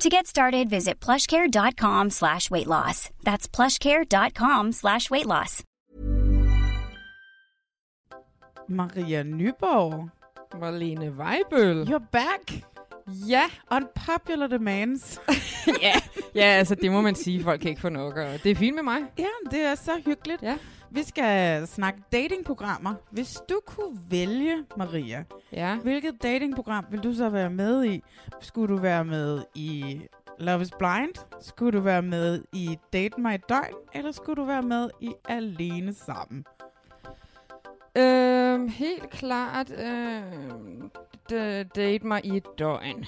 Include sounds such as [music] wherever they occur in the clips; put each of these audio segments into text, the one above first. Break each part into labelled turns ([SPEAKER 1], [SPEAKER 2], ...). [SPEAKER 1] To get started, visit plushcare.com slash weight loss. That's plushcare.com slash weight loss.
[SPEAKER 2] Maria Nyborg,
[SPEAKER 3] Marlene Weibøl.
[SPEAKER 2] you're back.
[SPEAKER 3] Ja,
[SPEAKER 2] Unpopular [laughs] demands.
[SPEAKER 3] ja, ja, altså det må man sige, folk kan ikke få nok, og det er fint med mig.
[SPEAKER 2] ja, det er så hyggeligt.
[SPEAKER 3] Ja.
[SPEAKER 2] Vi skal snakke datingprogrammer. Hvis du kunne vælge, Maria,
[SPEAKER 3] Ja.
[SPEAKER 2] hvilket datingprogram vil du så være med i? Skulle du være med i Love is Blind? Skulle du være med i Date My Døgn? Eller skulle du være med i Alene Sammen?
[SPEAKER 3] Øhm, helt klart, øhm, d- date mig i et døgn.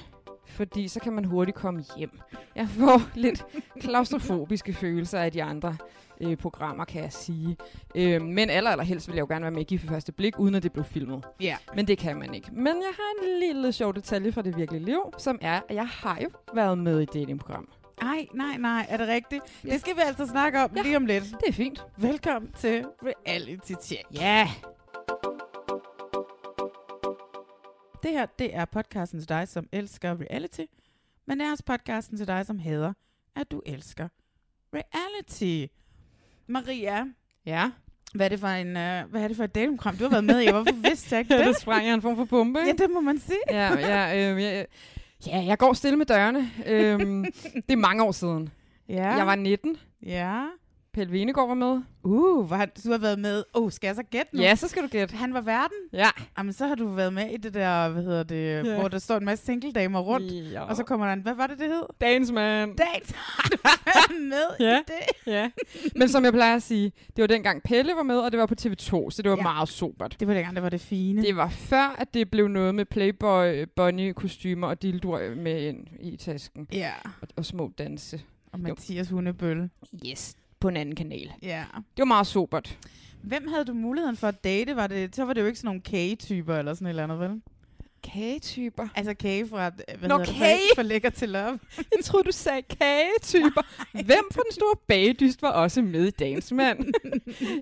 [SPEAKER 3] Fordi så kan man hurtigt komme hjem. Jeg får lidt klaustrofobiske følelser af de andre øh, programmer, kan jeg sige. Øhm, men aller, aller helst vil jeg jo gerne være med i Gift ved første blik, uden at det blev filmet.
[SPEAKER 2] Ja.
[SPEAKER 3] Men det kan man ikke. Men jeg har en lille sjov detalje fra det virkelige liv, som er, at jeg har jo været med i et datingprogram.
[SPEAKER 2] Ej, nej, nej, er det rigtigt? Ja. Det skal vi altså snakke om ja. lige om lidt.
[SPEAKER 3] Det er fint.
[SPEAKER 2] Velkommen til Reality Check.
[SPEAKER 3] Ja. Yeah.
[SPEAKER 2] Det her, det er podcasten til dig, som elsker reality, men det er også podcasten til dig, som hader, at du elsker reality. Maria,
[SPEAKER 3] Ja.
[SPEAKER 2] hvad er det for, en, uh, hvad er det for et datingprogram, du har været med i? Hvorfor vidste jeg ikke
[SPEAKER 3] [laughs] Ja,
[SPEAKER 2] det?
[SPEAKER 3] der sprang jeg en form for bombe,
[SPEAKER 2] Ja,
[SPEAKER 3] ikke?
[SPEAKER 2] det må man sige.
[SPEAKER 3] ja, ja, øh, ja, ja, jeg går stille med dørene. Øhm, det er mange år siden.
[SPEAKER 2] Ja.
[SPEAKER 3] Ja. Jeg var 19.
[SPEAKER 2] ja.
[SPEAKER 3] Pelle Venegård var med.
[SPEAKER 2] Uh, hvor har, du har været med. Åh, oh, skal jeg så gætte nu?
[SPEAKER 3] Ja, så skal du gætte.
[SPEAKER 2] Han var verden.
[SPEAKER 3] Ja.
[SPEAKER 2] Jamen, så har du været med i det der, hvad hedder det,
[SPEAKER 3] Ja.
[SPEAKER 2] hvor der står en masse single-damer rundt.
[SPEAKER 3] Ja.
[SPEAKER 2] Og så kommer der en, hvad var det, det hed?
[SPEAKER 3] Dagens mand. [laughs]
[SPEAKER 2] Dags. Har du været med
[SPEAKER 3] Ja.
[SPEAKER 2] i det?
[SPEAKER 3] ja. Men som jeg plejer at sige, det var dengang Pelle var med, og det var på TV2, så
[SPEAKER 2] Ja.
[SPEAKER 3] det var ja. Mm. meget sobert.
[SPEAKER 2] Det var dengang, det var det fine.
[SPEAKER 3] Det var før, at det blev noget med Playboy, bunny kostymer og dildoer med ind i tasken.
[SPEAKER 2] Ja.
[SPEAKER 3] Og, og små danse.
[SPEAKER 2] Og Mathias Hundebølle.
[SPEAKER 3] Yes. På en anden kanal.
[SPEAKER 2] Ja.
[SPEAKER 3] Det var meget sobert.
[SPEAKER 2] Hvem havde du muligheden for at date? Var det, så var det jo ikke sådan nogle kage-typer eller sådan et eller andet, vel?
[SPEAKER 3] Kagetyper.
[SPEAKER 2] Altså kage fra, hvad
[SPEAKER 3] Nå,
[SPEAKER 2] hedder det,
[SPEAKER 3] kage!
[SPEAKER 2] fra- fra lækker til love.
[SPEAKER 3] Jeg troede, du sagde kagetyper. Hvem fra den store bagedyst var også med i Dagens [laughs] Mand?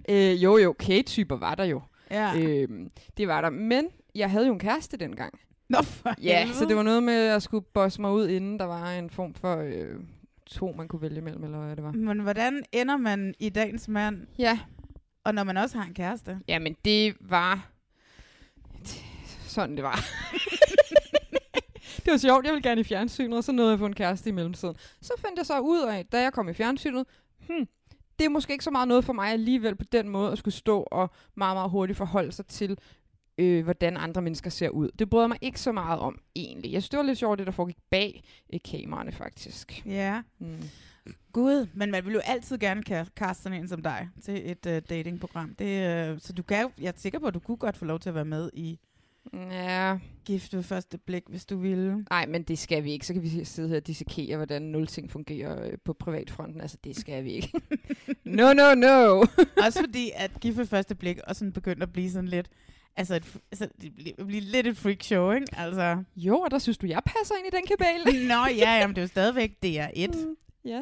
[SPEAKER 3] øh, jo, jo, kagetyper var der jo.
[SPEAKER 2] Ja.
[SPEAKER 3] Ja. Øhm, det var der. Men jeg havde jo en kæreste dengang.
[SPEAKER 2] Nå, for
[SPEAKER 3] Ja,
[SPEAKER 2] helvede.
[SPEAKER 3] så det var noget med, at jeg skulle bosse mig ud, inden der var en form for øh, to, man kunne vælge imellem, eller hvad det var.
[SPEAKER 2] Men hvordan ender man i dagens mand,
[SPEAKER 3] Mm. Ja,
[SPEAKER 2] og når man også har en kæreste?
[SPEAKER 3] ja men det var... Sådan det var. [laughs] det var sjovt, jeg ville gerne i fjernsynet, og så nåede jeg at få en kæreste i mellemtiden. Så fandt jeg så ud af, da jeg kom i fjernsynet, hmm, det er måske ikke så meget noget for mig alligevel på den måde at skulle stå og meget, meget hurtigt forholde sig til, øh, hvordan andre mennesker ser ud. Det bryder jeg mig ikke så meget om egentlig. Jeg synes, det var lidt sjovt, det der foregik bag øh, kameraerne faktisk.
[SPEAKER 2] Ja.
[SPEAKER 3] Mm.
[SPEAKER 2] Gud, men man vil jo altid gerne ka- kaste sådan en som dig til et uh, datingprogram. Det, uh, så du kan jo, jeg er sikker på, at du kunne godt få lov til at være med i
[SPEAKER 3] Ja,
[SPEAKER 2] Gift ved første blik, hvis du
[SPEAKER 3] [laughs]
[SPEAKER 2] ville.
[SPEAKER 3] nej, men det skal vi ikke. Så kan vi sidde her og dissekere, hvordan nul ting fungerer øh, på privatfronten. Altså, det skal vi [laughs] ikke. no, no, no.
[SPEAKER 2] Også fordi, at Gift ved første blik også sådan begyndte at blive sådan lidt, altså, et, fr- altså det bliver bliver lidt et freak show, ikke? Altså,
[SPEAKER 3] Jo, og der synes du, jeg passer ind i den kabale.
[SPEAKER 2] nå ja, jamen, det er jo stadigvæk DR1.
[SPEAKER 3] Mm, ja.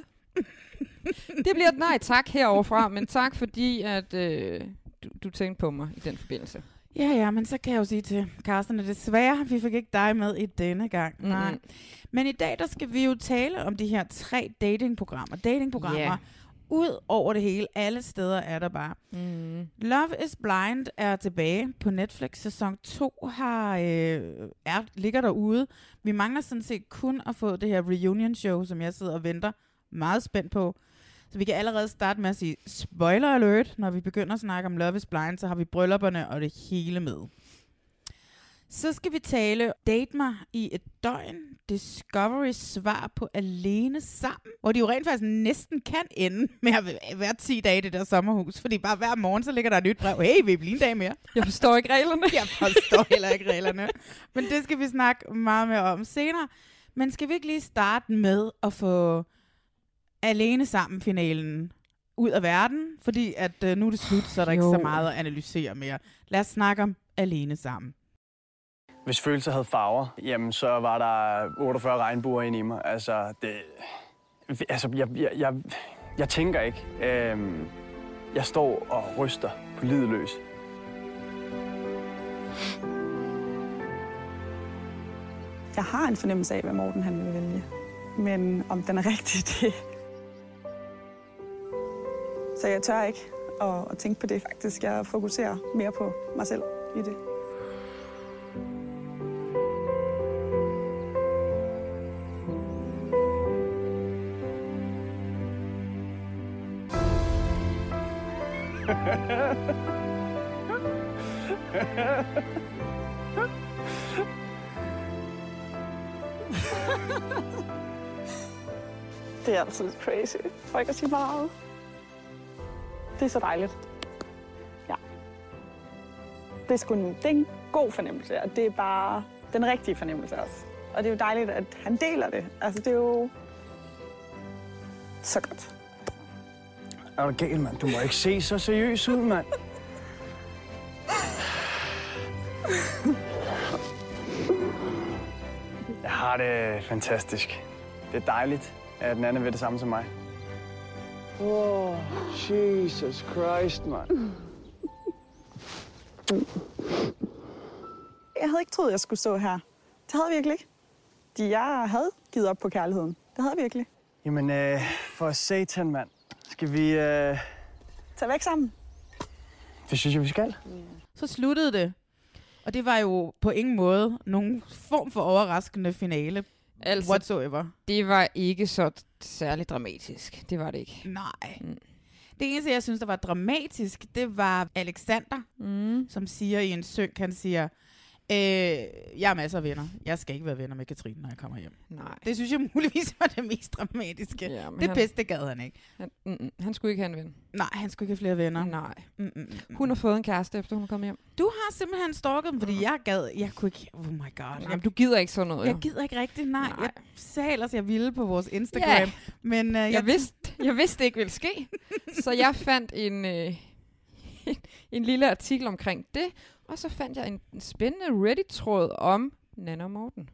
[SPEAKER 3] det bliver et nej tak heroverfra, men tak fordi, at øh, du, du tænkte på mig i den forbindelse.
[SPEAKER 2] Ja, ja, men så kan jeg jo sige til Carsten, at desværre, vi fik ikke dig med i denne gang.
[SPEAKER 3] Mm,
[SPEAKER 2] Nej.
[SPEAKER 3] mm.
[SPEAKER 2] Men i dag, der skal vi jo tale om de her tre datingprogrammer. Datingprogrammer
[SPEAKER 3] Ja.
[SPEAKER 2] ud over det hele. Alle steder er der bare.
[SPEAKER 3] Mm.
[SPEAKER 2] Love is Blind er tilbage på Netflix. Sæson 2 har, øh, er, ligger derude. Vi mangler sådan set kun at få det her reunion show, som jeg sidder og venter meget spændt på. Så vi kan allerede starte med at sige spoiler alert. Når vi begynder at snakke om Love is Blind, så har vi bryllupperne og det hele med. Så skal vi tale Date mig i et døgn. Discovery svar på alene sammen. Hvor de jo rent faktisk næsten kan ende med at være- være 10 dage i det der sommerhus. Fordi bare hver morgen, så ligger der et nyt brev. Hey, vi bliver en dag mere.
[SPEAKER 3] Jeg forstår ikke [laughs] reglerne.
[SPEAKER 2] Jeg forstår heller ikke reglerne. Men det skal vi snakke meget mere om senere. Men skal vi ikke lige starte med at få alene sammen finalen ud af verden? Fordi at øh, nu er det slut, så er der jo. ikke
[SPEAKER 3] Jo.
[SPEAKER 2] så meget at analysere mere. Lad os snakke om alene sammen.
[SPEAKER 4] Hvis følelser havde farver, jamen så var der 48 regnbuer inde i mig. Altså, det... Altså, jeg, jeg, jeg, jeg tænker ikke. Øhm, jeg står og ryster på lideløs.
[SPEAKER 5] Jeg har en fornemmelse af, hvad Morten han vil vælge. Men om den er [laughs] rigtig, det... Så jeg tør ikke at, at tænke på det faktisk. Jeg fokuserer mere på mig selv i det. Det er altid crazy. For ikke at sige meget. Det er så dejligt. Ja. Det er sgu en, det er en god fornemmelse, og det er bare den rigtige fornemmelse også. Og det er jo dejligt, at han deler det. Altså, det er jo så godt.
[SPEAKER 4] Er du gal, mand? Du må ikke se så seriøs ud, mand. [laughs] Jeg har det fantastisk. Det er dejligt, at den anden vil det samme som mig. Oh, Jesus Christ, mand.
[SPEAKER 5] Jeg havde ikke troet, jeg skulle stå her. Det havde jeg virkelig ikke. De, jeg havde givet op på kærligheden. Det havde jeg virkelig.
[SPEAKER 4] Jamen, øh, for satan, mand. Skal vi... Øh...
[SPEAKER 5] Tag væk sammen.
[SPEAKER 4] Det synes jeg, vi skal.
[SPEAKER 2] Så sluttede det. Og det var jo på ingen måde nogen form for overraskende finale. Altså,
[SPEAKER 3] Altså,
[SPEAKER 2] whatsoever.
[SPEAKER 3] det var ikke så særlig dramatisk. Det var det ikke.
[SPEAKER 2] Nej.
[SPEAKER 3] Mm.
[SPEAKER 2] Det eneste, jeg synes, der var dramatisk, det var Alexander,
[SPEAKER 3] Mm.
[SPEAKER 2] som siger i en synk, han siger, øh, jeg har masser af venner. Jeg skal ikke være venner med Katrine, når jeg kommer hjem.
[SPEAKER 3] Nej.
[SPEAKER 2] Det synes jeg muligvis var det mest dramatiske.
[SPEAKER 3] Ja, men
[SPEAKER 2] Det
[SPEAKER 3] han,
[SPEAKER 2] bedste gad han ikke.
[SPEAKER 3] han, mm, mm, han skulle ikke have en ven.
[SPEAKER 2] Nej, han skulle ikke have flere venner. Mm,
[SPEAKER 3] Nej.
[SPEAKER 2] Mm-mm.
[SPEAKER 3] Hun har fået en kæreste, efter hun er kommet hjem.
[SPEAKER 2] Du har simpelthen stalket dem, fordi jeg gad. Jeg kunne ikke... Oh my god.
[SPEAKER 3] Jamen, du gider ikke sådan noget.
[SPEAKER 2] Jeg
[SPEAKER 3] jo.
[SPEAKER 2] gider ikke rigtigt, nej.
[SPEAKER 3] Nej.
[SPEAKER 2] nej. Jeg sagde ellers, jeg ville på vores Instagram. Yeah. Men øh, jeg,
[SPEAKER 3] jeg, vidste, jeg vidste, det ikke ville ske. så jeg fandt en, øh, [laughs] en, en lille artikel omkring det, og så fandt jeg en, en spændende Reddit-tråd om Nana og Morten.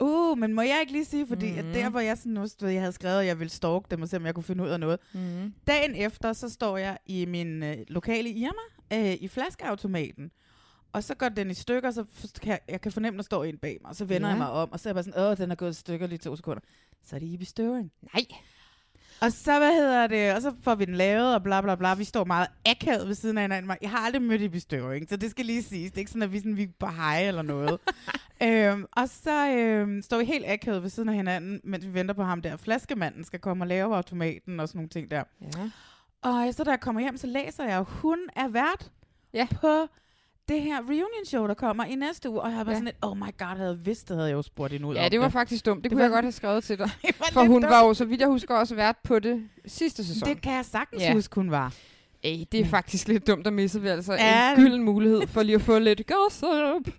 [SPEAKER 2] Uh, men må jeg ikke lige sige, fordi mm-hmm.
[SPEAKER 3] Mhm.
[SPEAKER 2] at der, hvor jeg sådan, nu, du ved, jeg havde skrevet, at jeg ville stalke dem og se, om jeg kunne finde ud af noget.
[SPEAKER 3] Mm.
[SPEAKER 2] Dagen efter, så står jeg i min øh, lokale Irma øh, i flaskeautomaten. Og så går den i stykker, så f- kan jeg, jeg kan fornemme, der står en bag mig. Og så vender
[SPEAKER 3] Ja.
[SPEAKER 2] ja. jeg mig om, og så er jeg bare sådan, åh, den er gået i stykker lige to sekunder. Så er det Ibi Støvring.
[SPEAKER 3] Nej.
[SPEAKER 2] Og så, hvad hedder det, og så får vi den lavet, og bla bla bla. Vi står meget akavet ved siden af hinanden. Jeg har aldrig mødt i bestøvring, så det skal lige siges. Det er ikke sådan, at vi, sådan, vi er på hej eller
[SPEAKER 3] [laughs]
[SPEAKER 2] noget. øhm, og så øhm, står vi helt akavet ved siden af hinanden, mens vi venter på ham der. Flaskemanden skal komme og lave automaten og sådan nogle ting der.
[SPEAKER 3] Ja.
[SPEAKER 2] Og så da jeg kommer hjem, så læser jeg, at hun er vært
[SPEAKER 3] Ja.
[SPEAKER 2] på det her reunion show, der kommer i næste uge. Og jeg var bare
[SPEAKER 3] Ja.
[SPEAKER 2] sådan lidt, oh my god, havde jeg vidst, [laughs] det havde jeg jo spurgt hende ud om
[SPEAKER 3] ja, det var faktisk dumt. Det, det kunne
[SPEAKER 2] var-
[SPEAKER 3] jeg godt have
[SPEAKER 2] [laughs]
[SPEAKER 3] skrevet til dig.
[SPEAKER 2] Det var
[SPEAKER 3] For
[SPEAKER 2] lidt
[SPEAKER 3] hun
[SPEAKER 2] dumt.
[SPEAKER 3] var jo, så vidt jeg husker, også vært på det sidste sæson.
[SPEAKER 2] Det kan jeg sagtens
[SPEAKER 3] Ja.
[SPEAKER 2] ja. huske, hun var.
[SPEAKER 3] Ej, det er faktisk lidt dumt, der misser vi altså ja.
[SPEAKER 2] Ja.
[SPEAKER 3] en gylden mulighed for lige at få lidt gossip.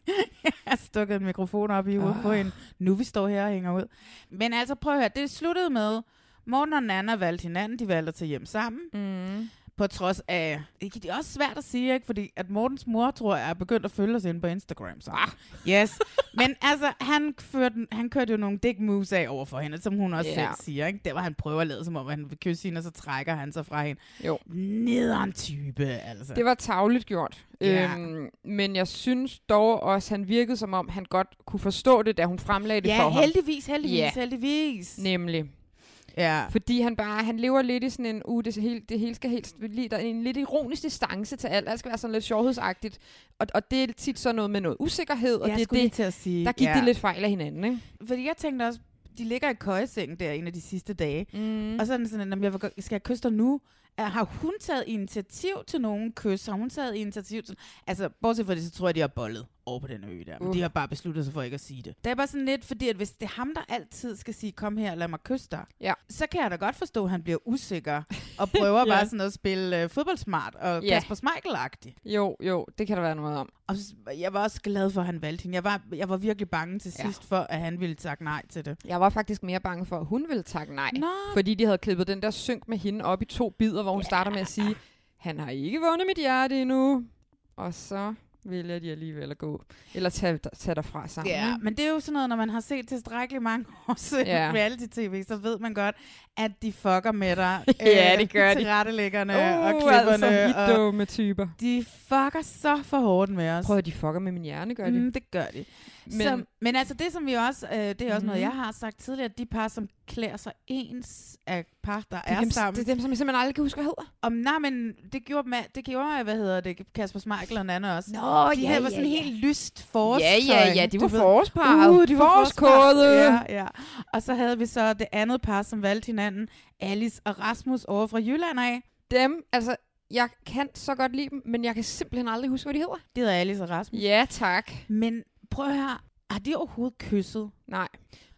[SPEAKER 2] Jeg stukket en mikrofon op i hovedet på
[SPEAKER 3] Ah.
[SPEAKER 2] hende. Nu vi står her og hænger ud. Men altså prøv at høre, det sluttede med, Morten og Nana valgte hinanden, de valgte at tage hjem sammen.
[SPEAKER 3] Mm.
[SPEAKER 2] På trods af, det det er også svært at sige, ikke? fordi at Mortens mor, tror jeg, er begyndt at følge os inde på Instagram. Så.
[SPEAKER 3] Ah.
[SPEAKER 2] Yes. Men altså, han kørte, han kørte jo nogle dick moves af over for hende, som hun også
[SPEAKER 3] Ja.
[SPEAKER 2] yeah. selv siger. Ikke? Det var, han prøver at lade, som om han vil kysse hende, og så trækker han sig fra hende.
[SPEAKER 3] Jo.
[SPEAKER 2] Nederen type, altså.
[SPEAKER 3] Det var tavligt gjort.
[SPEAKER 2] Ja.
[SPEAKER 3] Øhm, men jeg synes dog også, han virkede som om, han godt kunne forstå det, da hun fremlagde det for
[SPEAKER 2] ja,
[SPEAKER 3] ham.
[SPEAKER 2] heldigvis, heldigvis,
[SPEAKER 3] Ja.
[SPEAKER 2] yeah. heldigvis.
[SPEAKER 3] Nemlig.
[SPEAKER 2] Ja.
[SPEAKER 3] Fordi han bare, han lever lidt i sådan en, uh, det, hele, det hele skal helst, lige, der er en lidt ironisk distance til alt. Alt skal være sådan lidt sjovhedsagtigt. Og, og det er tit sådan noget med noget usikkerhed, og
[SPEAKER 2] jeg
[SPEAKER 3] det er
[SPEAKER 2] skulle lige
[SPEAKER 3] det,
[SPEAKER 2] til at sige.
[SPEAKER 3] der gik
[SPEAKER 2] ja.
[SPEAKER 3] ja. det lidt fejl af hinanden, ikke?
[SPEAKER 2] Fordi jeg tænkte også, de ligger i køjesengen der en af de sidste dage.
[SPEAKER 3] Mm.
[SPEAKER 2] Og så er den sådan, at jeg vil godt- skal jeg kysse dig nu? Er- Har hun taget initiativ til nogen kys? Har hun taget initiativ til... Altså, bortset fra det, så tror jeg, de har bollet over på den ø der. Men
[SPEAKER 3] Uh.
[SPEAKER 2] de har bare besluttet sig for ikke at sige det. Det er bare sådan lidt, fordi at hvis det er ham, der altid skal sige, kom her, lad mig kysse dig,
[SPEAKER 3] Ja.
[SPEAKER 2] så kan jeg da godt forstå, at han bliver usikker [laughs] og prøver
[SPEAKER 3] Ja.
[SPEAKER 2] ja. bare sådan at spille øh, fodboldsmart og
[SPEAKER 3] Ja.
[SPEAKER 2] Kasper Schmeichel-agtig.
[SPEAKER 3] Jo, jo, det kan der være noget om.
[SPEAKER 2] Og s- jeg var også glad for, at han valgte hende. Jeg var, jeg var virkelig bange til
[SPEAKER 3] Ja.
[SPEAKER 2] sidst for, at han ville sagt nej til det.
[SPEAKER 3] Jeg var faktisk mere bange for, at hun ville takke nej.
[SPEAKER 2] Nå,
[SPEAKER 3] Fordi de havde klippet den der synk med hende op i to bidder, hvor hun yeah. starter med at sige, han har ikke vundet mit hjerte endnu. Og så vælger de alligevel at gå. Eller tage, tage dig fra sammen.
[SPEAKER 2] ja.
[SPEAKER 3] ikke?
[SPEAKER 2] Men det er jo sådan noget, når man har set tilstrækkeligt mange [laughs] års
[SPEAKER 3] Ja.
[SPEAKER 2] yeah. reality-tv, så ved man godt, at de fucker med dig.
[SPEAKER 3] [laughs]
[SPEAKER 2] øh,
[SPEAKER 3] Ja, det gør de.
[SPEAKER 2] tilrettelæggerne
[SPEAKER 3] Uh,
[SPEAKER 2] og klipperne.
[SPEAKER 3] altså, og...
[SPEAKER 2] og
[SPEAKER 3] dumme typer.
[SPEAKER 2] de fucker så for hårdt med os.
[SPEAKER 3] Prøv at de fucker med min hjerne, gør de.
[SPEAKER 2] Mm, det gør de. Men, så,
[SPEAKER 3] Men-
[SPEAKER 2] men altså det, som vi også, øh, det er også mm. noget,
[SPEAKER 3] Mhm.
[SPEAKER 2] jeg har sagt tidligere, at de par, som klæder sig ens af par, der
[SPEAKER 3] Det er,
[SPEAKER 2] er
[SPEAKER 3] dem,
[SPEAKER 2] sammen,
[SPEAKER 3] det er dem, som jeg simpelthen aldrig kan huske, hvad hedder.
[SPEAKER 2] Om, nej, men det gjorde, ma- det gjorde, hvad hedder det, Kasper Schmeichel og Nana også.
[SPEAKER 3] Nå,
[SPEAKER 2] de
[SPEAKER 3] ja,
[SPEAKER 2] havde
[SPEAKER 3] ja,
[SPEAKER 2] var sådan
[SPEAKER 3] ja.
[SPEAKER 2] helt lyst forårstøj.
[SPEAKER 3] de
[SPEAKER 2] du
[SPEAKER 3] var
[SPEAKER 2] ved.
[SPEAKER 3] forårsparet.
[SPEAKER 2] Uh, de var
[SPEAKER 3] forårskåde.
[SPEAKER 2] forårskåde. Ja, ja. Og så havde vi så det andet par, som valgte hinanden, Alice og Rasmus over fra Jylland af.
[SPEAKER 3] Dem, altså, jeg kan så godt lide dem, men jeg kan simpelthen aldrig huske, hvad de hedder.
[SPEAKER 2] Det hedder Alice og Rasmus.
[SPEAKER 3] Ja, tak.
[SPEAKER 2] Men prøv at høre, har de overhovedet kysset?
[SPEAKER 3] Nej,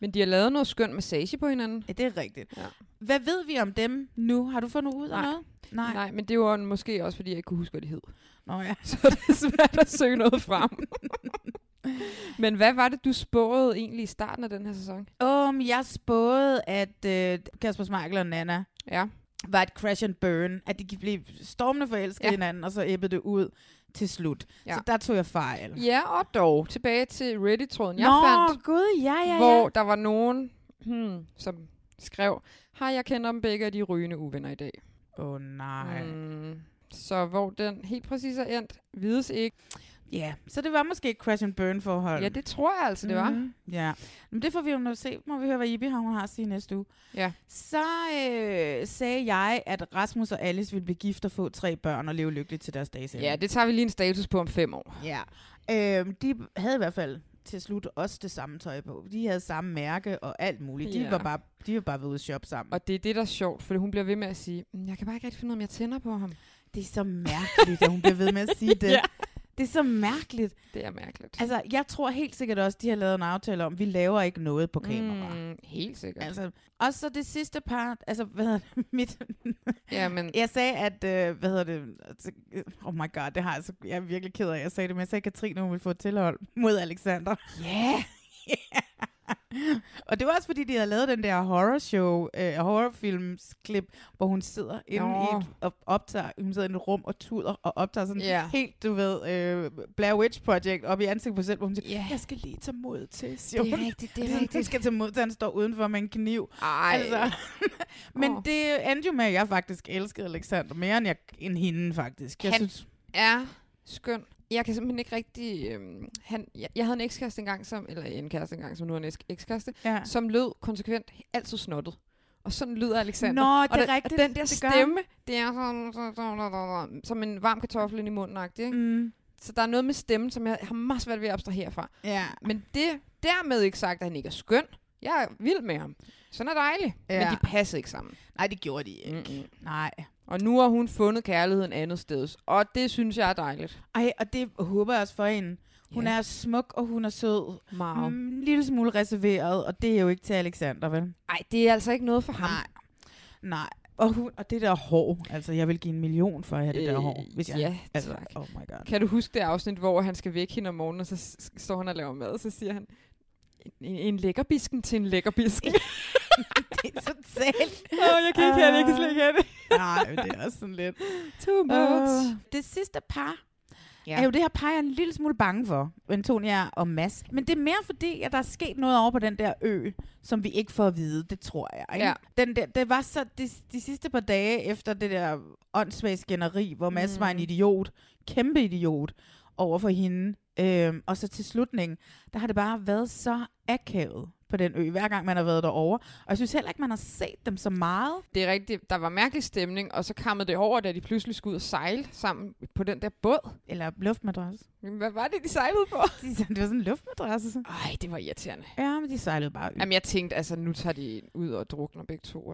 [SPEAKER 3] men de har lavet noget skøn massage på hinanden.
[SPEAKER 2] Ja, det er rigtigt.
[SPEAKER 3] Ja.
[SPEAKER 2] Hvad ved vi om dem nu? Har du fundet ud af
[SPEAKER 3] Nej.
[SPEAKER 2] noget? Nej.
[SPEAKER 3] Nej, men det var måske også, fordi jeg ikke kunne huske, hvad det hed. [laughs]
[SPEAKER 2] Nå ja.
[SPEAKER 3] Så det er svært at søge noget
[SPEAKER 2] [laughs]
[SPEAKER 3] frem. men hvad var det, du spåede egentlig i starten af den her sæson?
[SPEAKER 2] Um, jeg spåede, at øh, Kasper Schmeichel og Nana
[SPEAKER 3] Ja,
[SPEAKER 2] var et crash and burn, at de gik- blev stormende forelsket
[SPEAKER 3] Ja.
[SPEAKER 2] ja. hinanden, og så æbbede det ud til slut.
[SPEAKER 3] Ja.
[SPEAKER 2] Ja. Så der tog jeg fejl.
[SPEAKER 3] ja og dog. Tilbage til Reddit-tråden, jeg
[SPEAKER 2] Nå,
[SPEAKER 3] fandt,
[SPEAKER 2] gud, ja, ja,
[SPEAKER 3] hvor
[SPEAKER 2] ja.
[SPEAKER 3] der var nogen, hmm, som skrev, har jeg kender dem begge, og de er rygende uvenner i dag.
[SPEAKER 2] Åh, oh, nej. Mm.
[SPEAKER 3] Mm, så hvor den helt præcis er endt, vides ikke.
[SPEAKER 2] Ja, så det var måske et crash and burn forhold.
[SPEAKER 3] Ja, det tror jeg altså, det var.
[SPEAKER 2] Mhm. Ja, men det får vi jo nu se. Må vi høre, hvad Ibi har, hun har at sige næste uge.
[SPEAKER 3] Ja.
[SPEAKER 2] Så øh, sagde jeg, at Rasmus og Alice ville blive gift og få tre børn og leve lykkeligt til deres dages ende.
[SPEAKER 3] Ja, det tager vi lige en status på om fem år.
[SPEAKER 2] Ja. Øhm, de havde i hvert fald til slut også det samme tøj på. De havde samme mærke og alt muligt. De,
[SPEAKER 3] Ja.
[SPEAKER 2] var, bare, de var bare ved at shoppe sammen. Og
[SPEAKER 3] Og det er det, der er sjovt, for hun bliver ved med at sige, "Mm, jeg kan bare ikke rigtig finde ud af, om jeg tænder på ham.
[SPEAKER 2] det er så mærkeligt, at hun bliver ved med at
[SPEAKER 3] [laughs]
[SPEAKER 2] sige det.
[SPEAKER 3] Ja.
[SPEAKER 2] ja. Det er så mærkeligt.
[SPEAKER 3] Det er mærkeligt.
[SPEAKER 2] Altså, jeg tror helt sikkert også, de har lavet en aftale om, vi laver ikke noget på kamera. Mm.
[SPEAKER 3] Mm, helt sikkert. Altså,
[SPEAKER 2] Altså, og så det sidste part, altså, hvad hedder det, [laughs] mit,
[SPEAKER 3] ja, men
[SPEAKER 2] jeg sagde, at, øh, hvad hedder det, altså, øh, oh my god, det har jeg, så, jeg er virkelig ked af, jeg sagde det, men jeg sagde, at Katrine hun ville få et tilhold mod Alexander.
[SPEAKER 3] ja,
[SPEAKER 2] Og det var også fordi, de havde lavet den der horror show, øh, horrorfilmsklip, hvor hun sidder inde
[SPEAKER 3] Nå.
[SPEAKER 2] i et, og optager, hun sidder i et rum og tuder og optager sådan
[SPEAKER 3] Ja.
[SPEAKER 2] helt, du ved, øh, Blair Witch Project op i ansigtet på sig selv, hvor hun siger,
[SPEAKER 3] Ja.
[SPEAKER 2] jeg skal lige tage mod til, siger
[SPEAKER 3] det er
[SPEAKER 2] hun.
[SPEAKER 3] rigtigt,
[SPEAKER 2] Det
[SPEAKER 3] det er
[SPEAKER 2] er [laughs] hun
[SPEAKER 3] rigtigt.
[SPEAKER 2] skal tage mod til, han står udenfor med en kniv.
[SPEAKER 3] Ej, altså.
[SPEAKER 2] [laughs] Men
[SPEAKER 3] Åh.
[SPEAKER 2] det endte jo med, at jeg faktisk elskede Alexander mere end, jeg, end hende, faktisk. Jeg
[SPEAKER 3] Han-
[SPEAKER 2] synes,
[SPEAKER 3] er skøn. Jeg kan simpelthen ikke rigtig... Øhm, han, jeg, jeg havde en ekskæreste engang, som, eller en kæreste engang, som nu er en eks- ekskæreste,
[SPEAKER 2] ja.
[SPEAKER 3] som lød konsekvent altid snottet. Og sådan lyder Alexander.
[SPEAKER 2] Nå, det
[SPEAKER 3] og
[SPEAKER 2] er
[SPEAKER 3] den,
[SPEAKER 2] rigtigt,
[SPEAKER 3] Og den der
[SPEAKER 2] det gør han.
[SPEAKER 3] stemme, det er sådan, som en varm kartoffel ind i munden ikke?
[SPEAKER 2] Mm,
[SPEAKER 3] Så der er noget med stemmen, som jeg har meget svært ved at abstrahere fra.
[SPEAKER 2] ja.
[SPEAKER 3] Men det dermed ikke sagt, at han ikke er skøn. Jeg er vild med ham. Sådan er dejligt. Ja. Men
[SPEAKER 2] Ja.
[SPEAKER 3] de passede ikke sammen.
[SPEAKER 2] Nej, det gjorde de ikke.
[SPEAKER 3] Mm-mm.
[SPEAKER 2] Nej.
[SPEAKER 3] Og nu har hun fundet kærligheden andet sted. Og det synes jeg er dejligt.
[SPEAKER 2] Ej, og det håber jeg også for hende. Hun
[SPEAKER 3] Ja.
[SPEAKER 2] er smuk, og hun er sød.
[SPEAKER 3] Meget. Mm.
[SPEAKER 2] Mm, en lille smule reserveret, og det er jo ikke til Alexander, vel?
[SPEAKER 3] Ej, det er altså ikke noget for ham.
[SPEAKER 2] Nej. Nej. Og, hun, og det der hår, altså jeg vil give en million for at have det der
[SPEAKER 3] Øh,
[SPEAKER 2] hår. Hvis jeg,
[SPEAKER 3] ja,
[SPEAKER 2] altså,
[SPEAKER 3] tak.
[SPEAKER 2] Oh my
[SPEAKER 3] [laughs]
[SPEAKER 2] god.
[SPEAKER 3] Kan du huske det afsnit, hvor han skal vække hende om morgenen, og så s- s- står han og laver mad, og så siger han, en, en lækkerbisken til en [laughs] lækkerbisken.
[SPEAKER 2] det er totalt.
[SPEAKER 3] Åh, oh, jeg kan ikke have det, jeg kan slet ikke have det.
[SPEAKER 2] Nej, men det er også sådan lidt.
[SPEAKER 3] Too much.
[SPEAKER 2] Åh. Øh, Det sidste par
[SPEAKER 3] Ja.
[SPEAKER 2] ja. er jo det her par, jeg er en lille smule bange for. Antonia og Mads. Men det er mere fordi, at der er sket noget over på den der ø, som vi ikke får at vide. Det tror jeg. Ikke?
[SPEAKER 3] Ja.
[SPEAKER 2] Den der, det var så de, de sidste par dage efter det der åndssvage skænderi, hvor Mads mm. var en idiot. Kæmpe idiot. over for hende. Øhm, og så til slutningen, der har det bare været så akavet på den ø, hver gang man har været derovre. Og jeg synes heller ikke, man har set dem så meget.
[SPEAKER 3] Det er rigtigt, der var mærkelig stemning, og så kammede det over, da de pludselig skulle ud og sejle sammen på den der båd.
[SPEAKER 2] Eller luftmadras. [laughs]
[SPEAKER 3] Jamen, Hvad var det, de sejlede på?
[SPEAKER 2] De- Det var sådan en luftmadras.
[SPEAKER 3] Ej, det var irriterende.
[SPEAKER 2] Ja, men de sejlede bare ø.
[SPEAKER 3] Jamen, jeg tænkte, altså, nu tager de ud og drukner begge to.
[SPEAKER 2] [laughs]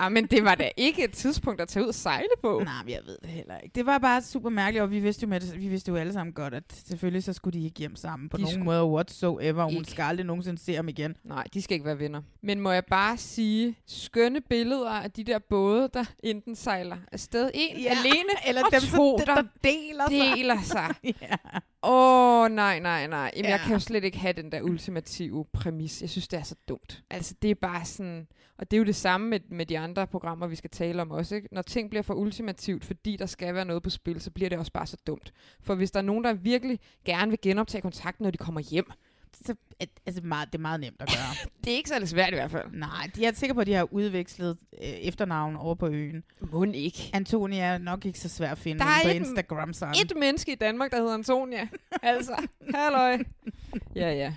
[SPEAKER 3] Altså. Ej, men det var da ikke et tidspunkt at tage ud og sejle på.
[SPEAKER 2] Nej, men jeg ved det heller ikke. Det var bare super mærkeligt, og vi vidste jo, med det, vi vidste jo alle sammen godt, at selvfølgelig så skulle de ikke hjem sammen på
[SPEAKER 3] De
[SPEAKER 2] de nogen
[SPEAKER 3] skulle
[SPEAKER 2] måde whatsoever, og hun
[SPEAKER 3] ikke.
[SPEAKER 2] skal aldrig nogensinde se ham igen.
[SPEAKER 3] Nej, de skal ikke være venner. Men må jeg bare sige, skønne billeder af de der både, der enten sejler afsted en ja, alene,
[SPEAKER 2] [laughs] eller
[SPEAKER 3] og
[SPEAKER 2] dem,
[SPEAKER 3] to,
[SPEAKER 2] der,
[SPEAKER 3] der
[SPEAKER 2] der deler sig.
[SPEAKER 3] deler sig.
[SPEAKER 2] [laughs] Ja.
[SPEAKER 3] Åh, oh, nej, nej, nej. Jamen, ja. jeg
[SPEAKER 2] Ja.
[SPEAKER 3] kan jo slet ikke have den der ultimative præmis. Jeg synes, det er så dumt. Altså, det er bare sådan... Og det er jo det samme med, med de andre programmer, vi skal tale om også, ikke? Når ting bliver for ultimativt, fordi der skal være noget på spil, så bliver det også bare så dumt. For hvis der er nogen, der virkelig gerne vil genoptage kontakten, når de kommer hjem,
[SPEAKER 2] Så, at- altså, meget, det er meget nemt at
[SPEAKER 3] [laughs]
[SPEAKER 2] gøre.
[SPEAKER 3] det er ikke særlig svært i hvert fald.
[SPEAKER 2] Nej, de- jeg er sikker på, at de har udvekslet øh, efternavn over på øen.
[SPEAKER 3] Mund ikke.
[SPEAKER 2] Antonia er nok ikke så svær at finde
[SPEAKER 3] Der er
[SPEAKER 2] på
[SPEAKER 3] ikke-
[SPEAKER 2] Instagram sammen.
[SPEAKER 3] Et menneske i Danmark, der hedder Antonia. Altså, halløj. Ja, ja.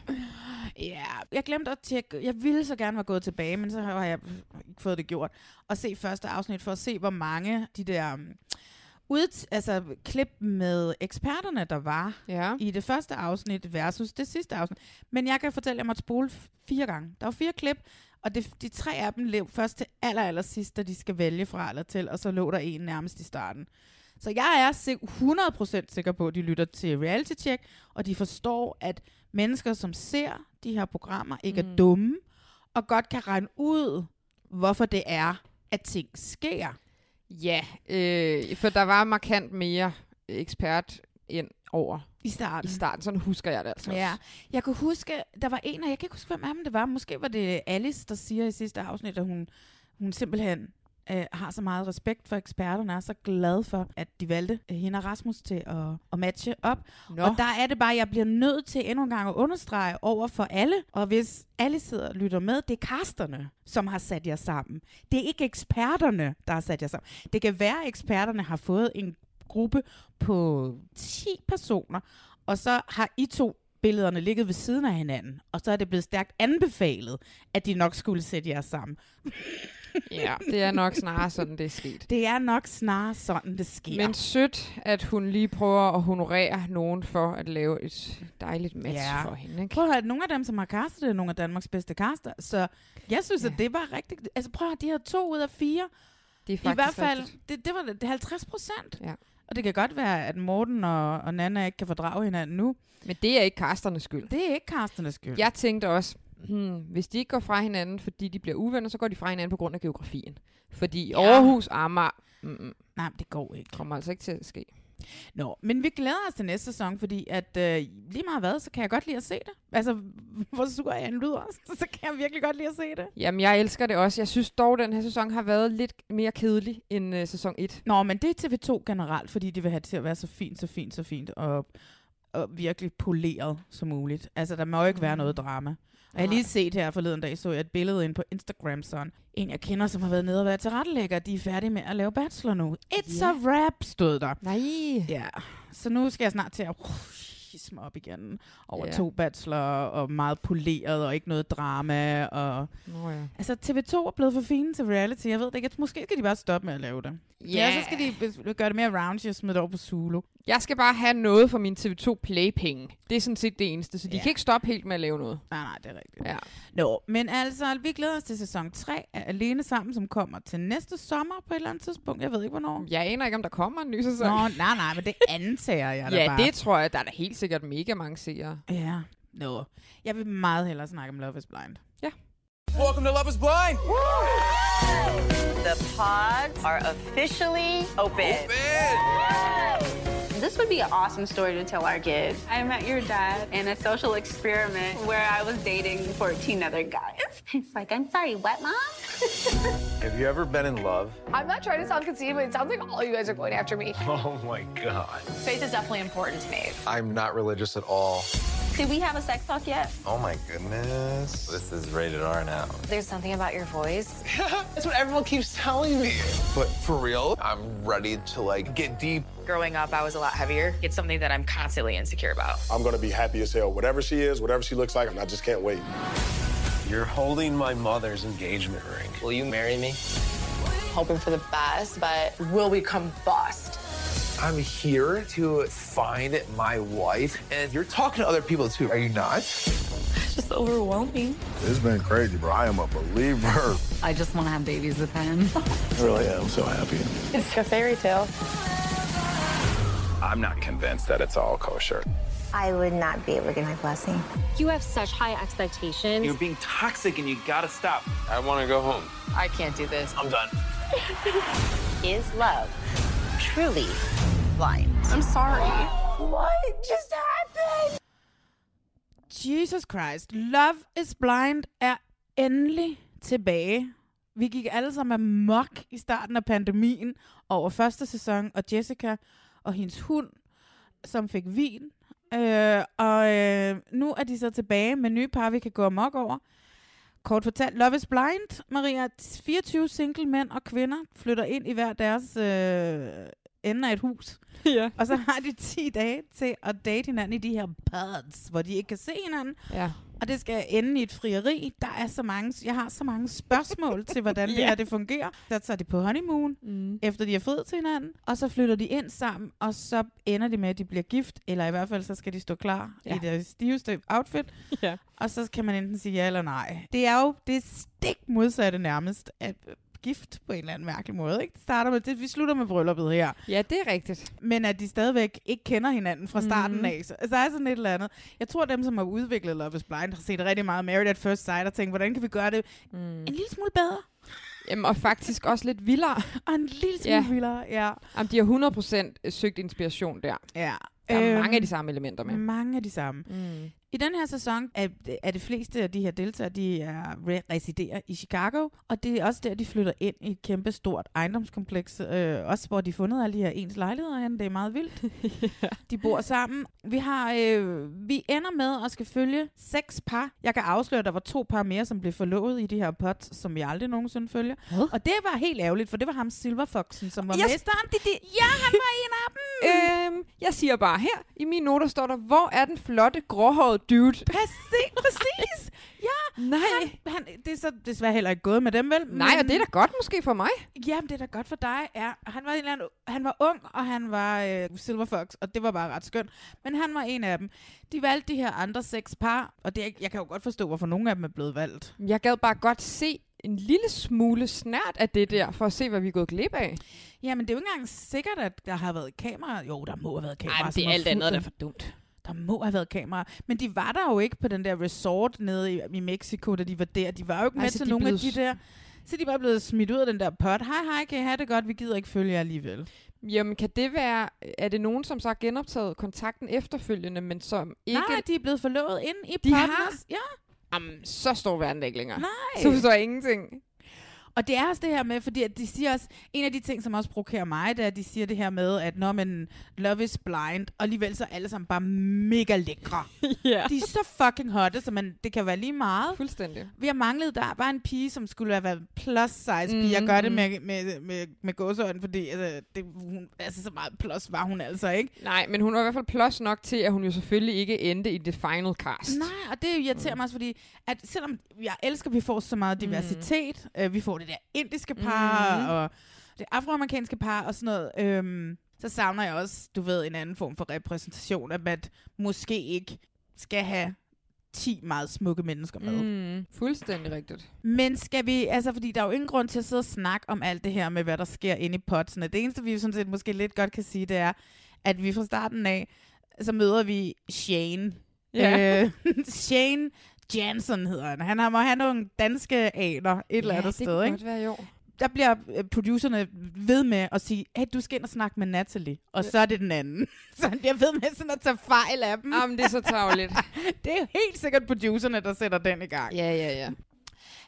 [SPEAKER 2] Ja, jeg glemte at tjekke. Jeg ville så gerne være gået tilbage, men så har jeg ikke fået det gjort. Og se første afsnit for at se, hvor mange de der um, ud, altså, klip med eksperterne, der var
[SPEAKER 3] Ja.
[SPEAKER 2] i det første afsnit versus det sidste afsnit. Men jeg kan fortælle, at jeg måtte spole f- fire gange. Der var fire klip, og det, de tre af dem lev først til aller, aller sidst, da de skal vælge fra eller til, og så lå der en nærmest i starten. Så jeg er sik- 100% sikker på, at de lytter til Reality Check, og de forstår, at mennesker, som ser de her programmer, ikke mm. er dumme, og godt kan regne ud, hvorfor det er, at ting sker.
[SPEAKER 3] Ja, øh, for der var markant mere ekspert ind over
[SPEAKER 2] I
[SPEAKER 3] i
[SPEAKER 2] starten.
[SPEAKER 3] starten. Sådan husker jeg det altså
[SPEAKER 2] Ja,
[SPEAKER 3] også.
[SPEAKER 2] jeg kunne huske, der var en, og jeg kan ikke huske, hvem af dem det var. Måske var det Alice, der siger i sidste afsnit, at hun, hun simpelthen øh, har så meget respekt for eksperterne, og er så glad for, at de valgte øh, hende og Rasmus til at, at matche op.
[SPEAKER 3] Nå,
[SPEAKER 2] Og der er det bare, at jeg bliver nødt til endnu en gang at understrege over for alle. Og hvis alle sidder og lytter med, det er kasterne, som har sat jer sammen. Det er ikke eksperterne, der har sat jer sammen. Det kan være, at eksperterne har fået en gruppe på 10 personer, og så har I to billederne ligget ved siden af hinanden, og så er det blevet stærkt anbefalet, at de nok skulle sætte jer sammen.
[SPEAKER 3] ja, det er nok snarere sådan, det er sket.
[SPEAKER 2] Det er nok snarere sådan, det sker.
[SPEAKER 3] Men sødt, at hun lige prøver at honorere nogen for at lave et dejligt match
[SPEAKER 2] Ja.
[SPEAKER 3] for hende. Ikke?
[SPEAKER 2] Prøv at høre, nogle af dem, som har castet, det er nogle af Danmarks bedste caster. Så jeg synes, ja.
[SPEAKER 3] Ja.
[SPEAKER 2] at det var rigtig... Altså prøv at høre, de her to ud af fire.
[SPEAKER 3] Det er
[SPEAKER 2] I
[SPEAKER 3] faktisk
[SPEAKER 2] hvert fald,
[SPEAKER 3] rigtigt.
[SPEAKER 2] det, det var det, det er 50 procent.
[SPEAKER 3] Ja.
[SPEAKER 2] Og det kan godt være, at Morten og, og Nana ikke kan fordrage hinanden nu.
[SPEAKER 3] Men det er ikke Karsternes skyld.
[SPEAKER 2] Det er ikke Carstens skyld.
[SPEAKER 3] Jeg tænkte også, hmm, hvis de ikke går fra hinanden, fordi de bliver uvenner, så går de fra hinanden på grund af geografien. Fordi ja. Aarhus, Amager, mm,
[SPEAKER 2] Nej, men det går ikke.
[SPEAKER 3] kommer altså ikke til at ske.
[SPEAKER 2] Nå, men vi glæder os til næste sæson, fordi at øh, lige meget hvad, så kan jeg godt lide at se det. Altså, [laughs] hvor sur jeg end lyder, så kan jeg virkelig godt lide at se det.
[SPEAKER 3] Jamen, jeg elsker det også. Jeg synes dog, den her sæson har været lidt mere kedelig end øh, sæson 1.
[SPEAKER 2] Nå, men det er TV2 generelt, fordi de vil have det til at være så fint, så fint, så fint, og, og virkelig poleret som muligt. Altså, der må jo ikke være noget
[SPEAKER 3] Mm.
[SPEAKER 2] drama. Og jeg har lige set her forleden dag, så jeg et billede ind på Instagram, sådan. En, jeg kender, som har været nede og været tilrettelægger, de er færdige med at lave bachelor nu. It's
[SPEAKER 3] Ja.
[SPEAKER 2] yeah. a rap, stod
[SPEAKER 3] [laughs]
[SPEAKER 2] der.
[SPEAKER 3] Nej.
[SPEAKER 2] Ja, så nu skal jeg snart til at hisse mig op igen over
[SPEAKER 3] Ja.
[SPEAKER 2] yeah. to bachelor, og meget poleret, og ikke noget drama. Og...
[SPEAKER 3] Nå ja.
[SPEAKER 2] Altså, TV2 er blevet for fine til reality. Jeg ved det ikke. Jeg- Måske skal de bare stoppe med at lave det. Ja, så skal de be- gøre det mere raunchy og smide det over på Zulu.
[SPEAKER 3] Jeg skal bare have noget for mine TV2 Play-penge. Det er sådan set det eneste, så de
[SPEAKER 2] Ja.
[SPEAKER 3] kan ikke stoppe helt med at lave noget.
[SPEAKER 2] Nej, nej, det er rigtigt.
[SPEAKER 3] Ja.
[SPEAKER 2] Nå, men altså, vi glæder os til sæson 3 af Alene Sammen, som kommer til næste sommer på et eller andet tidspunkt. Jeg ved ikke, hvornår.
[SPEAKER 3] Jeg aner ikke, om der kommer en ny sæson.
[SPEAKER 2] Nå, nej, nej, men det antager jeg da
[SPEAKER 3] ja,
[SPEAKER 2] bare.
[SPEAKER 3] det tror jeg. Der er da helt sikkert mega mange seere.
[SPEAKER 2] Ja, nå. Jeg vil meget hellere snakke om Love is Blind.
[SPEAKER 6] Welcome to Love is Blind.
[SPEAKER 7] The pods are officially open. This would be an awesome story to tell our kids. I met your dad in a social experiment where I was dating 14 other guys. It's like, I'm sorry, what, mom?
[SPEAKER 6] Have you ever been in love?
[SPEAKER 8] I'm not trying to sound conceited, but it sounds like all you guys are going after me.
[SPEAKER 6] Oh my God.
[SPEAKER 7] Faith is definitely important to me.
[SPEAKER 6] I'm not religious at all.
[SPEAKER 7] Did we have a sex talk yet?
[SPEAKER 6] Oh my goodness. This is rated R now.
[SPEAKER 9] There's something about your voice.
[SPEAKER 6] [laughs] That's what everyone keeps telling me. But for real, I'm ready to like get deep.
[SPEAKER 9] Growing up, I was a lot heavier. It's something that I'm constantly insecure about.
[SPEAKER 10] I'm gonna be happy as hell. Whatever she is, whatever she looks like, and I just can't wait.
[SPEAKER 6] You're holding my mother's engagement ring. Will you marry me?
[SPEAKER 9] Hoping for the best, but will we come bust?
[SPEAKER 6] I'm here to find my wife, and you're talking to other people too, are you not?
[SPEAKER 7] It's just overwhelming.
[SPEAKER 10] It's been crazy, bro. I am a believer.
[SPEAKER 11] [laughs] I just want to have babies with him.
[SPEAKER 10] I really am so happy.
[SPEAKER 8] It's a fairy tale.
[SPEAKER 6] I'm not convinced that it's all kosher.
[SPEAKER 12] I would not be able to get my blessing.
[SPEAKER 13] You have such high expectations.
[SPEAKER 14] er
[SPEAKER 15] You're being toxic and you gotta stop.
[SPEAKER 16] I wanna go home.
[SPEAKER 9] I can't do this.
[SPEAKER 16] I'm done.
[SPEAKER 12] Is love truly blind?
[SPEAKER 7] I'm sorry.
[SPEAKER 12] What just happened?
[SPEAKER 2] Jesus Christ. Love is Blind er endelig tilbage. Vi gik alle sammen amok i starten af pandemien over første sæson, og Jessica og hendes hund, som fik vin. Øh, og øh, nu er de så tilbage med nye par, vi kan gå amok over. Kort fortalt, Love is Blind, Maria, 24 single mænd og kvinder flytter ind i hver deres øh, ende af et hus.
[SPEAKER 3] [laughs] Ja.
[SPEAKER 2] Og så har de 10 dage til at date hinanden i de her pods, hvor de ikke kan se hinanden.
[SPEAKER 3] Ja.
[SPEAKER 2] Og det skal ende i et frieri. Der er så mange, jeg har så mange spørgsmål til,
[SPEAKER 3] [laughs]
[SPEAKER 2] hvordan det
[SPEAKER 3] Ja.
[SPEAKER 2] her det fungerer. Så tager de på honeymoon,
[SPEAKER 3] Mm.
[SPEAKER 2] efter de er friet til hinanden, og så flytter de ind sammen, og så ender det med, at de bliver gift, eller i hvert fald så skal de stå klar ja.
[SPEAKER 3] Ja.
[SPEAKER 2] i deres stiveste outfit,
[SPEAKER 3] Ja.
[SPEAKER 2] og så kan man enten sige ja eller nej. Det er jo det stik modsatte nærmest at gift på en eller anden mærkelig måde. Ikke? Det starter med det, vi slutter med brylluppet her.
[SPEAKER 3] ja, det er rigtigt.
[SPEAKER 2] Men at de stadigvæk ikke kender hinanden fra starten
[SPEAKER 3] Mhm.
[SPEAKER 2] mm. af. Så altså, der er sådan et eller andet. Jeg tror, dem, som har udviklet Love is Blind, har set rigtig meget Married at First Sight og tænkt, hvordan kan vi gøre det
[SPEAKER 3] Mm.
[SPEAKER 2] en lille smule bedre
[SPEAKER 3] Jamen, og faktisk også lidt vildere.
[SPEAKER 2] og en lille smule
[SPEAKER 3] Ja.
[SPEAKER 2] vildere. Ja.
[SPEAKER 3] Jamen, de har 100% søgt inspiration der.
[SPEAKER 2] ja.
[SPEAKER 3] Der er mange af
[SPEAKER 2] Øhm,
[SPEAKER 3] de samme elementer med.
[SPEAKER 2] Mange af de samme.
[SPEAKER 3] Mm.
[SPEAKER 2] I den her sæson er, er det fleste af de her deltagere, de er, re- residerer i Chicago, og det er også der, de flytter ind i et kæmpe stort ejendomskompleks, øh, også hvor de har fundet alle de her ens lejligheder henne. Det er meget vildt. De bor sammen. Vi har, øh, vi ender med at skal følge seks par. Jeg kan afsløre, at der var to par mere, som blev forlovet i de her pots, som vi aldrig nogensinde følger.
[SPEAKER 3] Hvad?
[SPEAKER 2] Og det var helt ærgerligt, for det var ham Silverfoxen, som var
[SPEAKER 3] Jeg-
[SPEAKER 2] mesteren. Det, det. Ja, han var en af dem!
[SPEAKER 3] Øhm, jeg siger bare her, i mine noter står der, hvor er den flotte, gråhårede dude?
[SPEAKER 2] Præcis, præcis. [laughs] Ja,
[SPEAKER 3] Nej.
[SPEAKER 2] Han, han, det er så desværre heller ikke gået med dem, vel?
[SPEAKER 3] Nej, og det er da godt måske for mig.
[SPEAKER 2] Jamen, det er da godt for dig. Ja, han var, en eller anden, han var ung, og han var øh, Silver Fox, og det var bare ret skønt. Men han var en af dem. De valgte de her andre seks par, og det, er ikke- jeg kan jo godt forstå, hvorfor nogle af dem er blevet valgt.
[SPEAKER 3] Jeg gad bare godt se en lille smule snært af det der, for at se, hvad vi er gået glip af.
[SPEAKER 2] Jamen, det er jo ikke engang sikkert, at der har været kamera. Jo, der må have været kamera.
[SPEAKER 3] Ej, det er alt andet, der er for dumt.
[SPEAKER 2] Der må have været kamera. Men de var der jo ikke på den der resort nede i, i Mexico, da de var der. De var jo ikke med
[SPEAKER 3] Ej, så
[SPEAKER 2] til
[SPEAKER 3] de er
[SPEAKER 2] nogle af de
[SPEAKER 3] blevet-
[SPEAKER 2] der... Så de var blevet smidt ud af den der pot. Hej, hej, kan I have det godt? Vi gider ikke følge jer alligevel.
[SPEAKER 3] Jamen, kan det være, er det nogen, som så har genoptaget kontakten efterfølgende, men som ikke...
[SPEAKER 2] Nej, de er blevet forlovet ind i
[SPEAKER 3] De har?
[SPEAKER 2] partners. Ja,
[SPEAKER 3] Jamen, så står verden da ikke længere.
[SPEAKER 2] nej.
[SPEAKER 3] Så forstår jeg ingenting.
[SPEAKER 2] Og det er også det her med, fordi at de siger også, en af de ting, som også provokerer mig, det er, at de siger det her med, at når man love is blind, og alligevel så er alle sammen bare mega lækre.
[SPEAKER 3] ja.
[SPEAKER 2] De er så fucking hotte, så man, det kan være lige meget.
[SPEAKER 3] Fuldstændig.
[SPEAKER 2] Vi har manglet, der var en pige, som skulle have været plus size pige. Jeg
[SPEAKER 3] Mm,
[SPEAKER 2] gør det
[SPEAKER 3] mm.
[SPEAKER 2] med, med, med, med gåseøjne, fordi altså, det, hun, altså, så meget plus var hun altså ikke.
[SPEAKER 3] Nej, men hun var i hvert fald plus nok til, at hun jo selvfølgelig ikke endte i det final cast.
[SPEAKER 2] Nej, og det irriterer mig også, fordi at selvom jeg elsker, at vi får så meget diversitet, mm. øh, vi får det der indiske par,
[SPEAKER 3] Mhm.
[SPEAKER 2] mm. og det afroamerikanske par og sådan noget, øhm, så savner jeg også, du ved, en anden form for repræsentation, at man måske ikke skal have 10 meget smukke mennesker med. Mm.
[SPEAKER 3] Mm, fuldstændig rigtigt.
[SPEAKER 2] Men skal vi, altså fordi der er jo ingen grund til at sidde og snakke om alt det her med, hvad der sker inde i potsene. Det eneste, vi sådan set måske lidt godt kan sige, det er, at vi fra starten af, så møder vi Shane, Ja. Øh, [laughs] Shane Jansen hedder han. Han har, må have nogle danske aner et eller andet sted. Ikke?
[SPEAKER 3] det kan godt være, jo.
[SPEAKER 2] Der bliver øh, producerne ved med at sige, hey, du skal ind og snakke med Natalie. Og så er det den anden. [laughs] så han bliver ved med sådan at tage fejl af dem.
[SPEAKER 3] Jamen, det er så [laughs] tavligt.
[SPEAKER 2] [laughs] Det er jo helt sikkert producerne, der sætter den i gang.
[SPEAKER 3] ja, ja, ja.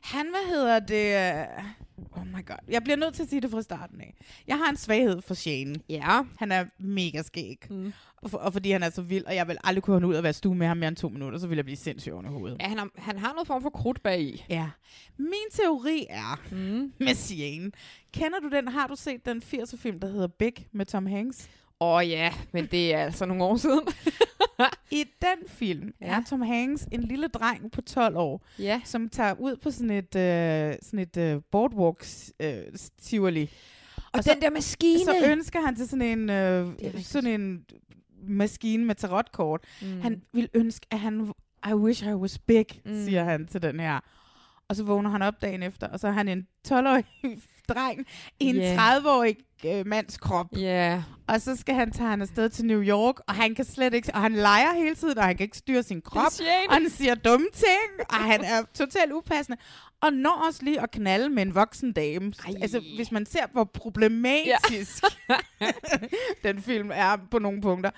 [SPEAKER 2] Han, hvad hedder det? øh, Oh my god. Jeg bliver nødt til at sige det fra starten af. Jeg har en svaghed for Shane.
[SPEAKER 3] Ja.
[SPEAKER 2] Han er mega skæg. Mm. Og, for, og fordi han er så vild, og jeg vil aldrig kunne holde ud og være i stue med ham mere end to minutter, så vil jeg blive sindssyg oven i hovedet.
[SPEAKER 3] Ja, han, har, han har noget form for krudt bag i.
[SPEAKER 2] Ja. Min teori er mm. med Shane. Kender du den? Har du set den 80'er film, der hedder Big med Tom Hanks?
[SPEAKER 3] Åh oh, ja, men det er altså nogle år siden.
[SPEAKER 2] I den film ja. er Tom Hanks en lille dreng på 12 år,
[SPEAKER 3] [laughs] Ja.
[SPEAKER 2] som tager ud på sådan et, øh, sådan et øh, boardwalk øh, tivoli. Og,
[SPEAKER 3] den der maskine.
[SPEAKER 2] Så ønsker han til sådan en, øh, sådan en maskine med tarotkort.
[SPEAKER 3] Mm.
[SPEAKER 2] Mm. Han vil ønske, at han... I wish I was big, mm. siger han til den her. Og så vågner han op dagen efter, og så er han en 12-årig [laughs] dreng i en
[SPEAKER 3] Ja.
[SPEAKER 2] 30-årig øh, mands krop.
[SPEAKER 3] Ja.
[SPEAKER 2] Og så skal han tage han afsted til New York, og han kan slet ikke, og han leger hele tiden, og han kan ikke styre sin krop,
[SPEAKER 3] Shane.
[SPEAKER 2] og han siger dumme ting, og han er totalt upassende. Og når også lige at knalde med en voksen dame. Ej. Altså, hvis man ser, hvor problematisk ja. [laughs] den film er på nogle punkter.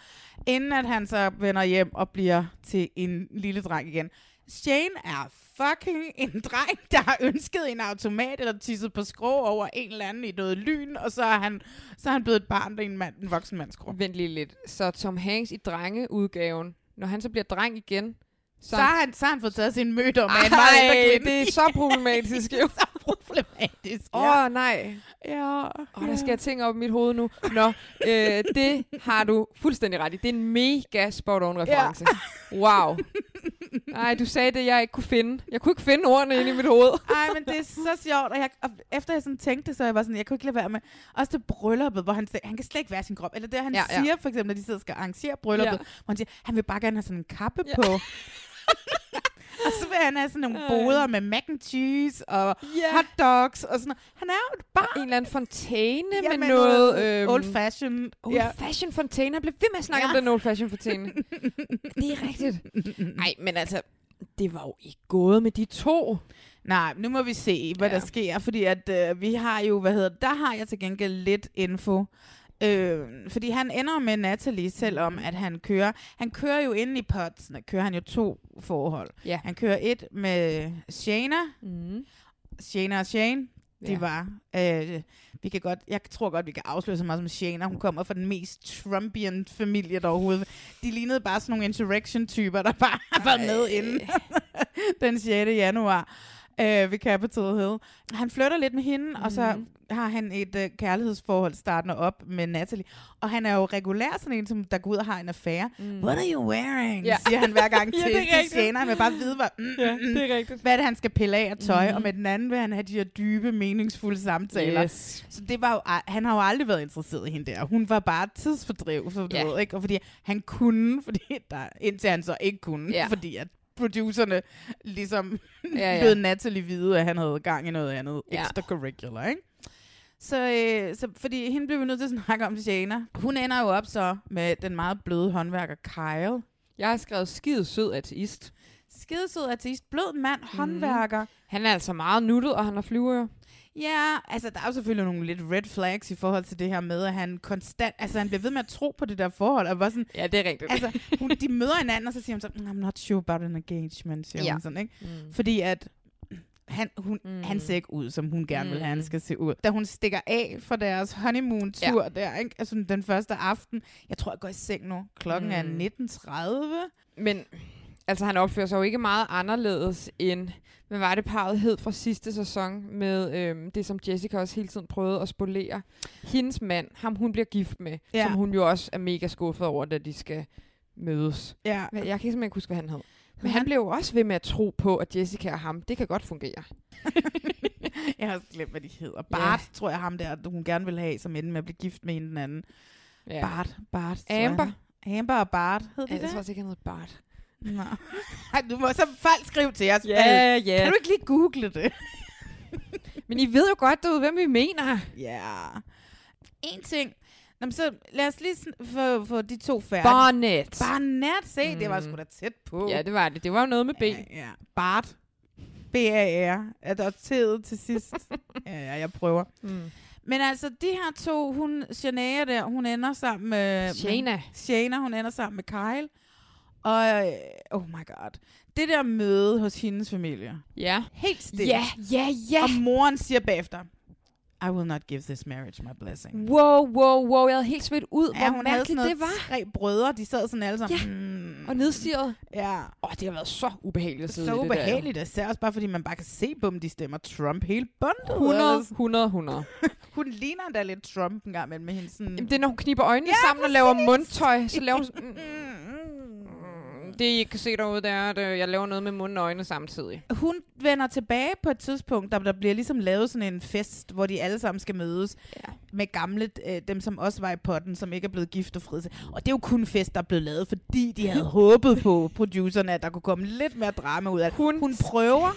[SPEAKER 2] Inden at han så vender hjem og bliver til en lille dreng igen. Shane er fucking en dreng, der har ønsket en automat eller tisset på skrå over en eller anden i noget lyn, og så er han, så er han blevet et barn, der er en, mand, en voksen mands krop.
[SPEAKER 3] Vent lige lidt. Så Tom Hanks i drengeudgaven, når han så bliver dreng igen,
[SPEAKER 2] Så har han, så har han fået taget sin mødom af en
[SPEAKER 3] Ej,
[SPEAKER 2] meget ældre kvinde.
[SPEAKER 3] det er så problematisk [laughs] jo.
[SPEAKER 2] så problematisk,
[SPEAKER 3] Åh,
[SPEAKER 2] ja.
[SPEAKER 3] oh, nej.
[SPEAKER 2] Ja.
[SPEAKER 3] Åh, oh, der sker ting op i mit hoved nu. Nå, øh, det har du fuldstændig ret i. Det er en mega spot-on [laughs] reference. Ja. Wow. Nej, du sagde det, jeg ikke kunne finde. Jeg kunne ikke finde ordene inde i mit [laughs] hoved.
[SPEAKER 2] Ej, men det er så sjovt, og, jeg, og efter jeg sådan tænkte det, så jeg var sådan, jeg kunne ikke lade være med, også til brylluppet, hvor han, sagde, han kan slet ikke være i sin krop, eller det han
[SPEAKER 3] Ja,
[SPEAKER 2] ja,
[SPEAKER 3] ja.
[SPEAKER 2] siger, ja. for eksempel, når de sidder og skal arrangere brylluppet,
[SPEAKER 3] Ja.
[SPEAKER 2] ja. hvor han siger, han vil bare gerne have sådan en kappe
[SPEAKER 3] Ja.
[SPEAKER 2] ja. på. [laughs] og så vil han have sådan nogle boder med mac and cheese og
[SPEAKER 3] Ja.
[SPEAKER 2] yeah. hot dogs og sådan noget. Han er jo et barn.
[SPEAKER 3] En eller anden fontæne ja, med, med noget... øhm,
[SPEAKER 2] old fashion.
[SPEAKER 3] Old fashion fontæne. Jeg blev ved med at snakke ja. om den old fashion [laughs] fontæne. det er rigtigt. Nej, men altså, det var jo ikke gået med de to.
[SPEAKER 2] Nej, nu må vi se, hvad
[SPEAKER 3] Ja.
[SPEAKER 2] ja. der sker, fordi at øh, vi har jo, hvad hedder, der har jeg til gengæld lidt info. Øh, fordi han ender med Natalie, selvom at han kører. Han kører jo inde i potsene, kører han jo to forhold.
[SPEAKER 3] Ja.
[SPEAKER 2] Han kører et med Shana.
[SPEAKER 3] Mm.
[SPEAKER 2] Shana og Shane, det
[SPEAKER 3] Ja.
[SPEAKER 2] var. Øh, vi kan godt, jeg tror godt, vi kan afsløre så meget som Shana. Hun kommer fra den mest Trumpian familie der overhovedet. De lignede bare sådan nogle insurrection-typer, der bare [laughs] var med inden den 6. januar øh, ved Capitol Hill. Han flytter lidt med hende, mm. og så
[SPEAKER 3] Mhm.
[SPEAKER 2] har han et øh, kærlighedsforhold startende op med Natalie. Og han er jo regulær sådan en, som der går ud og har en affære. Mm. What are you wearing?
[SPEAKER 3] Ja.
[SPEAKER 2] Ja. siger han hver gang
[SPEAKER 3] [laughs] Ja,
[SPEAKER 2] til,
[SPEAKER 3] det er
[SPEAKER 2] ja, til
[SPEAKER 3] rigtigt.
[SPEAKER 2] Shana. Han vil bare vide, hvad, mm,
[SPEAKER 3] Ja,
[SPEAKER 2] mm,
[SPEAKER 3] det er rigtigt. Mm-hmm.
[SPEAKER 2] hvad er det, han skal pille af af tøj. Mm. Og med den anden vil han have de her dybe, meningsfulde samtaler.
[SPEAKER 3] Yes.
[SPEAKER 2] Så det var jo, a- han har jo aldrig været interesseret i hende der. Hun var bare et tidsfordriv, så du
[SPEAKER 3] Ja.
[SPEAKER 2] ja. ved, ikke? Og fordi han kunne, [laughs] fordi der, indtil han så ikke kunne,
[SPEAKER 3] Ja.
[SPEAKER 2] ja. fordi at producerne ligesom [laughs]
[SPEAKER 3] Ja,
[SPEAKER 2] ja,
[SPEAKER 3] ja.
[SPEAKER 2] ja. lød Natalie vide, at han havde gang i noget andet
[SPEAKER 3] Ja.
[SPEAKER 2] ja. extracurricular, ikke? Så, øh, så fordi hende blev vi nødt til at [laughs] snakke om Shana. Hun ender jo op så med den meget bløde håndværker Kyle.
[SPEAKER 3] Jeg har skrevet skide sød ateist.
[SPEAKER 2] Skidesød artist, blød mand,
[SPEAKER 3] Mhm.
[SPEAKER 2] mm. håndværker.
[SPEAKER 3] Han er altså meget nuttet, og han har flyver.
[SPEAKER 2] Ja, altså der er jo selvfølgelig nogle lidt red flags i forhold til det her med, at han konstant, altså han bliver ved med at tro på det der forhold, og var sådan,
[SPEAKER 3] Ja, det er rigtigt.
[SPEAKER 2] altså hun, de møder hinanden, og så siger hun så, "Mm, I'm not sure about an engagement, siger
[SPEAKER 3] Ja.
[SPEAKER 2] ja. hun sådan, ikke? Mm. Fordi at han, hun,
[SPEAKER 3] Mm.
[SPEAKER 2] mm. han ser ikke ud, som hun gerne vil have,
[SPEAKER 3] Mm.
[SPEAKER 2] han skal se ud. Da hun stikker af fra deres honeymoon-tur ja. der, ikke? Altså den første aften, jeg tror, jeg går i seng nu, klokken
[SPEAKER 3] Mm.
[SPEAKER 2] er 19.30.
[SPEAKER 3] Men altså, han opfører sig jo ikke meget anderledes end, hvad var det parret hed fra sidste sæson, med øhm, det, som Jessica også hele tiden prøvede at spolere. Hendes mand, ham hun bliver gift med, ja.
[SPEAKER 2] Ja.
[SPEAKER 3] som hun jo også er mega skuffet over, da de skal mødes.
[SPEAKER 2] Ja.
[SPEAKER 3] Men Jeg kan simpelthen ikke huske, hvad han hed. Men
[SPEAKER 2] Men
[SPEAKER 3] han
[SPEAKER 2] han-
[SPEAKER 3] blev jo også ved med at tro på, at Jessica og ham, det kan godt fungere.
[SPEAKER 2] Jeg har også glemt, hvad de hedder. Bart, ja. tror jeg ham der, hun gerne vil have, som endte med at blive gift med hende den anden.
[SPEAKER 3] Ja.
[SPEAKER 2] Ja. Bart, Bart. tror jeg,
[SPEAKER 3] Amber.
[SPEAKER 2] han- Amber og Bart, hed
[SPEAKER 3] Ja,
[SPEAKER 2] det
[SPEAKER 3] jeg tror
[SPEAKER 2] det?
[SPEAKER 3] også ikke, han hed Bart.
[SPEAKER 2] Nej. [laughs] Ej, du må så folk skrive til os. Øh,
[SPEAKER 3] Ja, ja.
[SPEAKER 2] Kan du ikke lige google
[SPEAKER 3] [laughs]
[SPEAKER 2] det?
[SPEAKER 3] Men I ved jo godt, du, hvem vi mener.
[SPEAKER 2] Ja. Yeah. En ting. Nå, men så lad os lige sn- få, få de to færdige.
[SPEAKER 3] Barnett.
[SPEAKER 2] Barnett. Se, mm. det var sgu da tæt på.
[SPEAKER 3] Ja, det var det. Det var jo noget med B.
[SPEAKER 2] Ja, ja. Bart. B-A-R. Adopteret til
[SPEAKER 3] [laughs]
[SPEAKER 2] sidst. ja, ja, jeg prøver.
[SPEAKER 3] Mm.
[SPEAKER 2] Men altså, de her to, hun, Shania der, hun ender sammen med...
[SPEAKER 3] Shana.
[SPEAKER 2] Med, Shana, hun ender sammen med Kyle. Og øh, oh my god. Det der møde hos hendes familie.
[SPEAKER 3] Ja.
[SPEAKER 2] Helt stille.
[SPEAKER 3] Ja, ja, ja.
[SPEAKER 2] Og moren siger bagefter, I will not give this marriage my blessing.
[SPEAKER 3] Wow, wow, wow. Jeg havde helt svedt ud,
[SPEAKER 2] Ja,
[SPEAKER 3] hvor
[SPEAKER 2] hun havde sådan
[SPEAKER 3] mærkeligt
[SPEAKER 2] noget
[SPEAKER 3] det var.
[SPEAKER 2] tre brødre, de sad sådan alle sammen.
[SPEAKER 3] Ja.
[SPEAKER 2] Mm.
[SPEAKER 3] Og nedstiget.
[SPEAKER 2] Ja. Åh,
[SPEAKER 3] oh, det har været så ubehageligt at sidde
[SPEAKER 2] Mm. Så
[SPEAKER 3] i det
[SPEAKER 2] ubehageligt, især også bare fordi man bare kan se på dem, de stemmer Trump hele bundet.
[SPEAKER 3] Der, jo. 100, 100, 100.
[SPEAKER 2] Mm. Hun ligner endda lidt Trump en gang imellem med hendes sådan...
[SPEAKER 3] Jamen, det er, når hun kniber øjnene ja, sammen præcis. og laver mundtøj, så laver hun...
[SPEAKER 2] [laughs]
[SPEAKER 3] sådan, Mm, mm, mm. det, I ikke kan se derude, det er, at øh, jeg laver noget med munden og øjnene samtidig.
[SPEAKER 2] hun vender tilbage på et tidspunkt, der, der bliver ligesom lavet sådan en fest, hvor de alle sammen skal mødes ja. med gamle, øh, dem som også var i potten, som ikke er blevet gift og fridse. Og det er jo kun en fest, der er blevet lavet, fordi de
[SPEAKER 3] [laughs]
[SPEAKER 2] havde håbet på producerne, at der kunne komme lidt mere drama ud af det. Hun, hun prøver.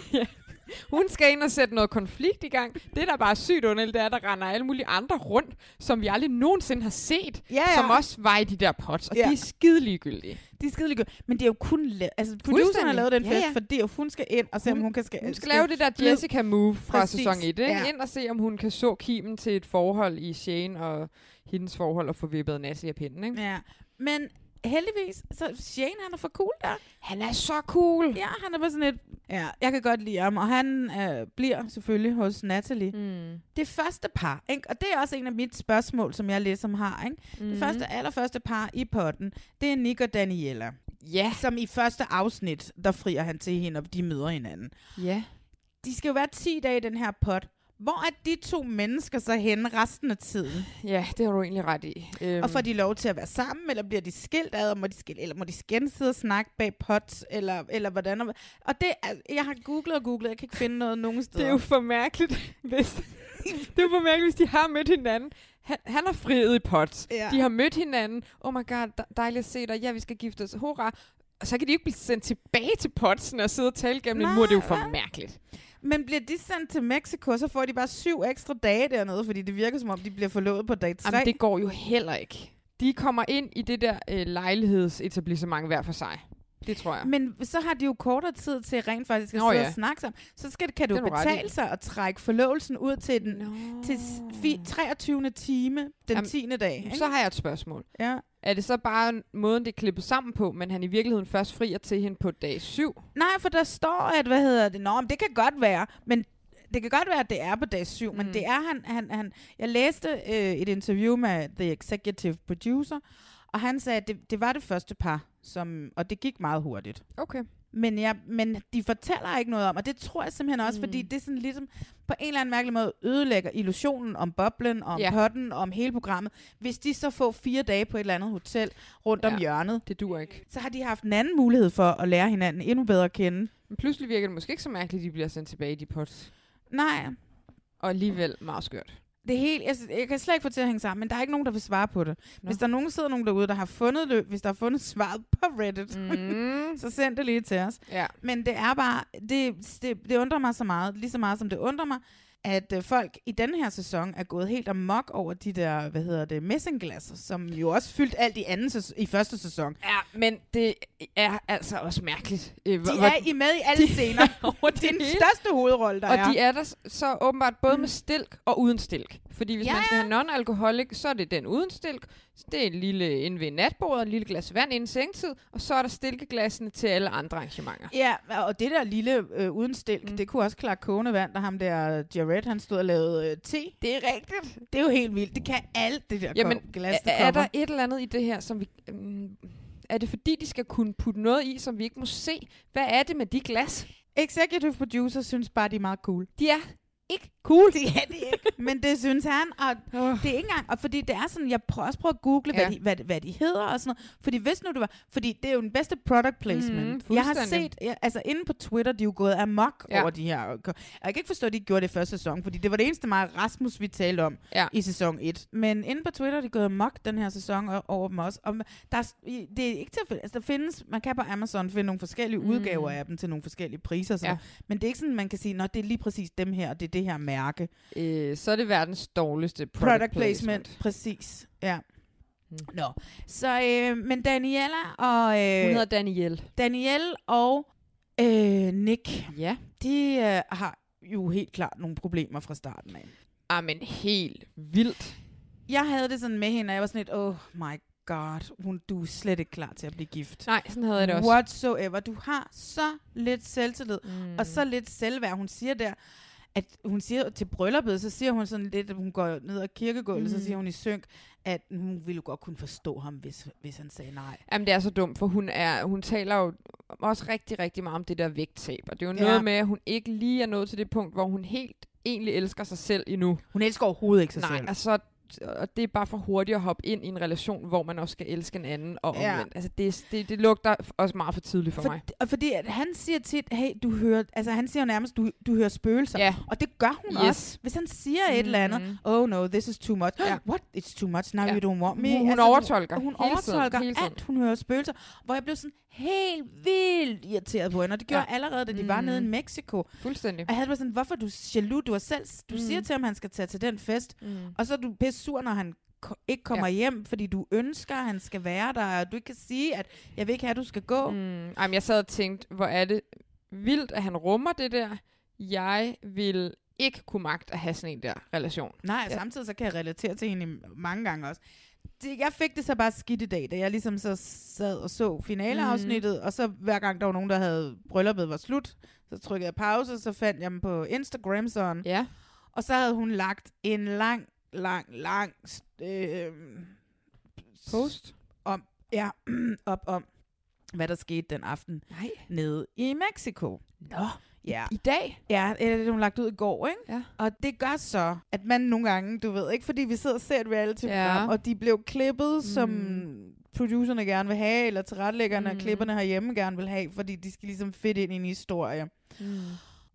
[SPEAKER 3] Hun skal ind og sætte noget konflikt i gang. Det, der bare er sygt underligt, det er, at der render alle mulige andre rundt, som vi aldrig nogensinde har set,
[SPEAKER 2] Ja, ja.
[SPEAKER 3] som også var i de der pots, og
[SPEAKER 2] Ja.
[SPEAKER 3] de er skide ligegyldige.
[SPEAKER 2] De er skide ligegyldige. Men det er jo kun... La- altså, producerne har
[SPEAKER 3] Fuldstændig.
[SPEAKER 2] lavet den
[SPEAKER 3] Ja,
[SPEAKER 2] fest, ja,
[SPEAKER 3] ja.
[SPEAKER 2] ja. fordi hun skal ind og se, om hun kan... Skal,
[SPEAKER 3] Hun skal lave det der Jessica move fra
[SPEAKER 2] Præcis,
[SPEAKER 3] sæson 1, ikke?
[SPEAKER 2] ja.
[SPEAKER 3] ind og se, om hun kan så kimen til et forhold i Shane og hendes forhold og få vippet Nassie af pinden. Ikke?
[SPEAKER 2] Ja. Men heldigvis, så Shane, han er for cool der.
[SPEAKER 3] Han er så cool.
[SPEAKER 2] Ja, han er bare sådan lidt, ja, jeg kan godt lide ham. Og han øh, bliver selvfølgelig hos Natalie.
[SPEAKER 3] Mm.
[SPEAKER 2] Det første par, ikke? og det er også en af mit spørgsmål, som jeg ligesom har. Ikke? Mm.
[SPEAKER 3] Mhm.
[SPEAKER 2] Det første, allerførste par i potten, det er Nick og Daniela.
[SPEAKER 3] Ja.
[SPEAKER 2] Som i første afsnit, der frier han til hende, og de møder hinanden.
[SPEAKER 3] Ja.
[SPEAKER 2] De skal jo være 10 dage i den her pot. Hvor er de to mennesker så henne resten af tiden?
[SPEAKER 3] Ja, det har du egentlig ret i. Øhm,
[SPEAKER 2] Og får de lov til at være sammen, eller bliver de skilt ad, og må de skille, eller må de skændes sidde og snakke bag pot, eller, eller hvordan? Og, og det, er- jeg har googlet og googlet, jeg kan ikke finde noget nogen steder.
[SPEAKER 3] Det er jo for mærkeligt, [laughs] hvis, det er jo for mærkeligt, hvis de har mødt hinanden. Han, han har friet i pot.
[SPEAKER 2] Ja.
[SPEAKER 3] De har mødt hinanden. Oh my god, dej- dejligt at se dig. Ja, vi skal gifte os. Hurra. Og så kan de jo ikke blive sendt tilbage til potsen og sidde og tale gennem en
[SPEAKER 2] Nej,
[SPEAKER 3] mur. Det er jo for
[SPEAKER 2] nej.
[SPEAKER 3] mærkeligt.
[SPEAKER 2] Men bliver de sendt til Mexico, så får de bare syv ekstra dage dernede, fordi det virker som om, de bliver forlovet på dag 3.
[SPEAKER 3] Jamen, det går jo heller ikke. De kommer ind i det der øh, lejlighedsetablissement hver for sig. Det tror jeg.
[SPEAKER 2] Men så har de jo kortere tid til rent faktisk at
[SPEAKER 3] Nå,
[SPEAKER 2] Nå, sidde
[SPEAKER 3] ja.
[SPEAKER 2] ja. og snakke sammen. Så skal, kan du
[SPEAKER 3] Det er du ret i.
[SPEAKER 2] betale sig at trække forlovelsen ud til den
[SPEAKER 3] Nå.
[SPEAKER 2] til s- fi- 23. time, den
[SPEAKER 3] Jamen,
[SPEAKER 2] 10. dag. Ikke?
[SPEAKER 3] Så har jeg et spørgsmål.
[SPEAKER 2] Ja.
[SPEAKER 3] Er det så bare måden, det er klippet sammen på, men han i virkeligheden først frier til hende på dag syv?
[SPEAKER 2] Nej, for der står, at hvad hedder det? Nå, men det kan godt være, men det kan godt være, at det er på dag syv, mm. men det er han, han, han jeg læste øh, et interview med The Executive Producer, og han sagde, at det, det var det første par, som, og det gik meget hurtigt.
[SPEAKER 3] Okay.
[SPEAKER 2] Men, jeg, men de fortæller ikke noget om, og det tror jeg simpelthen også, mm. fordi det er sådan ligesom på en eller anden mærkelig måde ødelægger illusionen om boblen, om
[SPEAKER 3] Ja.
[SPEAKER 2] yeah. potten, om hele programmet. Hvis de så får fire dage på et eller andet hotel rundt ja. om
[SPEAKER 3] Ja.
[SPEAKER 2] hjørnet,
[SPEAKER 3] Det duer ikke.
[SPEAKER 2] så har de haft en anden mulighed for at lære hinanden endnu bedre at kende.
[SPEAKER 3] Men pludselig virker det måske ikke så mærkeligt, at de bliver sendt tilbage i de pots.
[SPEAKER 2] Nej,
[SPEAKER 3] Og alligevel meget skørt.
[SPEAKER 2] Det er helt, jeg, jeg kan slet ikke få det til at hænge sammen, men der er ikke nogen, der vil svare på det. Nå. Hvis der er nogen, sidder nogen derude, der har fundet løb, hvis der har fundet [laughs] svaret på Reddit,
[SPEAKER 3] mm.
[SPEAKER 2] [laughs] så send det lige til os.
[SPEAKER 3] [laughs] Ja.
[SPEAKER 2] Men det er bare, det, det, det undrer mig så meget, lige så meget som det undrer mig, at øh, folk i denne her sæson er gået helt amok over de der, hvad hedder det, messingglasser, som jo også fyldt alt i, anden sæson, i første sæson.
[SPEAKER 3] Ja, men det er altså også mærkeligt. Øh,
[SPEAKER 2] De er i med i alle scener. det er den største hovedrolle, der
[SPEAKER 3] og
[SPEAKER 2] er.
[SPEAKER 3] de er der s- så åbenbart både med stilk og uden stilk. Fordi hvis
[SPEAKER 2] Ja,
[SPEAKER 3] ja, man skal have non-alkoholik, så er det den uden stilk. Så Det er en lille inde ved natbordet, en lille glas vand inden sengtid. Og så er der stilkeglassene til alle andre arrangementer.
[SPEAKER 2] Ja, og det der lille øh, uden stilk, mm. det kunne også klare kogende vand, der ham der Jared, han stod og lavede øh, te.
[SPEAKER 3] Det er rigtigt.
[SPEAKER 2] Det er jo helt vildt. Det kan alt det der
[SPEAKER 3] Jamen,
[SPEAKER 2] Jamen, glas, der
[SPEAKER 3] er, er
[SPEAKER 2] kommer.
[SPEAKER 3] der et eller andet i det her, som vi... Um, er det fordi, de skal kunne putte noget i, som vi ikke må se? Hvad er det med de glas?
[SPEAKER 2] Executive producer synes bare, de er meget cool.
[SPEAKER 3] De er ikke cool.
[SPEAKER 2] Det er de ikke. Men det synes han, og
[SPEAKER 3] Oh.
[SPEAKER 2] det er ikke engang, og fordi det er sådan, jeg prøver også prøver at google, ja.
[SPEAKER 3] Ja.
[SPEAKER 2] hvad, de, hvad, hvad de hedder og sådan noget. Fordi hvis nu det var, fordi det er jo den bedste product placement.
[SPEAKER 3] Mhm,
[SPEAKER 2] jeg har
[SPEAKER 3] fuldstændig.
[SPEAKER 2] set, jeg, altså inde på Twitter, de er jo gået amok
[SPEAKER 3] Ja.
[SPEAKER 2] ja. over de her. Og Jeg kan ikke forstå, at de ikke gjorde det i første sæson, fordi det var det eneste meget Rasmus, vi talte om
[SPEAKER 3] Ja.
[SPEAKER 2] i sæson 1. Men inde på Twitter, er de er gået amok den her sæson o- over dem også. Og der, er s- i- det er ikke til at finde, altså der findes, man kan på Amazon finde nogle forskellige
[SPEAKER 3] Mm.
[SPEAKER 2] udgaver af dem til nogle forskellige priser. Så
[SPEAKER 3] Ja.
[SPEAKER 2] ja. Men det er ikke sådan, man kan sige, at det er lige præcis dem her, og det er det her mærke.
[SPEAKER 3] Øh, så er det verdens dårligste product,
[SPEAKER 2] Product placement. Præcis, ja.
[SPEAKER 3] Mm.
[SPEAKER 2] Nå. Så, øh, men Daniela og... Øh,
[SPEAKER 3] Hun hedder Danielle.
[SPEAKER 2] Daniel og øh, Nick,
[SPEAKER 3] Ja.
[SPEAKER 2] de øh, har jo helt klart nogle problemer fra starten af.
[SPEAKER 3] Ah, men helt vildt.
[SPEAKER 2] Jeg havde det sådan med hende, og jeg var sådan lidt, oh my god, hun, du er slet ikke klar til at blive gift.
[SPEAKER 3] Nej, sådan havde jeg det også.
[SPEAKER 2] Whatsoever. Du har så lidt selvtillid, mm. og så lidt selvværd. Hun siger der, at hun siger til brylluppet, så siger hun sådan lidt, at hun går ned ad kirkegulvet, mm. så siger hun i synk, at hun ville jo godt kunne forstå ham, hvis, hvis han sagde nej.
[SPEAKER 3] Jamen, det er så dumt, for hun, er, hun taler jo også rigtig, rigtig meget om det der vægttab. Og det er jo ja. noget med, at hun ikke lige er nået til det punkt, hvor hun helt egentlig elsker sig selv endnu.
[SPEAKER 2] Hun elsker overhovedet ikke sig
[SPEAKER 3] Nej,
[SPEAKER 2] selv.
[SPEAKER 3] altså, og det er bare for hurtigt at hoppe ind i en relation, hvor man også skal elske en anden og
[SPEAKER 2] Ja.
[SPEAKER 3] ja. omvendt. Altså, det, det, det lugter f- også meget for tidligt for, for mig.
[SPEAKER 2] Og fordi at han siger tit, hey, du hører, altså han siger jo nærmest, du, du hører spøgelser.
[SPEAKER 3] Ja.
[SPEAKER 2] Og det gør hun
[SPEAKER 3] Yes. Mm.
[SPEAKER 2] også. Hvis han siger et eller andet, oh no, this is too much. Ja. What? It's too much, now
[SPEAKER 3] Ja.
[SPEAKER 2] you don't want me. Altså,
[SPEAKER 3] Hun- hun
[SPEAKER 2] hun-
[SPEAKER 3] overtolker
[SPEAKER 2] Hun,
[SPEAKER 3] hele tiden,
[SPEAKER 2] overtolker,
[SPEAKER 3] hele tiden.
[SPEAKER 2] at hun hører spøgelser. Hvor jeg blev sådan helt vildt irriteret på hende. Og det gjorde ja. allerede, da de var nede i
[SPEAKER 3] Mm.
[SPEAKER 2] Mexico.
[SPEAKER 3] Fuldstændig.
[SPEAKER 2] Og jeg havde bare sådan, hvorfor er du jaloux? Du, er selv, du mm. siger til ham, han skal tage til den fest. Mm. Og så er du pisse sur, når han ko- ikke kommer ja.
[SPEAKER 3] Ja.
[SPEAKER 2] hjem, fordi du ønsker, at han skal være der, og du ikke kan sige, at jeg vil ikke have, at du skal gå.
[SPEAKER 3] Mm, ej, men jeg sad og tænkte, hvor er det vildt, at han rummer det der. Jeg vil ikke kunne magte at have sådan en der relation.
[SPEAKER 2] Nej, ja. samtidig så kan jeg relatere til hende i- mange gange også. Det, jeg fik det så bare skidt i dag, da jeg ligesom så sad og så finaleafsnittet, mm. og så hver gang der var nogen, der havde brylluppet var slut, så trykkede jeg pause, så fandt jeg dem på Instagram sådan.
[SPEAKER 3] Ja.
[SPEAKER 2] Og så havde hun lagt en lang, lang, lang øh,
[SPEAKER 3] post
[SPEAKER 2] om, ja, [clears throat] op om, hvad der skete den aften
[SPEAKER 3] Nej.
[SPEAKER 2] nede i Mexico.
[SPEAKER 3] Nå.
[SPEAKER 2] Ja.
[SPEAKER 3] I dag?
[SPEAKER 2] Ja, eller det er hun lagt ud i går, ikke?
[SPEAKER 3] Ja.
[SPEAKER 2] Og det gør så, at man nogle gange, du ved, ikke fordi vi sidder og ser et reality-program,
[SPEAKER 3] Ja.
[SPEAKER 2] og de blev klippet, mm. som producerne gerne vil have, eller tilrettelæggerne mm. og
[SPEAKER 3] Mm.
[SPEAKER 2] klipperne herhjemme gerne vil have, fordi de skal ligesom fedt ind i en historie.
[SPEAKER 3] Mm.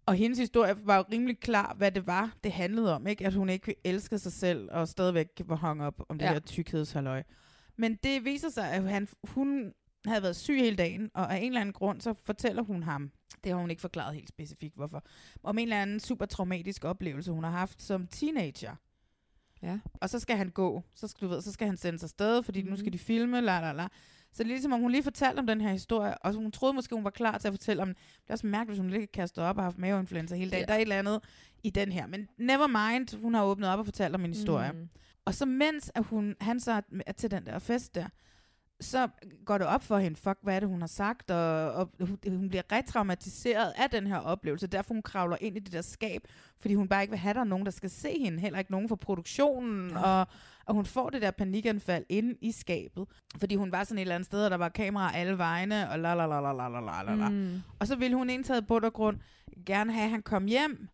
[SPEAKER 2] Og hendes historie var jo rimelig klar, hvad det var, det handlede om, ikke? At hun ikke elskede sig selv, og stadigvæk var hung op om det
[SPEAKER 3] Ja.
[SPEAKER 2] her tykhedshalløj. Men det viser sig, at han, hun havde været syg hele dagen, og af en eller anden grund, så fortæller hun ham, det har hun ikke forklaret helt specifikt, hvorfor, om en eller anden super traumatisk oplevelse, hun har haft som teenager.
[SPEAKER 3] Ja.
[SPEAKER 2] Og så skal han gå, så skal, du ved, så skal han sende sig sted, fordi mm.
[SPEAKER 3] Mhm.
[SPEAKER 2] nu skal de filme, la la la. Så det er ligesom, om hun lige fortalte om den her historie, og hun troede måske, hun var klar til at fortælle om, det er også mærkeligt, hvis hun ligger kastet op og har haft maveinfluenza hele dagen.
[SPEAKER 3] Ja.
[SPEAKER 2] Der er et eller andet i den her. Men never mind, hun har åbnet op og fortalt om en historie. Mm.
[SPEAKER 3] Mm.
[SPEAKER 2] Og så mens at hun, han så er- er til den der fest der, så går det op for hende, fuck, hvad er det, hun har sagt, og, og hun, hun bliver retraumatiseret af den her oplevelse, derfor hun kravler ind i det der skab, fordi hun bare ikke vil have, at der er nogen, der skal se hende, heller ikke nogen fra produktionen, ja. og, og hun får det der panikanfald inde i skabet, fordi hun var sådan et eller andet sted, og der var kameraer alle vegne, og la la la la la la la la la.
[SPEAKER 3] Mm.
[SPEAKER 2] Og så ville hun indtaget bund og grund gerne have, at han kom hjem.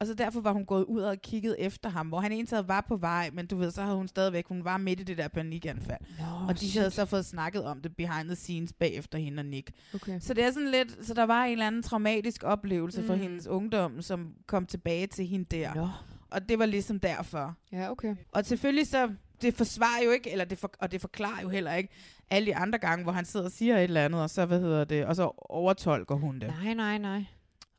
[SPEAKER 2] Og så derfor var hun gået ud og kigget efter ham, hvor han indtaget var på vej, men du ved, så havde hun stadigvæk, hun var midt i det der panikanfald.
[SPEAKER 3] Nå,
[SPEAKER 2] og de havde så fået snakket om det behind the scenes bagefter hende og Nick.
[SPEAKER 3] Okay.
[SPEAKER 2] Så det er sådan lidt, så der var en eller anden traumatisk oplevelse mm. fra
[SPEAKER 3] Mm.
[SPEAKER 2] hendes ungdom, som kom tilbage til hende der.
[SPEAKER 3] Nå.
[SPEAKER 2] Og det var ligesom derfor.
[SPEAKER 3] Ja, okay.
[SPEAKER 2] Og selvfølgelig så, det forsvarer jo ikke, eller det for, og det forklarer jo heller ikke, alle de andre gange, hvor han sidder og siger et eller andet, og så, hvad hedder det, og så overtolker hun det.
[SPEAKER 3] Nej, nej, nej.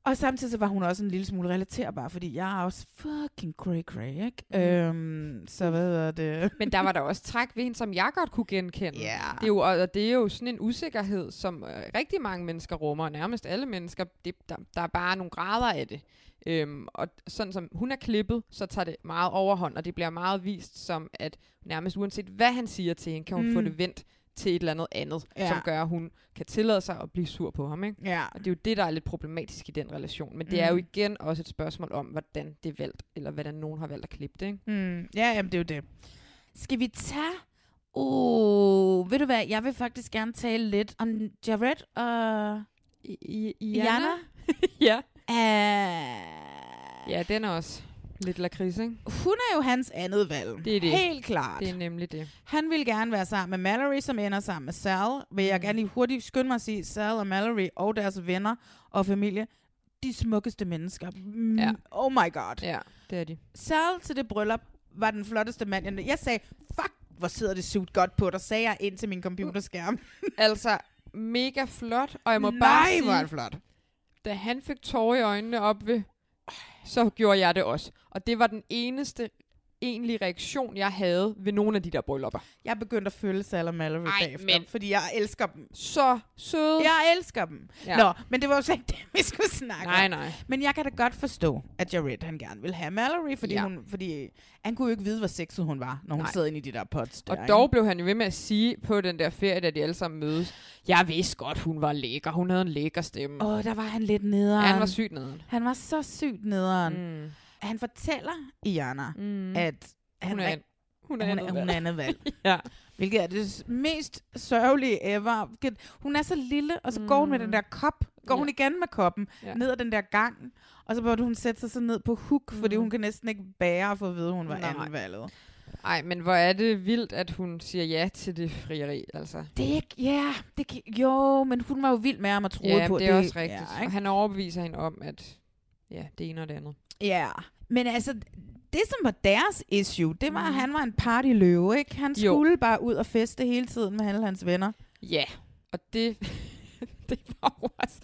[SPEAKER 2] Og samtidig så var hun også en lille smule relaterbar, fordi jeg er også fucking cray-cray, ikke? Mm.
[SPEAKER 3] Mm.
[SPEAKER 2] Øhm, så hvad hedder det?
[SPEAKER 3] Men der var der også træk ved hende, som jeg godt kunne genkende.
[SPEAKER 2] Ja.
[SPEAKER 3] Det er jo, og og det er jo sådan en usikkerhed, som øh, rigtig mange mennesker rummer, og nærmest alle mennesker. Det, der, der er bare nogle grader af det. Øhm, og sådan som hun er klippet, så tager det meget overhånd, og det bliver meget vist som, at nærmest uanset hvad han siger til hende, kan hun mm. få
[SPEAKER 2] Mm.
[SPEAKER 3] det vendt til et eller andet andet,
[SPEAKER 2] Ja.
[SPEAKER 3] ja. som gør, at hun kan tillade sig at blive sur på ham. Ikke?
[SPEAKER 2] Ja.
[SPEAKER 3] Og det er jo det, der er lidt problematisk i den relation. Men det er jo
[SPEAKER 2] Mm.
[SPEAKER 3] igen også et spørgsmål om, hvordan det er valgt, eller hvordan nogen har valgt at klippe det. Ikke?
[SPEAKER 2] Mm, ja, jamen det er jo det. Skal vi tage... Uh, ved du hvad, jeg vil faktisk gerne tale lidt om Jared og
[SPEAKER 3] I, I,
[SPEAKER 2] Jana.
[SPEAKER 3] [laughs] ja.
[SPEAKER 2] Uh,
[SPEAKER 3] Ja, den er også lidt lakrids, ikke?
[SPEAKER 2] hun er jo hans andet valg.
[SPEAKER 3] Det er det.
[SPEAKER 2] Helt klart.
[SPEAKER 3] Det er nemlig det.
[SPEAKER 2] Han ville gerne være sammen med Mallory, som ender sammen med Sal. Vil
[SPEAKER 3] Mm.
[SPEAKER 2] jeg gerne lige hurtigt skynde mig at sige, Sal og Mallory og deres venner og familie, de smukkeste mennesker. Mm,
[SPEAKER 3] Ja.
[SPEAKER 2] Oh my god.
[SPEAKER 3] Ja, det er de.
[SPEAKER 2] Sal til det bryllup var den flotteste mand. Jeg, jeg sagde, fuck, hvor sidder det suit godt på dig, sagde jeg ind til min computerskærm.
[SPEAKER 3] Altså, mega flot, og jeg må bare
[SPEAKER 2] Nej,
[SPEAKER 3] sige,
[SPEAKER 2] hvor er det flot.
[SPEAKER 3] da han fik tårer i øjnene op ved, så gjorde jeg det også. Og det var den eneste egentlig reaktion, jeg havde ved nogle af de der bryllupper.
[SPEAKER 2] Jeg begyndte at føle Salem Mallory
[SPEAKER 3] Ej,
[SPEAKER 2] bagefter,
[SPEAKER 3] men-
[SPEAKER 2] fordi jeg elsker dem.
[SPEAKER 3] Så søde.
[SPEAKER 2] Jeg elsker dem.
[SPEAKER 3] Ja.
[SPEAKER 2] Ja. Nå, men det var jo så ikke det, vi skulle snakke
[SPEAKER 3] Nej,
[SPEAKER 2] om.
[SPEAKER 3] nej.
[SPEAKER 2] Men jeg kan da godt forstå, at Jared han gerne ville have Mallory, fordi,
[SPEAKER 3] Ja.
[SPEAKER 2] ja. hun, fordi han kunne jo ikke vide, hvor sexet hun var, når hun
[SPEAKER 3] Nej.
[SPEAKER 2] nej. sad inde i de der pots der.
[SPEAKER 3] Og
[SPEAKER 2] ikke?
[SPEAKER 3] dog blev han jo ved med at sige på den der ferie, da de alle sammen mødes, jeg vidste godt, hun var lækker. Hun havde en lækker stemme.
[SPEAKER 2] Åh, der var han lidt nederen.
[SPEAKER 3] Ja, han var sygt nede.
[SPEAKER 2] Han var så sygt nederen.
[SPEAKER 3] Mm.
[SPEAKER 2] Han fortæller Iana,
[SPEAKER 3] Mm.
[SPEAKER 2] mm. at han
[SPEAKER 3] Hun er
[SPEAKER 2] rigt-
[SPEAKER 3] an- hun er
[SPEAKER 2] hun,
[SPEAKER 3] andet
[SPEAKER 2] er, hun
[SPEAKER 3] valg.
[SPEAKER 2] er andet valg.
[SPEAKER 3] [laughs] ja.
[SPEAKER 2] Hvilket er det s- mest sørgelige ever. Hvilket- Hun er så lille, og så går hun med den der kop. Går
[SPEAKER 3] Mm. Ja.
[SPEAKER 2] hun igen med koppen
[SPEAKER 3] Ja.
[SPEAKER 2] ned ad den der gang. Og så burde hun sætte sig så ned på huk, fordi hun kan næsten ikke bære at få at vide, at hun var
[SPEAKER 3] Mm. Nej.
[SPEAKER 2] anvalget.
[SPEAKER 3] Ej, men hvor er det vildt, at hun siger ja til det frieri, altså.
[SPEAKER 2] Det er ikke, ja, det kan, jo, men hun var jo vild med ham og troede
[SPEAKER 3] ja,
[SPEAKER 2] på.
[SPEAKER 3] men det er også rigtigt.
[SPEAKER 2] Ja,
[SPEAKER 3] og
[SPEAKER 2] ikke?
[SPEAKER 3] han overbeviser hende om, at ja, det ene og det andet.
[SPEAKER 2] ja, men altså, det som var deres issue, det var, at han var en partyløve, ikke? Han
[SPEAKER 3] Mm. Jo.
[SPEAKER 2] skulle bare ud og feste hele tiden med alle hans venner.
[SPEAKER 3] Ja, og det, [laughs] det var jo også,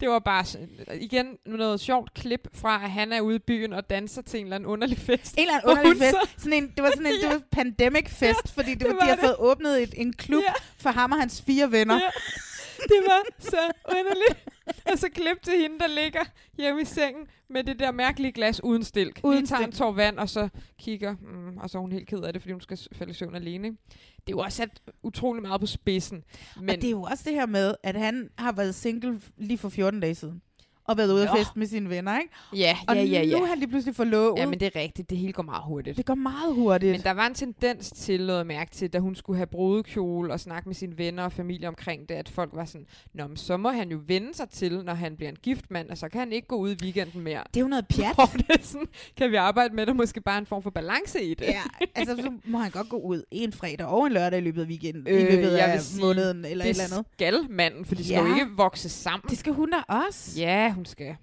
[SPEAKER 3] det var bare sådan- igen noget sjovt klip fra, at han er ude i byen og danser til en eller anden underlig fest.
[SPEAKER 2] En eller anden
[SPEAKER 3] [laughs] Hvor hun
[SPEAKER 2] underlig
[SPEAKER 3] så-
[SPEAKER 2] fest. Sådan en, det var sådan en
[SPEAKER 3] [laughs]
[SPEAKER 2] det var pandemic fest, ja, fordi det,
[SPEAKER 3] det
[SPEAKER 2] det var,
[SPEAKER 3] var
[SPEAKER 2] de har
[SPEAKER 3] det.
[SPEAKER 2] fået åbnet et, en klub
[SPEAKER 3] Ja.
[SPEAKER 2] ja. for ham og hans fire venner.
[SPEAKER 3] Ja. [laughs]
[SPEAKER 2] Ja.
[SPEAKER 3] Det var så underligt. Og så klip til hende, der ligger hjemme i sengen med det der mærkelige glas uden stilk. Uden
[SPEAKER 2] Uden
[SPEAKER 3] Lige tager en
[SPEAKER 2] stilk.
[SPEAKER 3] tår vand, og så kigger, mm, og så er hun helt ked af det, fordi hun skal s- falde i søvn alene. ikke? Det er jo også sat utrolig meget på spidsen. Men
[SPEAKER 2] Men og det er jo også det her med, at han har været single lige for 14 dage siden. Og været ude
[SPEAKER 3] Nå.
[SPEAKER 2] at feste med sine venner, ikke?
[SPEAKER 3] Ja,
[SPEAKER 2] og
[SPEAKER 3] ja, ja,
[SPEAKER 2] nu
[SPEAKER 3] ja.
[SPEAKER 2] er han lige pludselig forlovet.
[SPEAKER 3] Ja, men det er rigtigt. Det hele går meget hurtigt.
[SPEAKER 2] det går meget hurtigt.
[SPEAKER 3] Men der var en tendens til noget mærke til, da hun skulle have brudekjole og snakke med sine venner og familie omkring det, at folk var sådan, Nå, men så må han jo vende sig til, når han bliver en gift mand, og så kan han ikke gå ud i weekenden mere.
[SPEAKER 2] det er jo noget pjat.
[SPEAKER 3] [laughs] Hvor det er sådan, kan vi arbejde med, der måske bare er en form for balance [laughs] i det.
[SPEAKER 2] ja, altså så må han godt gå ud en fredag og en lørdag i løbet af weekenden, øh, i
[SPEAKER 3] Øh,
[SPEAKER 2] løbet
[SPEAKER 3] jeg
[SPEAKER 2] af
[SPEAKER 3] vil sige,
[SPEAKER 2] måneden eller et
[SPEAKER 3] det
[SPEAKER 2] eller andet.
[SPEAKER 3] skal manden, for de skal
[SPEAKER 2] Ja.
[SPEAKER 3] jo ikke vokse sammen.
[SPEAKER 2] Det skal hun da også.
[SPEAKER 3] Ja, hun skal.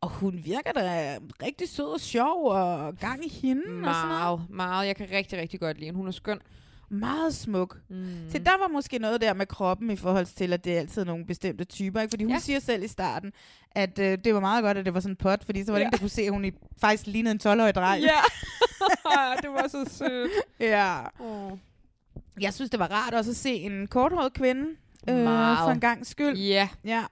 [SPEAKER 2] Og hun virker da rigtig sød og sjov og gang i hende Mm, og sådan noget.
[SPEAKER 3] Meget, meget. Jeg kan rigtig, rigtig godt lide hende. Hun er skøn.
[SPEAKER 2] Meget smuk. Mm. Så der var måske noget der med kroppen i forhold til, at det er altid nogle bestemte typer. Ikke? Fordi hun
[SPEAKER 3] Ja.
[SPEAKER 2] ja. siger selv i starten, at øh, det var meget godt, at det var sådan en pot, fordi så var det
[SPEAKER 3] Ja.
[SPEAKER 2] ja. ingen, der kunne se, at hun i, faktisk lignede en 12-årig dreng. [laughs]
[SPEAKER 3] Ja, det var så sødt.
[SPEAKER 2] ja.
[SPEAKER 12] Mm.
[SPEAKER 3] Oh.
[SPEAKER 2] Jeg synes, det var rart også at se en korthåret kvinde øh,
[SPEAKER 3] Meget.
[SPEAKER 2] for en gang skyld.
[SPEAKER 3] Ja,
[SPEAKER 2] Ja.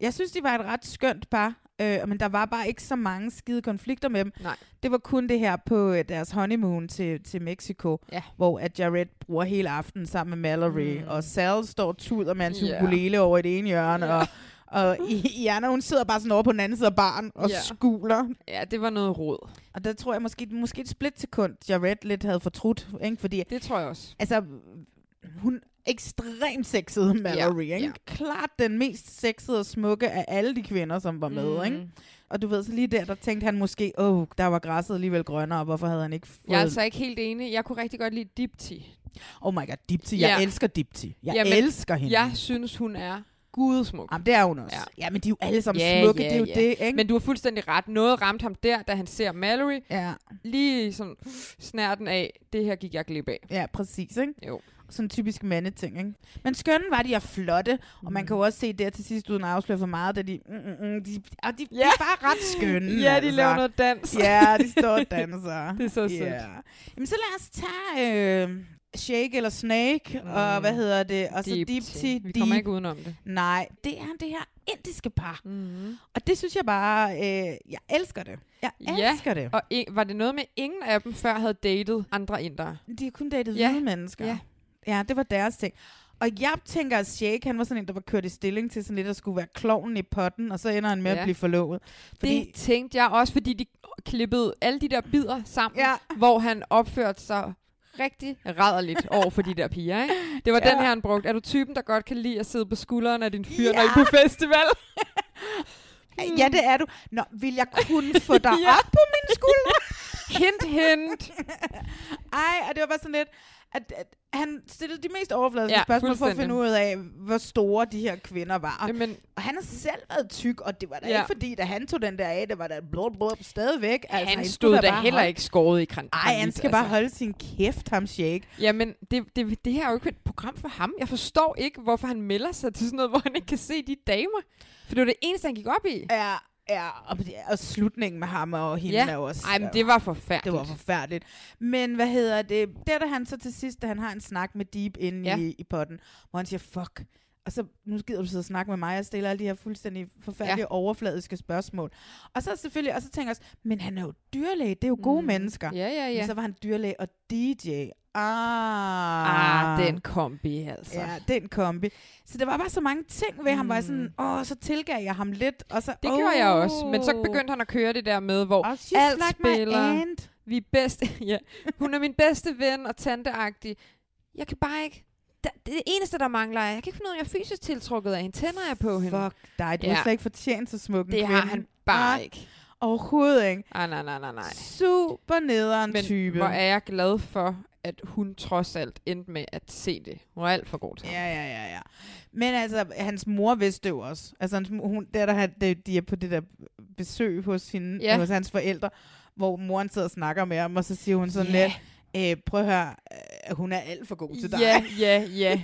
[SPEAKER 2] Jeg synes, de var et ret skønt par, øh, men der var bare ikke så mange skide konflikter med dem.
[SPEAKER 3] Nej.
[SPEAKER 2] Det var kun det her på øh, deres honeymoon til, til Mexico,
[SPEAKER 3] Ja.
[SPEAKER 2] hvor at Jared bruger hele aftenen sammen med Mallory,
[SPEAKER 3] Mm.
[SPEAKER 2] mm. og Sal står og tuder med hans
[SPEAKER 3] Ja.
[SPEAKER 2] yeah. ukulele over i det ene hjørne,
[SPEAKER 3] Ja.
[SPEAKER 2] yeah. og, og Iana, hun sidder bare sådan over på den anden side af baren og
[SPEAKER 3] Ja.
[SPEAKER 2] yeah. skuler.
[SPEAKER 3] ja det var noget råd.
[SPEAKER 2] Og der tror jeg måske, måske et splitsekund, Jared lidt havde fortrudt, ikke? fordi
[SPEAKER 3] Det tror jeg også.
[SPEAKER 2] altså, hun er ekstremt sexet Mallory,
[SPEAKER 3] Ja,
[SPEAKER 2] ja, ikke?
[SPEAKER 3] ja.
[SPEAKER 2] Ja. Klart den mest sexede og smukke af alle de kvinder, som var med, mm. ikke? Og du ved, så lige der, der tænkte han måske, åh, oh, der var græsset alligevel grønnere, og hvorfor havde han ikke fået...
[SPEAKER 3] Jeg er altså ikke helt enig. Jeg kunne rigtig godt lide Dipti.
[SPEAKER 2] Oh my god, Dipti,
[SPEAKER 3] Ja.
[SPEAKER 2] jeg elsker Dipti. Jeg
[SPEAKER 3] Jamen,
[SPEAKER 2] elsker hende.
[SPEAKER 3] Jeg synes, hun er gudsmuk.
[SPEAKER 2] Jamen, det er hun også.
[SPEAKER 3] Ja.
[SPEAKER 2] Ja. men de er jo alle sammen smukke, det er jo det, ikke?
[SPEAKER 3] Men du har fuldstændig ret. Noget ramte ham der, da han ser Mallory.
[SPEAKER 2] Ja,
[SPEAKER 3] Lige sådan snærten af, det her gik jeg glip af.
[SPEAKER 2] ja, præcis, ikke?
[SPEAKER 3] Jo.
[SPEAKER 2] Sådan en typisk mandeting, ikke? Men skønne var de og flotte, og
[SPEAKER 3] Mm.
[SPEAKER 2] man kan jo også se der til sidst, uden at afsløre for meget, da de... Mm, mm, mm, de, og de, ja. de er bare ret skønne,
[SPEAKER 3] Ja, de
[SPEAKER 2] altså.
[SPEAKER 3] laver noget dans. [laughs]
[SPEAKER 2] Ja, de står og danser.
[SPEAKER 3] Det er så sødt.
[SPEAKER 2] Jamen, så lad os tage øh, Shake eller Snake, mm. og hvad hedder det? Og så
[SPEAKER 3] Dipti.
[SPEAKER 2] Dipti.
[SPEAKER 3] Vi kommer ikke udenom det.
[SPEAKER 2] Nej, det er det her indiske par.
[SPEAKER 3] Mm.
[SPEAKER 2] Og det synes jeg bare, øh, jeg elsker det. Jeg elsker det.
[SPEAKER 3] Og en, var det noget med, at ingen af dem før havde datet andre indere?
[SPEAKER 2] De har kun datet
[SPEAKER 3] Ja.
[SPEAKER 2] ja. hvide mennesker.
[SPEAKER 3] Ja.
[SPEAKER 2] Ja. ja, det var deres ting. Og jeg tænker, at Shake, han var sådan en, der var kørt i stilling til sådan lidt at skulle være kloven i potten, og så ender han med
[SPEAKER 3] Ja.
[SPEAKER 2] at blive forlovet.
[SPEAKER 3] Fordi det tænkte jeg også, fordi de klippede alle de der bidder sammen, ja.
[SPEAKER 2] Ja.
[SPEAKER 3] hvor han opførte sig rigtig ræderligt over for de der piger, ikke? Det var ja.
[SPEAKER 2] Ja.
[SPEAKER 3] den her, han brugte. Er du typen, der godt kan lide at sidde på skulderen af din fyr, ja. når I
[SPEAKER 2] Ja.
[SPEAKER 3] er på
[SPEAKER 2] [laughs]
[SPEAKER 3] festival?
[SPEAKER 2] Ja, det er du. Nå, vil jeg kun få dig
[SPEAKER 3] [laughs] Ja.
[SPEAKER 2] ja. op på min skulder?
[SPEAKER 3] hint, hint.
[SPEAKER 2] Ej, og det var bare sådan lidt, at, at han stillede de mest overfladiske
[SPEAKER 3] Ja,
[SPEAKER 2] ja, spørgsmål for at
[SPEAKER 3] fuldstændig.
[SPEAKER 2] finde ud af, hvor store de her kvinder var.
[SPEAKER 3] Jamen,
[SPEAKER 2] Og han har selv været tyk, og det var da
[SPEAKER 3] Ja.
[SPEAKER 2] ja. ikke fordi, da han tog den der af, det var da blub, blub, stadigvæk.
[SPEAKER 3] altså, han
[SPEAKER 2] skulle
[SPEAKER 3] stod da
[SPEAKER 2] bare
[SPEAKER 3] heller
[SPEAKER 2] holde-
[SPEAKER 3] ikke altså. skåret i kran.
[SPEAKER 2] Ej, han skal bare holde sin kæft, ham shake.
[SPEAKER 3] Jamen, det, det, det her er jo ikke et program for ham. Jeg forstår [laughs] ikke, hvorfor han melder sig til sådan noget, hvor han ikke kan se de damer. For det var det eneste, han gik op i.
[SPEAKER 2] Ja, Ja, og, og slutningen med ham og hende
[SPEAKER 3] Ja.
[SPEAKER 2] er jo også...
[SPEAKER 3] Ej, men det var forfærdeligt.
[SPEAKER 2] Det var forfærdeligt. Men hvad hedder det? Der da han så til sidst, da han har en snak med Deep inde
[SPEAKER 3] Ja.
[SPEAKER 2] ja. i, i potten, hvor han siger, fuck, og så, nu gider du sidde og snakke med mig, og stiller alle de her fuldstændig forfærdelige
[SPEAKER 3] Ja.
[SPEAKER 2] ja. overfladiske spørgsmål. Og så selvfølgelig, og så tænker jeg også, men han er jo dyrlæge, det er jo gode mm. mennesker.
[SPEAKER 3] Ja, ja, ja.
[SPEAKER 2] Men så var han dyrlæge og DJ. Ah,
[SPEAKER 3] Ah, den kombi, altså.
[SPEAKER 2] Ja, den kombi. Så der var bare så mange ting ved ham, hvor jeg sådan, åh, så tilgav jeg ham lidt, og så,
[SPEAKER 3] Mm. Det gjorde jeg også, men så begyndte han at køre det der med, hvor
[SPEAKER 2] she
[SPEAKER 3] alt
[SPEAKER 2] slapped my
[SPEAKER 3] spiller.
[SPEAKER 2] aunt.
[SPEAKER 3] Vi er bedste, [laughs] ja. Hun er min bedste ven og tanteagtig. Jeg kan bare ikke... Der, det, er det eneste, der mangler, er, jeg kan ikke finde ud af, om jeg er fysisk tiltrukket af hende. Tænder jeg på hende?
[SPEAKER 2] Fuck dig, du ja.
[SPEAKER 3] Ja.
[SPEAKER 2] har slet ikke fortjent så smuk en
[SPEAKER 3] Det har
[SPEAKER 2] kvinde.
[SPEAKER 3] han bare
[SPEAKER 2] Ah,
[SPEAKER 3] ikke.
[SPEAKER 2] Overhovedet ikke.
[SPEAKER 3] Ej, nej, nej, nej, nej.
[SPEAKER 2] Super nederen
[SPEAKER 3] Men
[SPEAKER 2] type.
[SPEAKER 3] hvor er jeg glad for, at hun trods alt endte med at se det. Hun er alt for god til ham.
[SPEAKER 2] Ja, ja, ja, ja. Men altså, hans mor vidste jo også. Altså, hans, mo- hun, der, der, har- de- de er på det der besøg hos, hende,
[SPEAKER 3] Ja.
[SPEAKER 2] ja. hos hans forældre, hvor moren sidder og snakker med ham, og så siger hun sådan
[SPEAKER 3] Ja.
[SPEAKER 2] lidt, "Øh, prøv at høre, øh, hun er alt for god til dig.
[SPEAKER 3] Ja, ja,
[SPEAKER 2] [laughs]
[SPEAKER 3] [laughs] ja.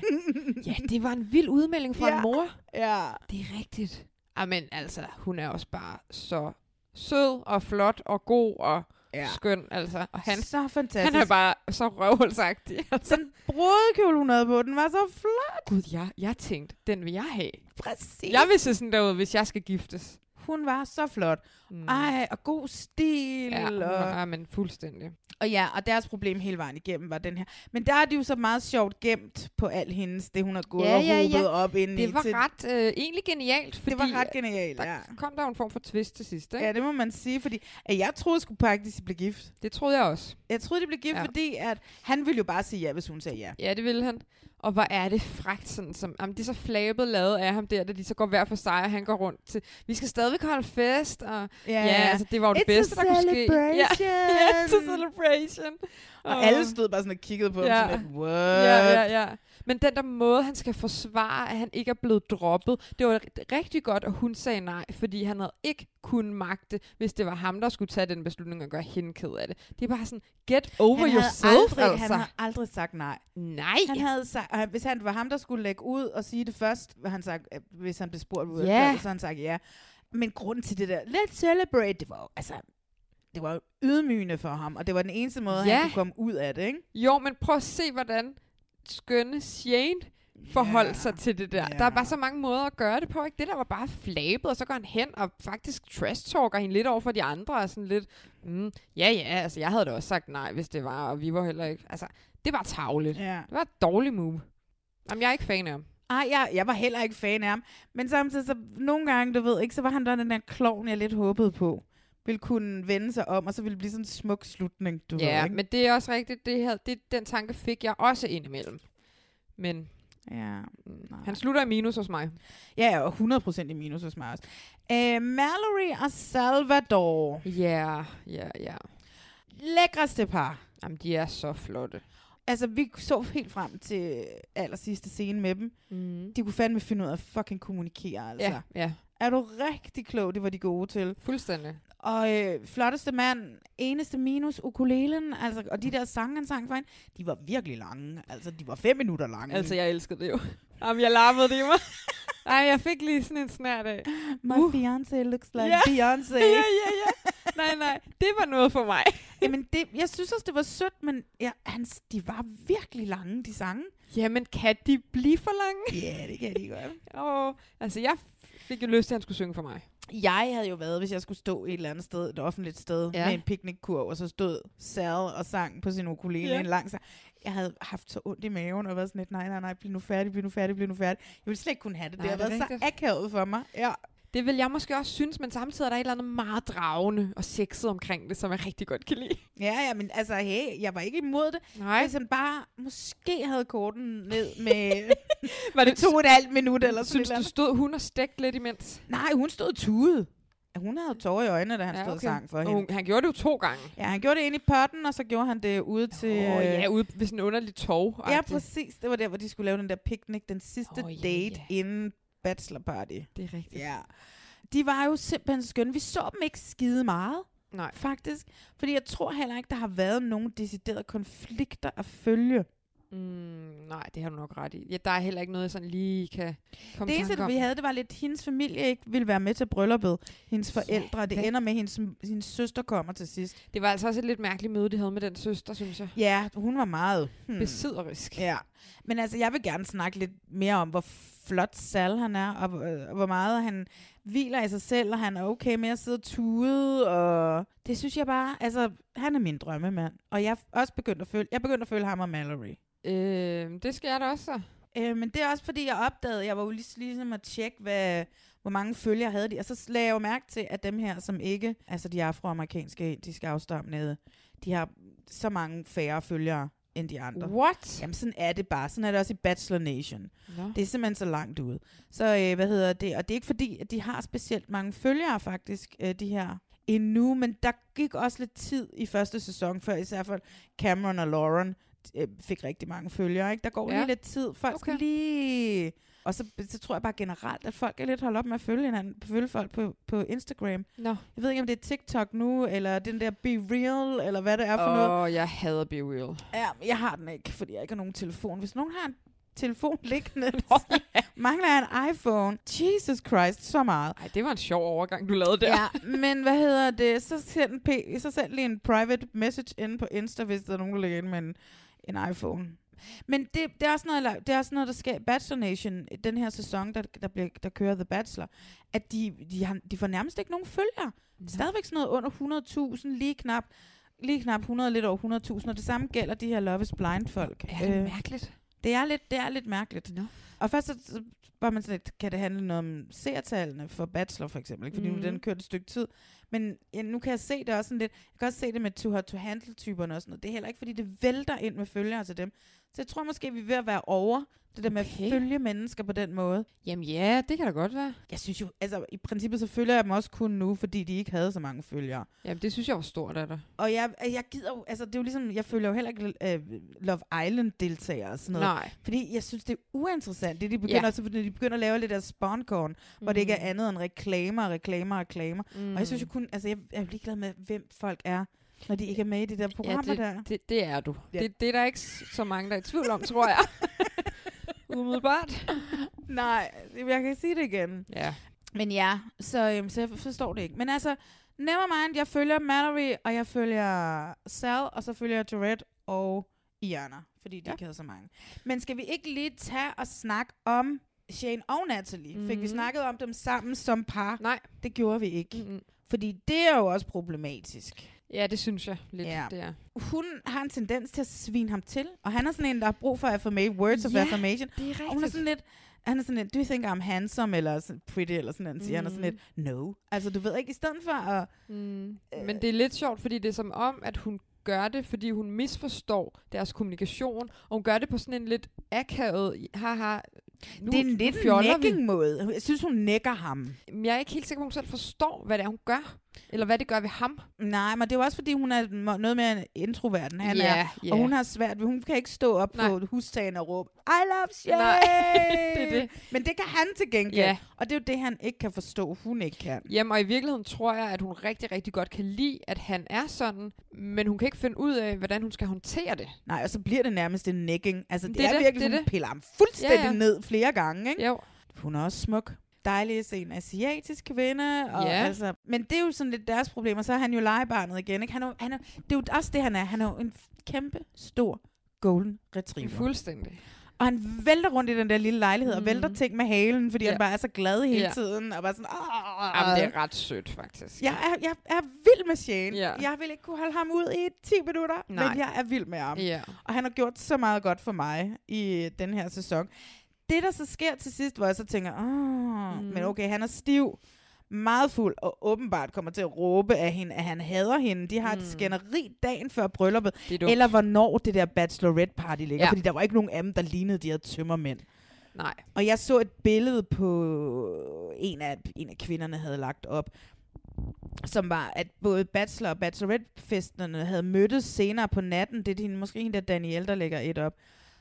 [SPEAKER 3] ja, det var en vild udmelding fra ja.
[SPEAKER 2] Ja.
[SPEAKER 3] en mor.
[SPEAKER 2] Ja.
[SPEAKER 3] Det er rigtigt. Jamen altså, hun er også bare så sød og flot og god og ja.
[SPEAKER 2] Ja.
[SPEAKER 3] skøn. Altså. Og han,
[SPEAKER 2] Så fantastisk.
[SPEAKER 3] han er bare så røvhulsagtig. Altså.
[SPEAKER 2] Sådan en brudekjole, hun havde på, den var så flot.
[SPEAKER 3] [laughs] Gud, jeg, jeg tænkte, den vil jeg have.
[SPEAKER 2] Præcis.
[SPEAKER 3] Jeg vil se sådan derud, hvis jeg skal giftes.
[SPEAKER 2] Hun var så flot.
[SPEAKER 3] Mm.
[SPEAKER 2] Ej, og god stil.
[SPEAKER 3] Ja, hun
[SPEAKER 2] og...
[SPEAKER 3] er, men fuldstændig.
[SPEAKER 2] Og ja, og deres problem hele vejen igennem var den her. Men der er de jo så meget sjovt gemt på alt hendes, det hun har gået og hobet op ind i.
[SPEAKER 3] Det var
[SPEAKER 2] til-
[SPEAKER 3] ret, øh, egentlig genialt, fordi
[SPEAKER 2] det var ret genialt,
[SPEAKER 3] der
[SPEAKER 2] ja.
[SPEAKER 3] kom der jo en form for twist til sidst, ikke?
[SPEAKER 2] Ja, det må man sige, fordi at jeg troede sgu faktisk, de blev gift.
[SPEAKER 3] Det troede jeg også.
[SPEAKER 2] Jeg troede, de blev gift,
[SPEAKER 3] Ja.
[SPEAKER 2] ja. fordi at han ville jo bare sige ja, hvis hun sagde ja.
[SPEAKER 3] Ja, det ville han. Og hvor er det fragt, sådan som, jamen, det er så flabet lavet af ham der, da de så går hver for sig, og han går rundt til, vi skal stadigvæk holde fest, og ja, altså, det var jo det
[SPEAKER 2] It's
[SPEAKER 3] bedste,
[SPEAKER 2] a
[SPEAKER 3] der kunne ske. Ja, [laughs] ja, it's a
[SPEAKER 2] celebration.
[SPEAKER 3] celebration.
[SPEAKER 2] Og alle stod bare sådan og kiggede på
[SPEAKER 3] Ja.
[SPEAKER 2] ham sådan lidt, what?
[SPEAKER 3] Ja, ja, ja. Men den der måde, han skal forsvare, at han ikke er blevet droppet, det var ri- rigtig godt, at hun sagde nej, fordi han havde ikke kunnet magte, hvis det var ham, der skulle tage den beslutning og gøre hende ked af det. Det er bare sådan, get over
[SPEAKER 2] han havde
[SPEAKER 3] yourself,
[SPEAKER 2] aldrig,
[SPEAKER 3] altså.
[SPEAKER 2] Han havde aldrig sagt nej.
[SPEAKER 3] Nej.
[SPEAKER 2] Han havde sagt, og han- hvis han var ham, der skulle lægge ud og sige det først, var han sagt, øh, hvis han blev spurgt ud,
[SPEAKER 3] Ja.
[SPEAKER 2] yeah. så havde han sagt ja. Men grunden til det der, let's celebrate, det var jo, altså, det var jo ydmygende for ham, og det var den eneste måde,
[SPEAKER 3] Ja.
[SPEAKER 2] han kunne komme ud af det, ikke?
[SPEAKER 3] Jo, men prøv at se, hvordan skønne Shane forholdt yeah. sig til det der. Yeah. Der er bare så mange måder at gøre det på, ikke? Det der var bare flabet, og så går han hen og faktisk trash-talker hende lidt over for de andre, og sådan lidt, mm, ja ja, altså jeg havde da også sagt nej, hvis det var, og vi var heller ikke, altså det var tavligt.
[SPEAKER 2] Ja.
[SPEAKER 3] Det var et dårligt move. Jamen, jeg er ikke fan af ham.
[SPEAKER 2] Ej, jeg, jeg var heller ikke fan af ham. Men samtidig, så nogle gange, du ved ikke, så var han der den der klovn, jeg lidt håbede på, ville kunne vende sig om, og så ville det blive sådan en smuk slutning, du ved,
[SPEAKER 3] Ja,
[SPEAKER 2] ikke?
[SPEAKER 3] men det er også rigtigt, det her, det, den tanke fik jeg også indimellem. Men
[SPEAKER 2] Ja.
[SPEAKER 3] Nej. han slutter i minus hos mig.
[SPEAKER 2] Ja, jeg var 100% i minus hos mig også. Øh, Mallory og Salvador.
[SPEAKER 3] Ja, ja, ja.
[SPEAKER 2] Lækreste par.
[SPEAKER 3] Jamen, de er så flotte.
[SPEAKER 2] Altså, vi så helt frem til aller sidste scene med dem.
[SPEAKER 3] Mm.
[SPEAKER 2] De kunne fandme finde ud af at fucking kommunikere, altså.
[SPEAKER 3] Ja, ja.
[SPEAKER 2] Er du rigtig klog? Det var de gode til.
[SPEAKER 3] Fuldstændig.
[SPEAKER 2] Og øh, flotteste mand, eneste minus, ukulelen, altså, og de der sange, han sang for hende, de var virkelig lange. Altså, de var fem minutter lange.
[SPEAKER 3] Altså, jeg elskede
[SPEAKER 2] [laughs]
[SPEAKER 3] det jo. Jamen, jeg larmede det i mig. [laughs] Ej, jeg fik lige sådan en snært af.
[SPEAKER 2] My uh. fiance looks like
[SPEAKER 3] Ja.
[SPEAKER 2] yeah. Beyoncé.
[SPEAKER 3] [laughs] ja, ja, ja. Nej, nej. Det var noget for mig.
[SPEAKER 2] Jamen, det, jeg synes også, det var sødt, men ja, hans, de var virkelig lange, de sange.
[SPEAKER 3] Jamen, kan de blive for lange?
[SPEAKER 2] Ja, yeah, det kan de godt.
[SPEAKER 3] Åh, altså, jeg fik jo lyst til, at han skulle synge for mig.
[SPEAKER 2] Jeg havde jo været, hvis jeg skulle stå et eller andet sted, et offentligt sted,
[SPEAKER 3] Ja.
[SPEAKER 2] ja. med en piknikkurv, og så stod Sal og sang på sin ukulele
[SPEAKER 3] Ja.
[SPEAKER 2] ja. en lang sang. Jeg havde haft så ondt i maven, og været sådan lidt, nej, nej, nej, bliv nu færdig, bliv nu færdig, bliv nu færdig. Jeg ville slet ikke kunne have det.
[SPEAKER 3] Nej,
[SPEAKER 2] Nej, det
[SPEAKER 3] det
[SPEAKER 2] har
[SPEAKER 3] er
[SPEAKER 2] været så akavet for mig. Ja.
[SPEAKER 3] Det vil jeg måske også synes, men samtidig er der et eller andet meget dragende og sexet omkring det, som jeg rigtig godt kan lide.
[SPEAKER 2] ja, ja, men altså, hey, jeg var ikke imod det.
[SPEAKER 3] [laughs] Nej.
[SPEAKER 2] Hvis han bare måske havde korten
[SPEAKER 3] [laughs]
[SPEAKER 2] ned med,
[SPEAKER 3] Var
[SPEAKER 2] med to og et halvt minut eller sådan
[SPEAKER 3] Synes
[SPEAKER 2] et eller
[SPEAKER 3] du,
[SPEAKER 2] andet.
[SPEAKER 3] stod hun og stegte lidt imens?
[SPEAKER 2] Nej, hun stod tude. Hun havde tårer i øjnene, da han
[SPEAKER 3] Ja,
[SPEAKER 2] ja, stod og
[SPEAKER 3] okay.
[SPEAKER 2] sang for
[SPEAKER 3] Og
[SPEAKER 2] hende.
[SPEAKER 3] Hun, han gjorde det jo to gange.
[SPEAKER 2] Ja, han gjorde det ind i potten, og så gjorde han det ude til...
[SPEAKER 3] Åh, øh.
[SPEAKER 2] øh,
[SPEAKER 3] ja, ude ved sådan en underlig tov.
[SPEAKER 2] Ja, præcis. Det var der, hvor de skulle lave den der picnic, den sidste
[SPEAKER 3] Åh,
[SPEAKER 2] oh,
[SPEAKER 3] ja,
[SPEAKER 2] yeah, date
[SPEAKER 3] ja.
[SPEAKER 2] inden bachelorparty.
[SPEAKER 3] Det er rigtigt.
[SPEAKER 2] Ja. De var jo simpelthen så skønne. Vi så dem ikke skide meget,
[SPEAKER 3] Nej.
[SPEAKER 2] faktisk. Fordi jeg tror heller ikke, der har været nogen deciderede konflikter at følge.
[SPEAKER 3] Mm, nej, det har du nok ret i. Ja, der er heller ikke noget, jeg sådan lige kan komme
[SPEAKER 2] det
[SPEAKER 3] i
[SPEAKER 2] eneste,
[SPEAKER 3] tanke om.
[SPEAKER 2] vi havde, det var lidt, hendes familie ikke ville være med til brylluppet. Hendes forældre, det ender med, at hendes, hendes søster kommer til sidst.
[SPEAKER 3] Det var altså også et lidt mærkeligt møde, de havde med den søster, synes jeg.
[SPEAKER 2] Ja, hun var meget... Hmm.
[SPEAKER 3] Besidderisk.
[SPEAKER 2] Ja. Men altså, jeg vil gerne snakke lidt mere om, hvor flot Sal han er, og øh, hvor meget han hviler i sig selv, og han er okay med at sidde og tude, og det synes jeg bare, altså, han er min drømmemand. Og jeg er også begyndt at føle, jeg er begyndt at føle ham og Mallory.
[SPEAKER 3] Øh, det skal jeg da også så.
[SPEAKER 2] Øh, men det er også fordi, jeg opdagede, jeg var jo lige, ligesom at tjekke, hvad, hvor mange følgere havde de. Og så lagde jeg jo mærke til, at dem her, som ikke, altså de afroamerikanske, indiske afstamnede, de har så mange færre følgere end de andre.
[SPEAKER 3] What?
[SPEAKER 2] Jamen sådan er det bare. Sådan er det også i Bachelor Nation.
[SPEAKER 3] Nå.
[SPEAKER 2] Det er simpelthen så langt ude. Så øh, hvad hedder det? Og det er ikke fordi, at de har specielt mange følgere faktisk, øh, de her endnu, men der gik også lidt tid i første sæson, før især for Cameron og Lauren øh, fik rigtig mange følgere. Ikke? Der går
[SPEAKER 3] Ja.
[SPEAKER 2] ja. lige lidt tid. Folk okay. skal lige... Og så, så tror jeg bare generelt, at folk er lidt holdt op med at følge hinanden, følge folk på, på Instagram.
[SPEAKER 3] Nå.
[SPEAKER 2] Jeg ved ikke, om det er TikTok nu, eller den der Be Real, eller hvad det er for noget.
[SPEAKER 3] Åh, jeg hader Be
[SPEAKER 2] [laughs]
[SPEAKER 3] Real.
[SPEAKER 2] Ja, men jeg har den ikke, fordi jeg ikke har nogen telefon. Hvis nogen har en telefon liggende, så mangler jeg en iPhone. Jesus Christ, så meget.
[SPEAKER 3] Ej, det var en sjov overgang, du lavede der.
[SPEAKER 2] Ja, men hvad hedder det? Så send, en p- så send lige en private message inde på Insta, hvis der er nogen, der ligger inde med en, en iPhone. Men det, det, er også noget, la- det er også noget, der sker i Bachelor Nation, den her sæson, der, der, bliver, der kører The Bachelor, at de, de, har, de får nærmest ikke nogen følgere. Stadigvæk sådan noget under 100.000, lige knap, lige knap 100, lidt over 100.000, og det samme gælder de her Love is Øh, Blind folk.
[SPEAKER 3] Er det mærkeligt?
[SPEAKER 2] Det er lidt, det er lidt mærkeligt.
[SPEAKER 3] No.
[SPEAKER 2] Og først så, så var man sådan lidt, kan det handle noget om seertallene for Bachelor for eksempel, ikke? fordi mm.
[SPEAKER 3] Mhm.
[SPEAKER 2] nu den kørte et stykke tid. Men ja, nu kan jeg se det også sådan lidt, jeg kan også se det med to hot to handle typerne og sådan noget. Det er heller ikke, fordi det vælter ind med følgere til dem. Så jeg tror måske, vi er ved at være over det der med
[SPEAKER 3] Okay.
[SPEAKER 2] at følge mennesker på den måde.
[SPEAKER 3] Jamen ja, det kan da godt være.
[SPEAKER 2] Jeg synes jo, altså i princippet så følger jeg dem også kun nu, fordi de ikke havde så mange følgere.
[SPEAKER 3] Jamen, det synes jeg var stort af dig.
[SPEAKER 2] Og jeg, jeg gider jo, altså det er jo ligesom, jeg følger jo heller ikke øh, Love Island-deltagere og sådan noget.
[SPEAKER 3] Nej.
[SPEAKER 2] Fordi jeg synes, det er uinteressant, det de begynder,
[SPEAKER 3] Ja.
[SPEAKER 2] ja. så, når de begynder at lave lidt af spawncorn, mm. hvor det ikke er
[SPEAKER 3] Mm.
[SPEAKER 2] andet end reklamer, reklamer, reklamer. Mm. Og jeg synes jo kun, altså jeg, jeg er jo ligeglad med, hvem folk er, når de ikke er med i det der program
[SPEAKER 3] det,
[SPEAKER 2] der.
[SPEAKER 3] Det, det er du.
[SPEAKER 2] Ja.
[SPEAKER 3] Det, det er der ikke s- så mange, der er i tvivl om, tror
[SPEAKER 2] [laughs]
[SPEAKER 3] jeg. Umiddelbart.
[SPEAKER 2] Nej, jeg kan sige det igen.
[SPEAKER 3] Ja.
[SPEAKER 2] Men ja, så, øhm, så jeg forstår det ikke. Men altså, never mind, jeg følger Mallory, og jeg følger Sal, og så følger jeg Tourette og Iana, fordi de ja. ikke havde så mange. Men skal vi ikke lige tage og snakke om Shane og Natalie? Mm-hmm. Fik vi
[SPEAKER 3] Mhm.
[SPEAKER 2] snakket om dem sammen som par?
[SPEAKER 3] Nej.
[SPEAKER 2] Det gjorde vi ikke.
[SPEAKER 3] Mm-mm.
[SPEAKER 2] Fordi det er jo også problematisk.
[SPEAKER 3] Ja, det synes jeg lidt,
[SPEAKER 2] Ja.
[SPEAKER 3] det er.
[SPEAKER 2] Hun har en tendens til at svine ham til, og han er sådan en, der har brug for affirmation, words of
[SPEAKER 3] Ja,
[SPEAKER 2] affirmation.
[SPEAKER 3] det er
[SPEAKER 2] Og hun er sådan lidt, han er sådan lidt, do you think I'm handsome, eller sådan pretty, eller sådan noget, han siger. Han er sådan lidt, no. Altså, du ved ikke, i stedet for at...
[SPEAKER 3] Mm.
[SPEAKER 2] Øh,
[SPEAKER 3] Men det er lidt sjovt, fordi det er som om, at hun gør det, fordi hun misforstår deres kommunikation, og hun gør det på sådan en lidt akavet, haha, nu,
[SPEAKER 2] det er en
[SPEAKER 3] nu
[SPEAKER 2] lidt
[SPEAKER 3] fjoller vi.
[SPEAKER 2] necking måde. Jeg synes, hun nækker ham.
[SPEAKER 3] Men jeg er ikke helt sikker på, at hun selv forstår, hvad det er, hun gør. Eller hvad det gør ved ham.
[SPEAKER 2] Nej, men det er jo også, fordi hun er m- noget mere introvert, end han
[SPEAKER 3] Ja,
[SPEAKER 2] er.
[SPEAKER 3] ja.
[SPEAKER 2] Og hun har svært ved, hun kan ikke stå op
[SPEAKER 3] Nej.
[SPEAKER 2] Nej. på hustagen og råbe, I love Shane!
[SPEAKER 3] Nej, [laughs] det er det.
[SPEAKER 2] Men det kan han til gengæld.
[SPEAKER 3] Ja.
[SPEAKER 2] Og det er jo det, han ikke kan forstå, hun ikke kan.
[SPEAKER 3] Jamen, og i virkeligheden tror jeg, at hun rigtig, rigtig godt kan lide, at han er sådan, men hun kan ikke finde ud af, hvordan hun skal håndtere det.
[SPEAKER 2] Nej, og så bliver det nærmest en necking. Altså, det,
[SPEAKER 3] Det er
[SPEAKER 2] det er,
[SPEAKER 3] det,
[SPEAKER 2] virkelig,
[SPEAKER 3] det er
[SPEAKER 2] hun
[SPEAKER 3] det.
[SPEAKER 2] piller ham fuldstændig
[SPEAKER 3] Ja,
[SPEAKER 2] ja,
[SPEAKER 3] ja.
[SPEAKER 2] ja. ned flere gange, ikke?
[SPEAKER 3] Jo.
[SPEAKER 2] Hun er også smuk. Dejlig at se en asiatisk kvinde. Og
[SPEAKER 3] Ja.
[SPEAKER 2] altså, men det er jo sådan lidt deres problem, og så er han jo legebarnet igen, ikke? Han er, jo- han er, det er jo også det, han er. Han er jo en kæmpe, stor golden retriever.
[SPEAKER 3] Fuldstændig.
[SPEAKER 2] Og han vælter rundt i den der lille lejlighed, mm. og vælter ting med halen, fordi
[SPEAKER 3] Mhm. Ja.
[SPEAKER 2] ja. han bare er så glad hele
[SPEAKER 3] Ja.
[SPEAKER 2] ja. tiden, og bare sådan, Aah.
[SPEAKER 3] Jamen, det er ret sødt, faktisk.
[SPEAKER 2] Jeg er, jeg er vild med Shane.
[SPEAKER 3] Ja.
[SPEAKER 2] Ja. Jeg vil ikke kunne holde ham ud i 10 minutter,
[SPEAKER 3] Nej.
[SPEAKER 2] men jeg er vild med ham.
[SPEAKER 3] Ja.
[SPEAKER 2] Og han har gjort så meget godt for mig i øh, den her sæson. Det, der så sker til sidst, hvor jeg så tænker, Åh,
[SPEAKER 3] Mhm.
[SPEAKER 2] mm. men okay, han er stiv, meget fuld, og åbenbart kommer til at råbe af hende, at han hader hende. De har
[SPEAKER 3] Mhm.
[SPEAKER 2] mm. et skænderi dagen før brylluppet,
[SPEAKER 3] Det er dumt.
[SPEAKER 2] eller hvornår det der bachelorette-party ligger,
[SPEAKER 3] Ja.
[SPEAKER 2] ja. fordi der var ikke nogen af dem, der lignede de her tømmermænd.
[SPEAKER 3] Nej.
[SPEAKER 2] Og jeg så et billede på en af, en af kvinderne havde lagt op, som var, at både bachelor og bachelorette-festerne havde mødtes senere på natten. Det er din, måske en der Daniel, der lægger et op.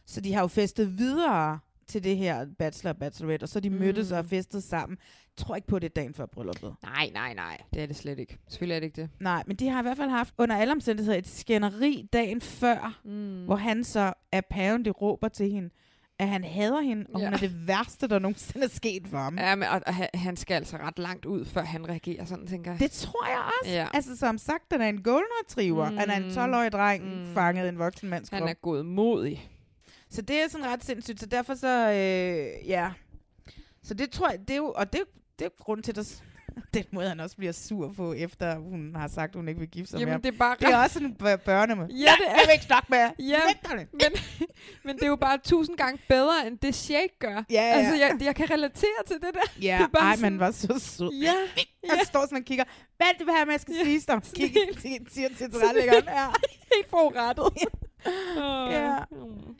[SPEAKER 2] Så de har jo festet videre til det her bachelor og bachelorette, og så de mm. mødtes og festet sammen. Jeg tror ikke på det dagen før brylluppet.
[SPEAKER 3] Nej, nej, nej. Det er det slet ikke. Selvfølgelig er det ikke det.
[SPEAKER 2] Nej, men de har i hvert fald haft under alle omstændigheder et skænderi dagen før, mm. hvor han så apparently råber til hende, at han hader hende, og ja. hun er det værste, der nogensinde er sket for ham.
[SPEAKER 3] Ja, men, og, og han- han skal altså ret langt ud, før han reagerer sådan, tænker jeg.
[SPEAKER 2] Det tror jeg også.
[SPEAKER 3] Ja.
[SPEAKER 2] Ja. Altså som sagt, den er en golden retriever. Mm. Han er en 12-årig dreng, mm. fanget i en voksen mands
[SPEAKER 3] Han
[SPEAKER 2] krop.
[SPEAKER 3] er gået modig.
[SPEAKER 2] Så det er sådan ret sindssygt. Så derfor så, øh, ja. Så det tror jeg, det er jo, og det, det er grund til, at der s- [laughs] den måde, han også bliver sur på, efter hun har sagt, hun ikke vil gifte sig
[SPEAKER 3] Jamen,
[SPEAKER 2] med ham.
[SPEAKER 3] det er bare
[SPEAKER 2] det er
[SPEAKER 3] ret-
[SPEAKER 2] også en bør- børne med.
[SPEAKER 3] Ja, det er-
[SPEAKER 2] Jeg vil ikke snakke med jer.
[SPEAKER 3] Ja,
[SPEAKER 2] Væk derfra.
[SPEAKER 3] men, men det er jo bare tusind gange bedre, end det Shake gør.
[SPEAKER 2] ja.
[SPEAKER 3] Altså, jeg, jeg kan relatere til det der.
[SPEAKER 2] Ja,
[SPEAKER 3] det er bare
[SPEAKER 2] ej,
[SPEAKER 3] sådan,
[SPEAKER 2] man var så sød.
[SPEAKER 3] Ja,
[SPEAKER 2] Jeg står sådan og kigger. Hvad er det, du vil have, med, jeg skal ja. spise dig? Kig, kig- siger til tilrettelæggeren. Ja.
[SPEAKER 3] [laughs] helt [laughs] forurettet.
[SPEAKER 2] ja.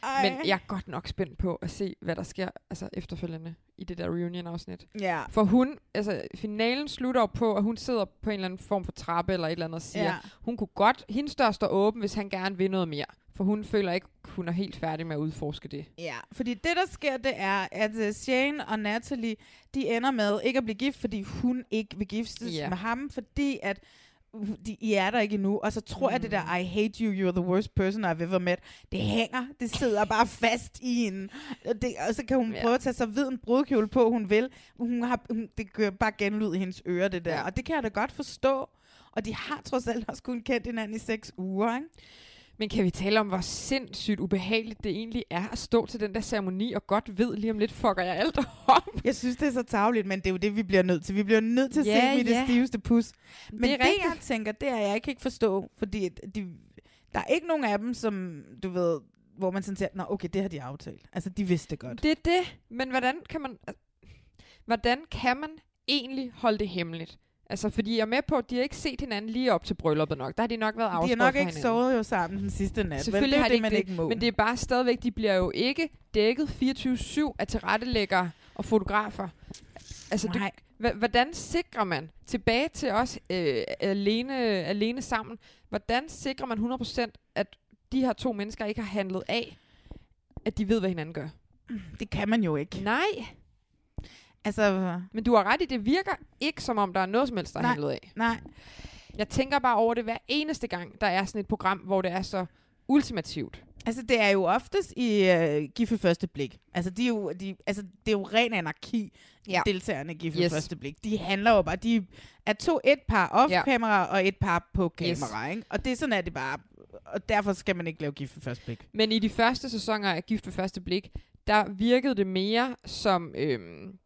[SPEAKER 2] Ej.
[SPEAKER 3] Men jeg er godt nok spændt på at se, hvad der sker altså, efterfølgende i det der reunion-afsnit.
[SPEAKER 2] Ja.
[SPEAKER 3] For hun, altså finalen slutter jo på, at hun sidder på en eller anden form for trappe eller et eller andet og siger,
[SPEAKER 2] Ja.
[SPEAKER 3] hun kunne godt, hendes dør står åben, hvis han gerne vil noget mere. For hun føler ikke, hun er helt færdig med at udforske det.
[SPEAKER 2] Ja, fordi det, der sker, det er, at øh, Shane og Natalie, de ender med ikke at blive gift, fordi hun ikke vil giftes
[SPEAKER 3] Ja.
[SPEAKER 2] yeah. med ham, fordi at uh, de, I er der ikke endnu. Og så tror mm. jeg, det der, I hate you, you're the worst person I've ever met, det hænger, det
[SPEAKER 3] [laughs]
[SPEAKER 2] sidder bare fast i hende. Og, det, og så kan hun
[SPEAKER 3] Ja.
[SPEAKER 2] yeah. prøve at tage så vid en brudkjole på, hun vil. Hun har, hun, det gør bare genlyd i hendes ører, det der.
[SPEAKER 3] Ja.
[SPEAKER 2] Yeah. Og det kan jeg da godt forstå. Og de har trods alt også kun kendt hinanden i seks uger, ikke?
[SPEAKER 3] Men kan vi tale om, hvor sindssygt ubehageligt det egentlig er at stå til den der ceremoni og godt ved lige om lidt, fucker jeg alt op.
[SPEAKER 2] Jeg synes, det er så tavligt, men det er jo det, vi bliver nødt til. Vi bliver nødt til at
[SPEAKER 3] Ja,
[SPEAKER 2] se dem i
[SPEAKER 3] ja.
[SPEAKER 2] det stiveste pus. Men det, det
[SPEAKER 3] rigtigt.
[SPEAKER 2] jeg tænker, det er, jeg kan ikke forstå, fordi at de, der er ikke nogen af dem, som du ved, hvor man sådan siger, nå okay, det har de aftalt. Altså, de vidste det godt.
[SPEAKER 3] Det er det. Men hvordan kan man... Hvordan kan man egentlig holde det hemmeligt? Altså, fordi jeg er med på, at de har ikke set hinanden lige op til brylluppet nok. Der har de nok været
[SPEAKER 2] de har
[SPEAKER 3] afskåret
[SPEAKER 2] nok
[SPEAKER 3] fra
[SPEAKER 2] ikke
[SPEAKER 3] hinanden.
[SPEAKER 2] sovet jo sammen den sidste nat.
[SPEAKER 3] Selvfølgelig
[SPEAKER 2] vel? Det er jo
[SPEAKER 3] har de
[SPEAKER 2] det, man
[SPEAKER 3] det,
[SPEAKER 2] ikke må.
[SPEAKER 3] Men det er bare stadigvæk, de bliver jo ikke dækket 24-7 af tilrettelæggere og fotografer. Altså, du,
[SPEAKER 2] Nej.
[SPEAKER 3] hva- hvordan sikrer man, tilbage til os øh, alene, alene sammen, hvordan sikrer man 100% at de her to mennesker ikke har handlet af, at de ved, hvad hinanden gør?
[SPEAKER 2] det kan man jo ikke.
[SPEAKER 3] Nej,
[SPEAKER 2] Altså,
[SPEAKER 3] men du har ret i, det virker ikke som om, der er noget som helst, der er
[SPEAKER 2] Nej.
[SPEAKER 3] handlet af.
[SPEAKER 2] nej.
[SPEAKER 3] Jeg tænker bare over det hver eneste gang, der er sådan et program, hvor det er så ultimativt.
[SPEAKER 2] Altså, det er jo oftest i øh, Gifte Første Blik. Altså, de er jo, de, altså, det er jo ren anarki,
[SPEAKER 3] Ja.
[SPEAKER 2] ja. deltagerne i Gifte
[SPEAKER 3] Yes.
[SPEAKER 2] yes. Første Blik. De handler jo bare, de er to, et par
[SPEAKER 3] Ja.
[SPEAKER 2] off-kamera og et par på kamera, yes. ikke? Og det er sådan, at det bare... Og derfor skal man ikke lave Gifte Første Blik.
[SPEAKER 3] Men i de første sæsoner af Gift ved første blik, der virkede det mere som, øhm,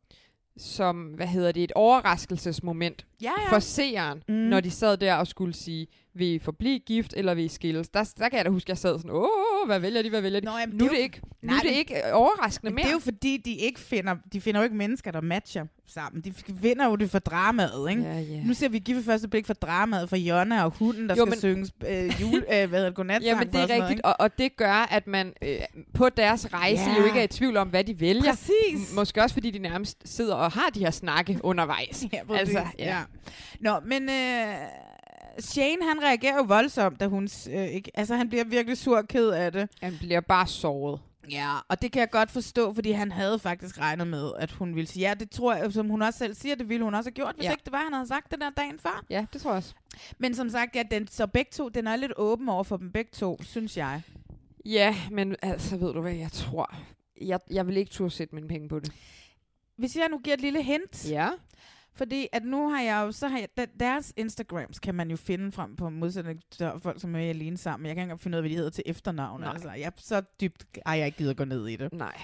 [SPEAKER 3] som hvad hedder det, et overraskelsesmoment
[SPEAKER 2] Ja,
[SPEAKER 3] for seeren, mm.
[SPEAKER 2] Mm.
[SPEAKER 3] når de sad der og skulle sige, vil I forblive gift, eller vil I skilles? Der, der kan jeg da huske, at jeg sad sådan, åh, hvad vælger de, hvad vælger de?
[SPEAKER 2] Nå, jamen,
[SPEAKER 3] nu
[SPEAKER 2] det er
[SPEAKER 3] er det
[SPEAKER 2] jo-
[SPEAKER 3] ikke, nu
[SPEAKER 2] Nej,
[SPEAKER 3] er det
[SPEAKER 2] men-
[SPEAKER 3] ikke øh, overraskende
[SPEAKER 2] Men
[SPEAKER 3] mere.
[SPEAKER 2] det er jo fordi, de ikke finder... De finder jo ikke mennesker, der matcher sammen. De f- vinder jo det for dramaet, ikke?
[SPEAKER 3] ja, ja.
[SPEAKER 2] Nu ser vi Gifte Første Blik for dramaet for Jonna og hunden, der
[SPEAKER 3] Jo,
[SPEAKER 2] jo, skal
[SPEAKER 3] men-
[SPEAKER 2] men... synges øh, jul... Øh, hvad hedder
[SPEAKER 3] [laughs]
[SPEAKER 2] det? Godnatsang
[SPEAKER 3] Ja, men
[SPEAKER 2] for
[SPEAKER 3] det
[SPEAKER 2] og
[SPEAKER 3] er
[SPEAKER 2] sådan noget,
[SPEAKER 3] rigtigt, og, og det gør, at man øh, på deres rejse
[SPEAKER 2] Ja.
[SPEAKER 3] jo ikke er i tvivl om, hvad de vælger.
[SPEAKER 2] Præcis.
[SPEAKER 3] M- Måske også, fordi de nærmest sidder og har de her snakke undervejs.
[SPEAKER 2] [laughs] Ja, præcis. Altså, ja. ja. Nå, men øh, Shane, han reagerer jo voldsomt, da hun... s- Øh, ikke, altså, han bliver virkelig sur og ked af det.
[SPEAKER 3] Han bliver bare såret.
[SPEAKER 2] Ja, og det kan jeg godt forstå, fordi han havde faktisk regnet med, at hun ville sige... Ja, det tror jeg, som hun også selv siger, det ville hun også have gjort, hvis
[SPEAKER 3] Ja.
[SPEAKER 2] ja. ikke det var, han havde sagt den der dagen før.
[SPEAKER 3] Ja, det tror jeg også.
[SPEAKER 2] Men som sagt, ja, den, så begge to, den er lidt åben over for dem begge to, synes jeg.
[SPEAKER 3] Ja, men altså, ved du hvad, jeg tror... Jeg, jeg vil ikke turde sætte mine penge på det.
[SPEAKER 2] Hvis jeg nu giver et lille hint,
[SPEAKER 3] Ja.
[SPEAKER 2] Fordi at nu har jeg jo, så har jeg, da- deres Instagrams kan man jo finde frem på modsætning til folk, som er alene sammen. Jeg kan ikke engang finde ud af, hvad de hedder til efternavn.
[SPEAKER 3] Nej.
[SPEAKER 2] Altså, jeg, så dybt ej, jeg ikke gider gå ned i det.
[SPEAKER 3] Nej.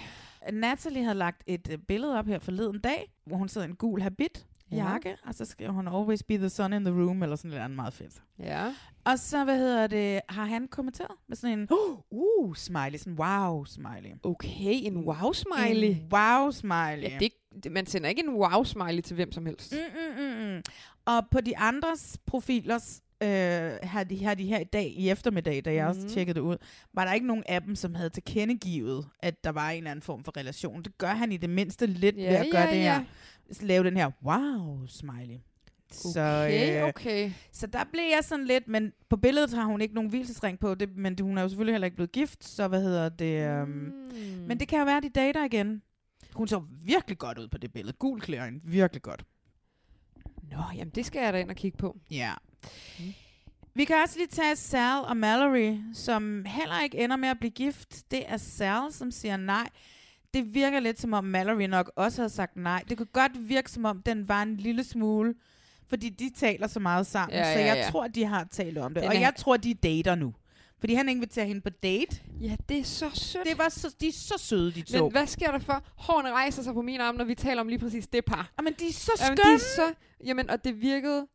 [SPEAKER 2] Natalie havde lagt et øh, billede op her forleden dag, hvor hun sidder i en gul habit,
[SPEAKER 3] Ja.
[SPEAKER 2] ja. jakke, og så skriver hun, always be the sun in the room, eller sådan et eller andet meget fedt.
[SPEAKER 3] Ja.
[SPEAKER 2] Og så, hvad hedder det, har han kommenteret med sådan en, [gasps] oh, uh, smiley, sådan wow smiley.
[SPEAKER 3] Okay, en wow-smiley.
[SPEAKER 2] En wow smiley.
[SPEAKER 3] Ja, det, er ikke- det, man sender ikke en wow-smiley til hvem som helst.
[SPEAKER 2] Mm, mm, mm, mm. Og på de andres profilers øh, har, de, har de her i dag, i eftermiddag, da jeg også
[SPEAKER 3] Mhm.
[SPEAKER 2] tjekkede det ud, var der ikke nogen af dem, som havde tilkendegivet, at der var en eller anden form for relation. Det gør han i det mindste lidt
[SPEAKER 3] Ja,
[SPEAKER 2] ved at gøre
[SPEAKER 3] ja,
[SPEAKER 2] det
[SPEAKER 3] ja.
[SPEAKER 2] her. Lave den her wow-smiley.
[SPEAKER 3] Okay,
[SPEAKER 2] så, øh,
[SPEAKER 3] okay.
[SPEAKER 2] Så der blev jeg sådan lidt, men på billedet har hun ikke nogen hvilesesring på, det, men det- hun er jo selvfølgelig heller ikke blevet gift, så hvad hedder det?
[SPEAKER 3] øhm, Mm.
[SPEAKER 2] Um, Men det kan jo være, de dater igen. Hun så virkelig godt ud på det billede. Gul klæring, virkelig godt.
[SPEAKER 3] Nå, jamen det skal jeg da ind og kigge på.
[SPEAKER 2] Ja.
[SPEAKER 3] Mm.
[SPEAKER 2] Vi kan også lige tage Sal og Mallory, som heller ikke ender med at blive gift. Det er Sal, som siger nej. Det virker lidt som om Mallory nok også havde sagt nej. Det kunne godt virke som om, den var en lille smule, fordi de taler så meget sammen.
[SPEAKER 3] Ja,
[SPEAKER 2] så
[SPEAKER 3] ja,
[SPEAKER 2] jeg
[SPEAKER 3] ja.
[SPEAKER 2] tror, de har talt om det.
[SPEAKER 3] Den
[SPEAKER 2] og
[SPEAKER 3] er-
[SPEAKER 2] jeg tror, de dater nu. Fordi han inviterer hende på date.
[SPEAKER 3] Ja, det er så sødt.
[SPEAKER 2] Det var så, de er så søde, de to.
[SPEAKER 3] Men hvad sker der for? Hårene rejser sig på min arm, når vi taler om lige præcis det par.
[SPEAKER 2] Jamen, de er så
[SPEAKER 3] Jamen, de er så, jamen, og det virkede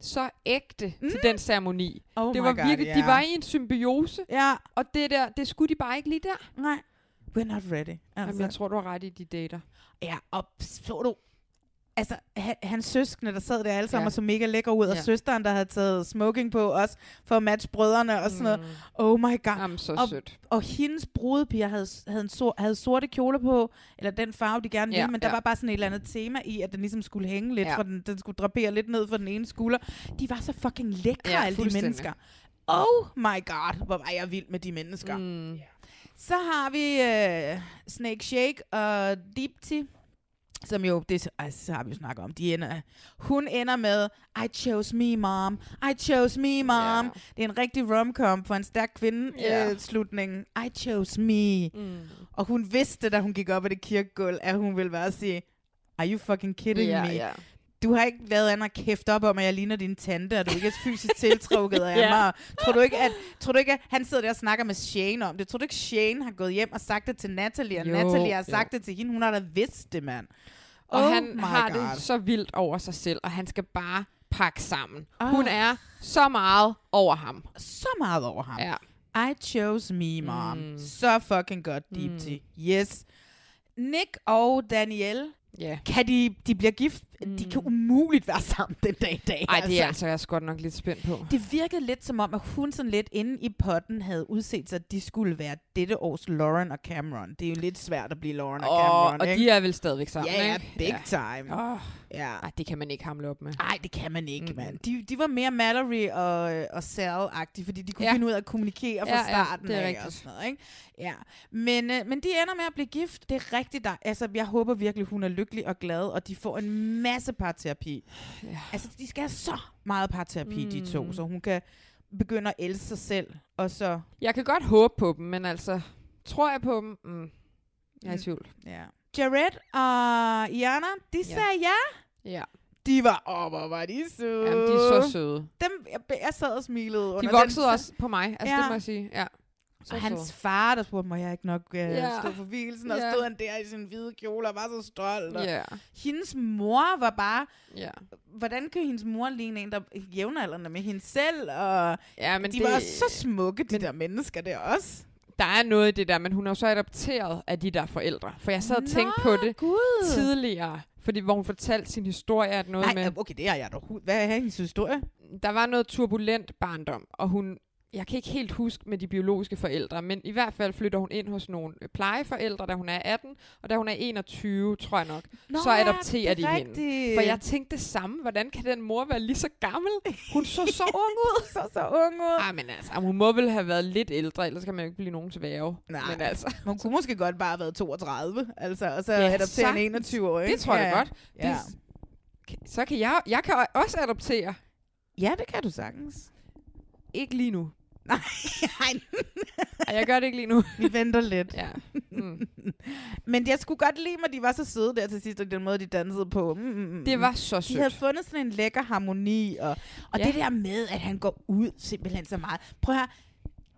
[SPEAKER 3] så ægte mm. til den ceremoni.
[SPEAKER 2] Oh
[SPEAKER 3] det
[SPEAKER 2] my
[SPEAKER 3] var
[SPEAKER 2] God,
[SPEAKER 3] virkelig,
[SPEAKER 2] ja.
[SPEAKER 3] de var i en symbiose.
[SPEAKER 2] Ja.
[SPEAKER 3] Og det der, det skulle de bare ikke lige der.
[SPEAKER 2] Nej. We're not ready.
[SPEAKER 3] Altså. Jamen, jeg tror, du har ret i de dater.
[SPEAKER 2] Ja, og så du... Altså, han, hans søskende, der sad der alle sammen,
[SPEAKER 3] Ja.
[SPEAKER 2] ja. og så mega lækker ud, og
[SPEAKER 3] Ja.
[SPEAKER 2] ja. søsteren, der havde taget smoking på også, for at matche brødrene og sådan noget. Oh my god.
[SPEAKER 3] Mm. Jamen, så
[SPEAKER 2] og,
[SPEAKER 3] sødt.
[SPEAKER 2] og hendes brudepiger havde, havde, en sor, havde sorte kjoler på, eller den farve, de gerne ville,
[SPEAKER 3] Ja,
[SPEAKER 2] ja, men der
[SPEAKER 3] ja.
[SPEAKER 2] ja. var bare sådan et eller andet tema i, at den ligesom skulle hænge lidt,
[SPEAKER 3] Ja.
[SPEAKER 2] ja. for den, den skulle drapere lidt ned for den ene skulder. De var så fucking lækre,
[SPEAKER 3] Ja,
[SPEAKER 2] ja, alle de
[SPEAKER 3] fuldstændig.
[SPEAKER 2] mennesker. Oh my god, hvor var jeg vild med de mennesker.
[SPEAKER 3] Mm.
[SPEAKER 2] Så har vi øh, Snake Shake og Deepti, som jo, det ej, så har vi jo snakket om, de ender, hun ender med, I chose me, mom. I chose me, mom.
[SPEAKER 3] Ja.
[SPEAKER 2] Yeah. Det er en rigtig romcom for en stærk kvinde
[SPEAKER 3] Ja.
[SPEAKER 2] yeah. øh, slutningen. I chose me.
[SPEAKER 3] Mm.
[SPEAKER 2] Og hun vidste, da hun gik op ad det kirkegulv, at hun ville bare sige, Are you fucking kidding
[SPEAKER 3] Ja,
[SPEAKER 2] me?
[SPEAKER 3] ja.
[SPEAKER 2] Du har ikke lavet andet end at kæfte op om, at jeg ligner din tante, og du ikke er
[SPEAKER 3] [laughs]
[SPEAKER 2] fysisk tiltrukket af
[SPEAKER 3] Ja.
[SPEAKER 2] mig. Og Tror du ikke, at, tror du ikke, at han sidder der og snakker med Shane om det? Tror du ikke, Shane har gået hjem og sagt det til Natalie, og
[SPEAKER 3] Jo,
[SPEAKER 2] Natalie har
[SPEAKER 3] jo.
[SPEAKER 2] sagt det til hende? Hun har da vidst det, mand.
[SPEAKER 3] Og
[SPEAKER 2] oh
[SPEAKER 3] han
[SPEAKER 2] my
[SPEAKER 3] har
[SPEAKER 2] God.
[SPEAKER 3] det så vildt over sig selv, og han skal bare pakke sammen. Oh.
[SPEAKER 2] Ah.
[SPEAKER 3] Hun er så meget over ham.
[SPEAKER 2] så meget over ham.
[SPEAKER 3] Ja.
[SPEAKER 2] I chose me, mom. Mm. Så fucking godt, Deepti. Mm. Yes. Nick og Danielle,
[SPEAKER 3] Ja.
[SPEAKER 2] kan de, de bliver gift. Mm. De kan umuligt være sammen den dag i dag.
[SPEAKER 3] Ej, det er altså, jeg er sgu godt nok lidt spændt på.
[SPEAKER 2] Det virkede lidt som om, at hun sådan lidt inde i potten havde udset sig, at de skulle være dette års Lauren og Cameron. Det er jo lidt svært at blive Lauren og,
[SPEAKER 3] Og,
[SPEAKER 2] Cameron,
[SPEAKER 3] og
[SPEAKER 2] ikke?
[SPEAKER 3] de er vel stadigvæk sammen,
[SPEAKER 2] Ja, ja,
[SPEAKER 3] ikke?
[SPEAKER 2] big time.
[SPEAKER 3] Oh.
[SPEAKER 2] Ja.
[SPEAKER 3] Ej, det kan man ikke hamle op med.
[SPEAKER 2] Nej, det kan man ikke, mand. De, de var mere Mallory og, øh, og Sal-agtige, fordi de kunne
[SPEAKER 3] Ja.
[SPEAKER 2] ja. finde ud af at kommunikere fra
[SPEAKER 3] Ja, ja,
[SPEAKER 2] starten
[SPEAKER 3] det er
[SPEAKER 2] af
[SPEAKER 3] rigtigt.
[SPEAKER 2] og sådan noget, ikke? Ja. Men, øh, men de ender med at blive gift. Det er rigtig dejligt. Altså, jeg håber virkelig, hun er lykkelig og glad, og de får en masse parterapi.
[SPEAKER 3] Ja.
[SPEAKER 2] Altså, de skal have så meget parterapi, mm. de to, så hun kan begynde at elske sig selv, og så...
[SPEAKER 3] Jeg kan godt håbe på dem, men altså, tror jeg på dem? Mm. Jeg er i
[SPEAKER 2] Mm.
[SPEAKER 3] tvivl.
[SPEAKER 2] Ja. Jared og Iana, de sagde ja.
[SPEAKER 3] Ja.
[SPEAKER 2] De var, åh, hvor var de søde.
[SPEAKER 3] Jamen, de er så søde.
[SPEAKER 2] Dem, jeg, jeg sad og smilede Øh, under
[SPEAKER 3] De
[SPEAKER 2] den
[SPEAKER 3] voksede
[SPEAKER 2] se-
[SPEAKER 3] også på mig, altså ja.
[SPEAKER 2] Ja.
[SPEAKER 3] det må jeg sige. Ja. Så
[SPEAKER 2] og hans
[SPEAKER 3] søde.
[SPEAKER 2] far, der spurgte, må jeg ikke nok øh,
[SPEAKER 3] Ja.
[SPEAKER 2] yeah. stå for hvilesen, og
[SPEAKER 3] Ja.
[SPEAKER 2] yeah. stod han der i sin hvide kjole og var så stolt. Og
[SPEAKER 3] Ja.
[SPEAKER 2] Hendes mor var bare,
[SPEAKER 3] Ja.
[SPEAKER 2] hvordan kan hendes mor ligne en, der er jævnaldrende med hende selv? Og
[SPEAKER 3] ja, men
[SPEAKER 2] de
[SPEAKER 3] det,
[SPEAKER 2] var så smukke, de der mennesker der også.
[SPEAKER 3] der er noget i det der, men hun er jo så adopteret af de der forældre. For jeg sad og tænkte på
[SPEAKER 2] Nå,
[SPEAKER 3] det
[SPEAKER 2] Gud.
[SPEAKER 3] tidligere, fordi hvor hun fortalte sin historie, at noget med...
[SPEAKER 2] Nej, øh, okay, det er jeg dog. hu- Hvad er hendes historie?
[SPEAKER 3] der var noget turbulent barndom, og hun, jeg kan ikke helt huske med de biologiske forældre, men i hvert fald flytter hun ind hos nogle øh, plejeforældre, da hun er 18, og da hun er 21, tror jeg nok, Nå, så
[SPEAKER 2] ja,
[SPEAKER 3] adopterer
[SPEAKER 2] det
[SPEAKER 3] de
[SPEAKER 2] er
[SPEAKER 3] hende.
[SPEAKER 2] rigtigt.
[SPEAKER 3] For jeg tænkte det samme, hvordan kan den mor være lige så gammel? Hun så
[SPEAKER 2] [laughs]
[SPEAKER 3] så ung ud.
[SPEAKER 2] så så ung ud.
[SPEAKER 3] Ej, men altså, hun må vel have været lidt ældre, ellers kan man jo ikke blive nogen til værge.
[SPEAKER 2] Nej.
[SPEAKER 3] Men altså,
[SPEAKER 2] Men Hun kunne måske godt bare have været 32, altså, og så
[SPEAKER 3] Ja,
[SPEAKER 2] ja, adoptere en
[SPEAKER 3] sagtens.
[SPEAKER 2] 21-årig.
[SPEAKER 3] det tror jeg
[SPEAKER 2] ja.
[SPEAKER 3] da godt.
[SPEAKER 2] Ja.
[SPEAKER 3] Det, kan- så kan jeg, jeg kan også adoptere.
[SPEAKER 2] ja, det kan du sagtens.
[SPEAKER 3] Ikke lige nu.
[SPEAKER 2] Nej,
[SPEAKER 3] [laughs] Ej, jeg gør det ikke lige
[SPEAKER 2] [laughs]
[SPEAKER 3] nu.
[SPEAKER 2] vi venter lidt.
[SPEAKER 3] Ja. Mm.
[SPEAKER 2] Men jeg skulle godt lide mig, de var så søde der til sidst, og den måde, de dansede på. Mm, mm, mm.
[SPEAKER 3] Det var så sødt.
[SPEAKER 2] De havde fundet sådan en lækker harmoni, og, og
[SPEAKER 3] Ja.
[SPEAKER 2] ja. det der med, at han går ud simpelthen så meget. Prøv her,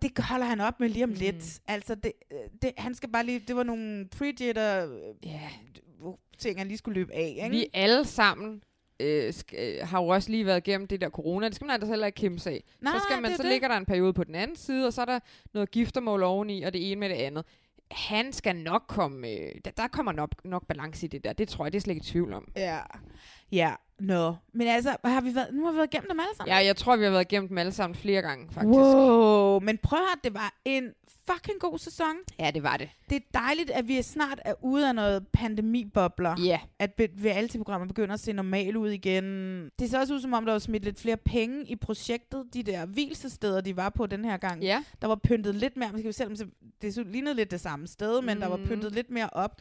[SPEAKER 2] det holder han op med lige om mm. lidt. Altså, det, øh, det, han skal bare lige, det var nogle pre-jitter
[SPEAKER 3] Ja.
[SPEAKER 2] øh, ting, han lige skulle løbe af, ikke?
[SPEAKER 3] Vi alle sammen øh, sk- øh, har jo også lige været igennem det der corona. Det skal man altså heller ikke kæmpe sig af.
[SPEAKER 2] Nej,
[SPEAKER 3] så, skal
[SPEAKER 2] nej,
[SPEAKER 3] man,
[SPEAKER 2] det er
[SPEAKER 3] så
[SPEAKER 2] det.
[SPEAKER 3] ligger der en periode på den anden side, og så er der noget giftermål oveni, og det ene med det andet. Han skal nok komme... Øh, der, der kommer nok, nok balance i det der. Det tror jeg, det er jeg slet ikke i tvivl om.
[SPEAKER 2] Ja. Ja, nå. Men altså, har vi været, nu har vi været igennem dem alle sammen.
[SPEAKER 3] Ja, jeg tror, vi har været igennem dem alle sammen flere gange, faktisk.
[SPEAKER 2] Wow, men prøv at høre, det var en fucking god sæson.
[SPEAKER 3] Ja, det var det.
[SPEAKER 2] Det er dejligt, at vi snart er ude af noget pandemibobler.
[SPEAKER 3] Ja.
[SPEAKER 2] At be- reality-programmer begynder at se normal ud igen. Det ser også ud, som om der var smidt lidt flere penge i projektet. De der hvilesteder, de var på den her gang.
[SPEAKER 3] Ja.
[SPEAKER 2] Der var pyntet lidt mere, måske selvom det så- lignede lidt det samme sted, men mm. der var
[SPEAKER 3] Mm.
[SPEAKER 2] pyntet lidt mere op.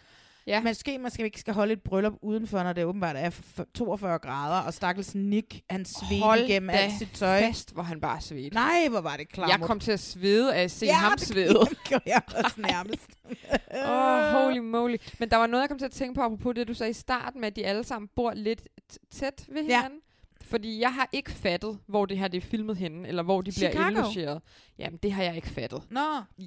[SPEAKER 3] Ja.
[SPEAKER 2] Måske man skal ikke skal holde et bryllup udenfor, når det åbenbart er f- 42 grader, og stakkels Nick, han svedte
[SPEAKER 3] Hold
[SPEAKER 2] igennem
[SPEAKER 3] da
[SPEAKER 2] alt sit tøj.
[SPEAKER 3] fast, hvor han bare svedte.
[SPEAKER 2] Nej, hvor var det klart.
[SPEAKER 3] Jeg kom til at svede af at se
[SPEAKER 2] Ja,
[SPEAKER 3] ham
[SPEAKER 2] [laughs] det
[SPEAKER 3] svede.
[SPEAKER 2] gjorde jeg også nærmest.
[SPEAKER 3] Åh,
[SPEAKER 2] Ah.
[SPEAKER 3] oh, holy moly. Men der var noget, jeg kom til at tænke på, apropos det, du sagde i starten, med at de alle sammen bor lidt t- tæt ved
[SPEAKER 2] Ja.
[SPEAKER 3] hinanden. Fordi jeg har ikke fattet, hvor det her det er filmet henne, eller hvor de bliver
[SPEAKER 2] Chicago.
[SPEAKER 3] indlogeret. Jamen, det har jeg ikke fattet.
[SPEAKER 2] Nå.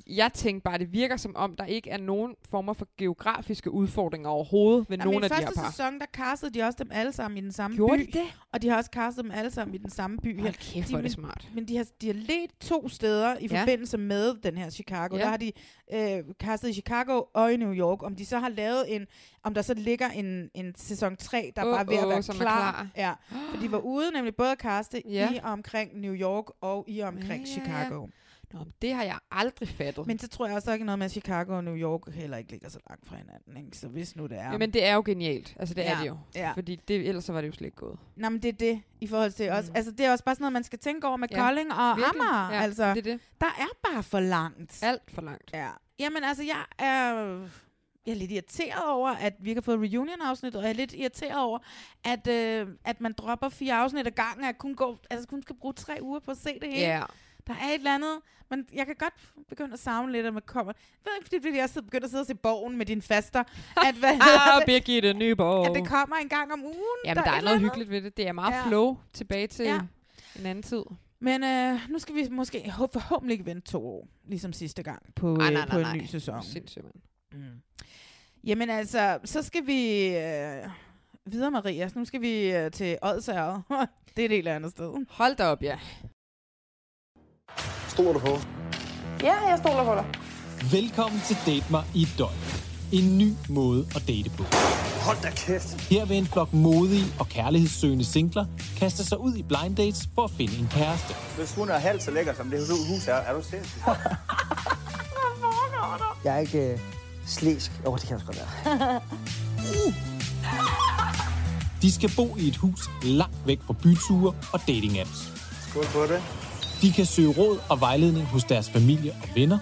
[SPEAKER 3] Jeg tænkte bare, det virker som om, der ikke er nogen former for geografiske udfordringer overhovedet ved
[SPEAKER 2] Jamen,
[SPEAKER 3] nogen
[SPEAKER 2] I
[SPEAKER 3] af de her
[SPEAKER 2] første
[SPEAKER 3] par.
[SPEAKER 2] sæson, der castede de også dem alle sammen i den samme
[SPEAKER 3] Gjorde
[SPEAKER 2] by.
[SPEAKER 3] de det?
[SPEAKER 2] Og de har også castet dem alle sammen i den samme by.
[SPEAKER 3] Hold
[SPEAKER 2] her.
[SPEAKER 3] kæft, hvor er det
[SPEAKER 2] men-
[SPEAKER 3] smart.
[SPEAKER 2] Men de har, de har let to steder i
[SPEAKER 3] Ja.
[SPEAKER 2] ja. forbindelse med den her Chicago.
[SPEAKER 3] Ja.
[SPEAKER 2] Ja. Der har de øh, castet i Chicago og i New York. Om de så har lavet en, om der så ligger en, en sæson 3, der
[SPEAKER 3] Åh,
[SPEAKER 2] oh, bare er ved
[SPEAKER 3] åh,
[SPEAKER 2] at være
[SPEAKER 3] som er
[SPEAKER 2] klar.
[SPEAKER 3] klar.
[SPEAKER 2] Ja. For de var ude nemlig både at kaste
[SPEAKER 3] Ja.
[SPEAKER 2] ja. i og omkring New York og i og omkring
[SPEAKER 3] Ja,
[SPEAKER 2] ja,
[SPEAKER 3] ja, ja.
[SPEAKER 2] Chicago.
[SPEAKER 3] Nå, men det har jeg aldrig fattet.
[SPEAKER 2] Men så tror jeg også, der er ikke noget med, at Chicago og New York heller ikke ligger så langt fra hinanden. Ikke? Så hvis nu det er.
[SPEAKER 3] Ja. Men det er jo genialt. Altså, det ja. er
[SPEAKER 2] Ja,
[SPEAKER 3] det jo.
[SPEAKER 2] ja.
[SPEAKER 3] Fordi det, ellers så var det jo slet ikke gået.
[SPEAKER 2] Nej, men det er det i forhold til også.
[SPEAKER 3] Mm.
[SPEAKER 2] Altså, det er også bare sådan noget, man skal tænke over med
[SPEAKER 3] Ja,
[SPEAKER 2] ja. Kolding og
[SPEAKER 3] virkelig.
[SPEAKER 2] Amager.
[SPEAKER 3] Ja,
[SPEAKER 2] Ja, altså,
[SPEAKER 3] det er det.
[SPEAKER 2] der er bare for langt.
[SPEAKER 3] Alt for langt.
[SPEAKER 2] Ja. Jamen, altså, jeg er, jeg er lidt irriteret over, at vi ikke har fået reunion-afsnit, og jeg er lidt irriteret over, at, øh, at man dropper fire afsnit ad gangen, og at kun, går, altså, kun skal bruge tre uger på at se det hele.
[SPEAKER 3] Ja.
[SPEAKER 2] Der er et eller andet, men jeg kan godt begynde at savne lidt, at man kommer. Jeg ved ikke, fordi det er, fordi jeg sidder- begynder at sidde og se borgen med din
[SPEAKER 3] [laughs]
[SPEAKER 2] faster. At, hvad hedder [laughs]
[SPEAKER 3] Ah,
[SPEAKER 2] det?
[SPEAKER 3] Birgitte Nyborg.
[SPEAKER 2] at det kommer en gang om ugen.
[SPEAKER 3] Jamen, der,
[SPEAKER 2] et
[SPEAKER 3] der er
[SPEAKER 2] eller
[SPEAKER 3] noget
[SPEAKER 2] andet.
[SPEAKER 3] hyggeligt ved det. Det er meget ja.
[SPEAKER 2] Ja.
[SPEAKER 3] flow tilbage til ja.
[SPEAKER 2] Ja.
[SPEAKER 3] en anden tid.
[SPEAKER 2] Men øh, nu skal vi måske hå- forhåbentlig ikke vente to år, ligesom sidste gang på,
[SPEAKER 3] Ej,
[SPEAKER 2] øh,
[SPEAKER 3] nej, nej,
[SPEAKER 2] på en
[SPEAKER 3] nej.
[SPEAKER 2] ny sæson.
[SPEAKER 3] Sindssygt, mand.
[SPEAKER 2] Mm. Jamen altså, så skal vi øh, videre, Maria. Så Nu skal vi øh, til Odsherred. [laughs] det er et helt andet sted.
[SPEAKER 3] Hold da op, ja.
[SPEAKER 16] Stoler du på?
[SPEAKER 8] Ja, jeg stoler på dig.
[SPEAKER 14] Velkommen til Date mig i et døgn. En ny måde at date på. Hold da kæft. Her vil en flok modige og kærlighedssøgende singler kaste sig ud i blind dates for at finde en kæreste.
[SPEAKER 15] Hvis hun er halvt så lækker, som det hus er, er du sindssyg?
[SPEAKER 17] Jeg er ikke øh, slæsk. Åh, oh, det kan jeg også godt være.
[SPEAKER 14] Uh. De skal bo i et hus langt væk fra byture og dating-apps.
[SPEAKER 15] Skål på det.
[SPEAKER 14] De kan søge råd og vejledning hos deres familie og venner,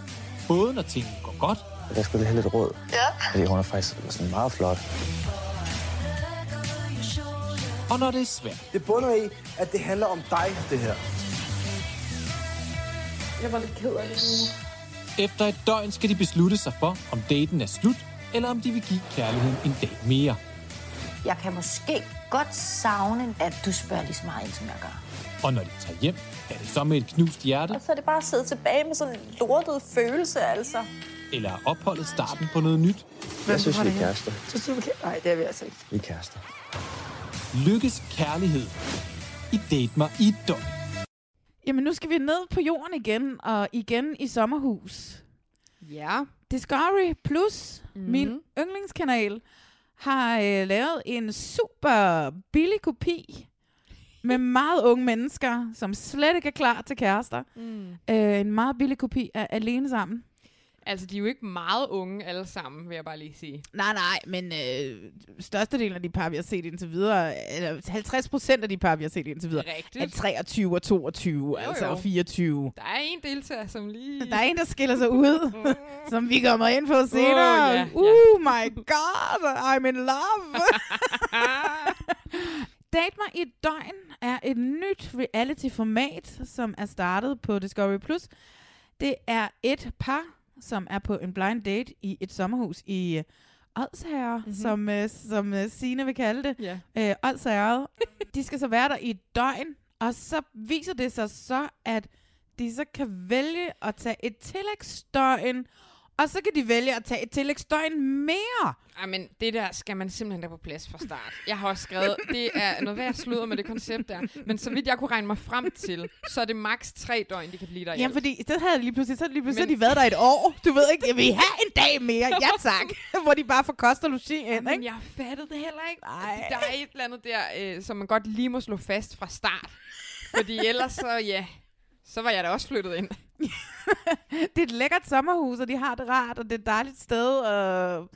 [SPEAKER 14] både når tingene går godt,
[SPEAKER 17] Jeg skulle have lidt råd.
[SPEAKER 14] Ja.
[SPEAKER 17] Fordi hun er faktisk sådan meget flot.
[SPEAKER 14] og når det er svært.
[SPEAKER 6] Det bunder i, at det handler om dig, det her.
[SPEAKER 8] Jeg var lidt ked af det.
[SPEAKER 14] Efter et døgn skal de beslutte sig for, om daten er slut, eller om de vil give kærligheden en dag mere.
[SPEAKER 12] Jeg kan måske godt savne, at du spørger lige så meget ind, som jeg gør.
[SPEAKER 14] Og når de tager hjem, er det så med et knust hjerte,
[SPEAKER 12] Så er det bare at sidde tilbage med sådan en lortet følelse, altså.
[SPEAKER 14] eller er opholdet starten på noget nyt?
[SPEAKER 17] Jeg synes, vi er kærester.
[SPEAKER 8] Synes du, vi kan? Nej, det er vi altså ikke.
[SPEAKER 17] Vi er kærester.
[SPEAKER 14] Lykkes kærlighed i Date mig i et døgn.
[SPEAKER 2] Jamen nu skal vi ned på jorden igen, og igen i sommerhus.
[SPEAKER 3] Ja.
[SPEAKER 2] Discovery Plus, mm-hmm. min yndlingskanal, har øh, lavet en super billig kopi med meget unge mennesker, som slet ikke er klar til kærester.
[SPEAKER 3] Mm.
[SPEAKER 2] Øh, en meget billig kopi af Alene Sammen.
[SPEAKER 3] Altså, de er jo ikke meget unge alle sammen, vil jeg bare lige sige.
[SPEAKER 2] Nej, nej, men øh, størstedelen af de par, vi har set indtil videre, eller 50 procent af de par, vi har set indtil videre,
[SPEAKER 3] Rigtigt.
[SPEAKER 2] er 23 og 22, jo, altså
[SPEAKER 3] jo.
[SPEAKER 2] og 24.
[SPEAKER 3] Der er en deltager, som lige...
[SPEAKER 2] Der er en, der skiller sig ud, som vi kommer ind på senere.
[SPEAKER 3] Åh,
[SPEAKER 2] Oh,
[SPEAKER 3] ja, ja.
[SPEAKER 2] Oh my god, I'm in love. [laughs] Date mig i et døgn er et nyt reality-format, som er startet på Discovery+. Plus. Det er et par, som er på en blind date i et sommerhus i øh, Odsherre, mm-hmm. som, øh, som øh, Signe vil kalde det.
[SPEAKER 3] Ja.
[SPEAKER 2] Øh, Odsherred. de skal så være der i et døgn, og så viser det sig så, at de så kan vælge at tage et tillægsdøgn Og så kan de vælge at tage et tillægsdøgn mere.
[SPEAKER 3] Ej, men det der skal man simpelthen der på plads fra start. Jeg har også skrevet, det er noget værd at sludre med det koncept der. Men så vidt jeg kunne regne mig frem til, så er det maks tre døgn, de kan blive der.
[SPEAKER 2] Ja, fordi så havde de lige pludselig, så, lige pludselig men... de været der et år. Du ved ikke, jeg vil I have en dag mere. Ja tak. [laughs] Hvor de bare får kost og logi ind, ikke?
[SPEAKER 3] Men jeg fattede det heller ikke. Ej. Der er et eller andet der, øh, som man godt lige må slå fast fra start. Fordi [laughs] ellers så, ja, så var jeg da også flyttet ind.
[SPEAKER 2] [laughs] det er et lækkert sommerhus, og de har det rart, og det er et dejligt sted. Og,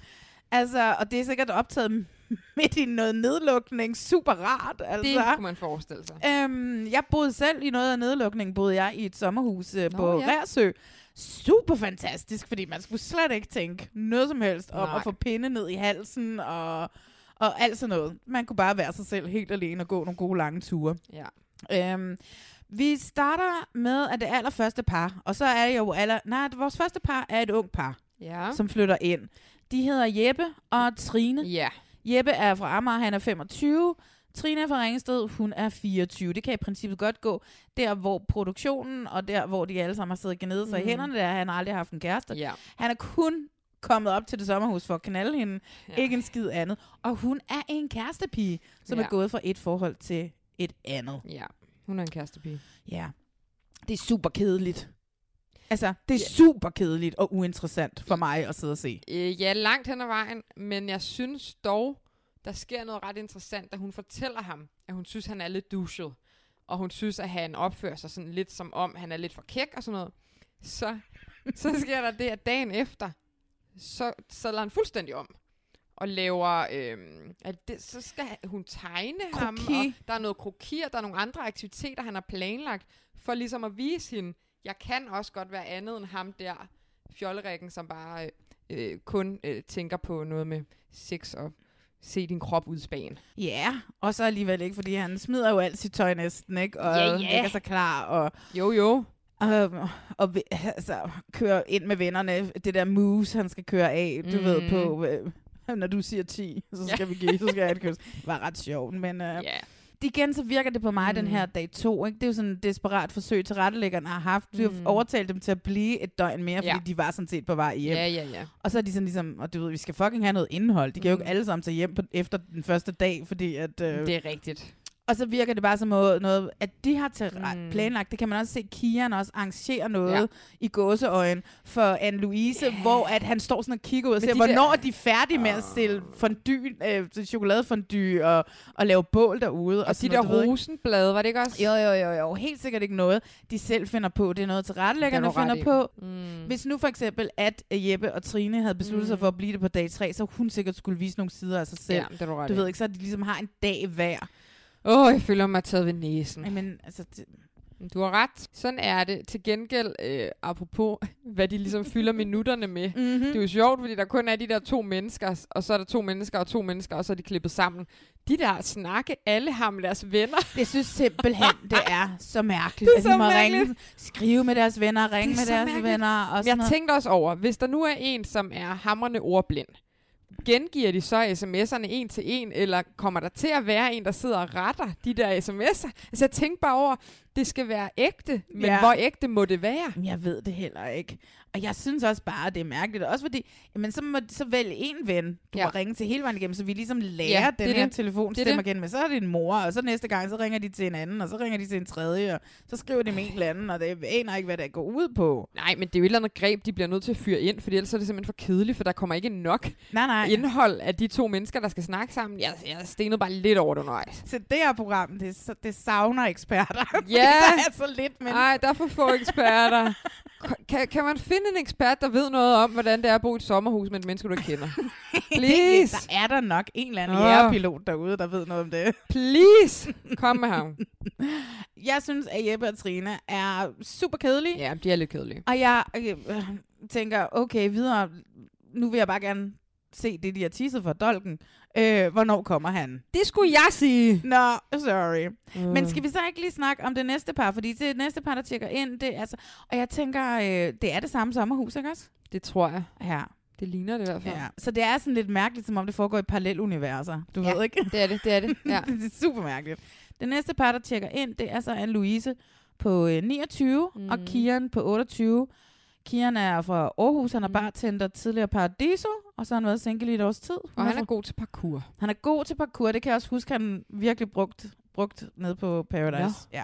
[SPEAKER 2] altså, og det er sikkert optaget [laughs] midt i noget nedlukning. Super rart, altså.
[SPEAKER 3] Det kunne man forestille sig.
[SPEAKER 2] Øhm, jeg boede selv i noget af nedlukningen, boede jeg i et sommerhus øh,
[SPEAKER 3] Nå,
[SPEAKER 2] på
[SPEAKER 3] ja.
[SPEAKER 2] Rærsø. Super fantastisk, fordi man skulle slet ikke tænke noget som helst om
[SPEAKER 3] Nej.
[SPEAKER 2] at få pinde ned i halsen og, og alt sådan noget. Man kunne bare være sig selv helt alene og gå nogle gode lange ture.
[SPEAKER 3] Ja.
[SPEAKER 2] Øhm, vi starter med, at det allerførste par, og så er det jo aller... Nej, vores første par er et ung par,
[SPEAKER 3] Ja.
[SPEAKER 2] som flytter ind. De hedder Jeppe og Trine.
[SPEAKER 3] Ja.
[SPEAKER 2] Jeppe er fra Amager, han er 25. Trine er fra Ringsted, hun er 24. Det kan i princippet godt gå der, hvor produktionen og der, hvor de alle sammen har siddet gnede sig mm. i
[SPEAKER 3] Mm.
[SPEAKER 2] hænderne, der han har aldrig haft en kæreste.
[SPEAKER 3] Ja.
[SPEAKER 2] Han er kun kommet op til det sommerhus for at knalde hende. Ja. Ikke en skid andet. Og hun er en kærestepige, som ja.
[SPEAKER 3] Ja.
[SPEAKER 2] er gået fra et forhold til et andet.
[SPEAKER 3] Ja, hun er en kærestepige.
[SPEAKER 2] Ja. Det er super kedeligt. Altså, det er super kedeligt og uinteressant for mig at sidde og se.
[SPEAKER 3] Øh, ja, langt hen ad vejen, men jeg synes dog, der sker noget ret interessant, da hun fortæller ham, at hun synes, han er lidt douchet, og hun synes, at han opfører sig sådan lidt som om, han er lidt for kæk og sådan noget. Så, [laughs] så sker der det, at dagen efter, så sadler han fuldstændig om og laver, øh, at det, så skal hun tegne ham,
[SPEAKER 2] Kroki.
[SPEAKER 3] og der er noget krokier, der er nogle andre aktiviteter, han har planlagt, for ligesom at vise hende, jeg kan også godt være andet end ham der, fjollerækken, som bare øh, øh, kun øh, tænker på noget med sex og se din krop ud i spagen.
[SPEAKER 2] Ja, yeah. og så alligevel ikke, fordi han smider jo alt sit tøj næsten, ikke? Og
[SPEAKER 3] Ja, ja.
[SPEAKER 2] lægger sig klar, og...
[SPEAKER 3] Jo, jo.
[SPEAKER 2] Og, og vi- altså, kører ind med vennerne. Det der moves, han skal køre af, du mm. ved,
[SPEAKER 3] Mhm.
[SPEAKER 2] på... Øh, [laughs] når du siger 10, så skal vi
[SPEAKER 3] [laughs]
[SPEAKER 2] give, så skal jeg have et kys. Det var ret sjovt, men... Øh,
[SPEAKER 3] Ja.
[SPEAKER 2] Igen, så virker det på mig, mm. den her dag to. Ikke? Det er jo sådan et desperat forsøg, til rettelæggerne har haft. Vi har
[SPEAKER 3] Mm.
[SPEAKER 2] overtalt dem til at blive et døgn mere, fordi
[SPEAKER 3] Ja.
[SPEAKER 2] de var sådan set på vej hjem.
[SPEAKER 3] Ja, ja, ja.
[SPEAKER 2] Og så er de sådan ligesom, og du ved, vi skal fucking have noget indhold. De kan jo
[SPEAKER 3] Mm.
[SPEAKER 2] ikke alle sammen tage hjem på, efter den første dag, fordi at... Øh,
[SPEAKER 3] Det er rigtigt.
[SPEAKER 2] og så virker det bare som noget, noget at de har til
[SPEAKER 3] Mm.
[SPEAKER 2] mm. planlagt. Det kan man også se, Kian også arrangerer noget
[SPEAKER 3] Ja.
[SPEAKER 2] ja. i gåseøjen for Anne-Louise, yeah. hvor at han står sådan og kigger ud og
[SPEAKER 3] Men
[SPEAKER 2] siger,
[SPEAKER 3] de
[SPEAKER 2] hvornår
[SPEAKER 3] der- Ah.
[SPEAKER 2] er de færdige med at stille fondue, øh, chokoladefondue og, og lave bål derude. Og, og
[SPEAKER 3] De der rosenblade, var det ikke også?
[SPEAKER 2] Jo, jo, jo, jo. Helt sikkert ikke noget, de selv finder på. Det er noget, tilrettelæggerne
[SPEAKER 3] Det er du
[SPEAKER 2] finder
[SPEAKER 3] ret
[SPEAKER 2] på.
[SPEAKER 3] Mm.
[SPEAKER 2] Hvis nu for eksempel, at øh, Jeppe og Trine havde besluttet mm. sig for at blive det på dag 3, så hun sikkert skulle vise nogle sider af sig selv.
[SPEAKER 3] Ja, det er du ret i.
[SPEAKER 2] ved ikke, så de ligesom har en dag hver.
[SPEAKER 3] Åh, oh, jeg føler mig taget ved næsen.
[SPEAKER 2] Jamen, altså... Det...
[SPEAKER 3] Du har ret. Sådan er det. Til gengæld, øh, apropos, [laughs] hvad de ligesom fylder minutterne med.
[SPEAKER 2] Mm-hmm.
[SPEAKER 3] Det er jo sjovt, fordi der kun er de der to mennesker, og så er der to mennesker og to mennesker, og så er de klippet sammen. De der snakke, alle har med deres venner.
[SPEAKER 2] Jeg synes simpelthen, det er så mærkeligt,
[SPEAKER 3] Det er
[SPEAKER 2] at
[SPEAKER 3] så
[SPEAKER 2] de må ringe,
[SPEAKER 3] mærkeligt.
[SPEAKER 2] skrive med deres venner, ringe
[SPEAKER 3] Det er
[SPEAKER 2] med
[SPEAKER 3] så
[SPEAKER 2] deres
[SPEAKER 3] mærkeligt.
[SPEAKER 2] venner. Og sådan
[SPEAKER 3] Jeg tænkte også over, hvis der nu er en, som er hammerne ordblind, gengiver de så sms'erne en til en, eller kommer der til at være en, der sidder og retter de der sms'er? Altså jeg tænkte bare over, det skal være ægte, men
[SPEAKER 2] Ja.
[SPEAKER 3] ja. hvor ægte må det være?
[SPEAKER 2] noget. Jeg ved det heller ikke. Og jeg synes også bare, det er mærkeligt. Også fordi, jamen, så, må, så vælg en ven, du ja. må ringe til hele vejen igennem, så vi ligesom lærer
[SPEAKER 3] Ja,
[SPEAKER 2] ja,
[SPEAKER 3] det er
[SPEAKER 2] den her
[SPEAKER 3] det.
[SPEAKER 2] telefonstemme
[SPEAKER 3] Det er det.
[SPEAKER 2] igen. Men så er det en mor, og så næste gang, så ringer de til en anden, og så ringer de til en tredje, og så skriver de med en eller anden, og det jeg aner ikke, hvad det går ud på.
[SPEAKER 3] Nej, men det er jo et eller andet greb, de bliver nødt til at fyre ind, for ellers er det simpelthen for kedeligt, for der kommer ikke nok
[SPEAKER 2] Nej, nej.
[SPEAKER 3] indhold af de to mennesker, der skal snakke sammen. Jeg, jeg stenede bare lidt over det undervejs.
[SPEAKER 2] Så det her program, det, så- det savner eksperter. [laughs] fordi
[SPEAKER 3] Ja.
[SPEAKER 2] der er så lidt, men...
[SPEAKER 3] Nej, der er for få eksperter. kan, kan man finde en ekspert, der ved noget om, hvordan det er at bo i et sommerhus med et menneske, du ikke
[SPEAKER 2] [laughs]
[SPEAKER 3] kender? Please!
[SPEAKER 2] Der er der nok en eller anden
[SPEAKER 3] Åh.
[SPEAKER 2] oh. jægerpilot derude, der ved noget om det.
[SPEAKER 3] Please! Kom med
[SPEAKER 2] [laughs]
[SPEAKER 3] ham.
[SPEAKER 2] Jeg synes, at Jeppe og Trine er super kedelige.
[SPEAKER 3] Ja, de er lidt kedelige.
[SPEAKER 2] Og jeg øh, øh, tænker, okay, videre, nu vil jeg bare gerne se det, de har teaset for dolken. Øh, hvornår kommer han?
[SPEAKER 3] Det skulle jeg sige.
[SPEAKER 2] Nå, sorry.
[SPEAKER 3] Uh.
[SPEAKER 2] Men skal vi så ikke lige snakke om det næste par? Fordi det næste par, der tjekker ind, det er altså... Og jeg tænker, øh, det er det samme sommerhus, ikke også?
[SPEAKER 3] Det tror jeg.
[SPEAKER 2] Ja.
[SPEAKER 3] Det ligner det i hvert fald.
[SPEAKER 2] ja. Så det er sådan lidt mærkeligt, som om det foregår i paralleluniverser. Du
[SPEAKER 3] Ja,
[SPEAKER 2] ved ikke?
[SPEAKER 3] Det er det, det er det. Ja.
[SPEAKER 2] [laughs] det er super mærkeligt. Det næste par, der tjekker ind, det er så Anne-Louise på øh, 29 mm. og Kian på 28. Kian er fra Aarhus,
[SPEAKER 3] Mm.
[SPEAKER 2] han er bartender, tidligere Paradiso, og så har han været single i et års tid.
[SPEAKER 3] Og han er
[SPEAKER 2] fra-
[SPEAKER 3] god til parkour.
[SPEAKER 2] Han er god til parkour, det kan jeg også huske, han virkelig brugt, brugt ned på Paradise.
[SPEAKER 3] Nå.
[SPEAKER 2] Ja.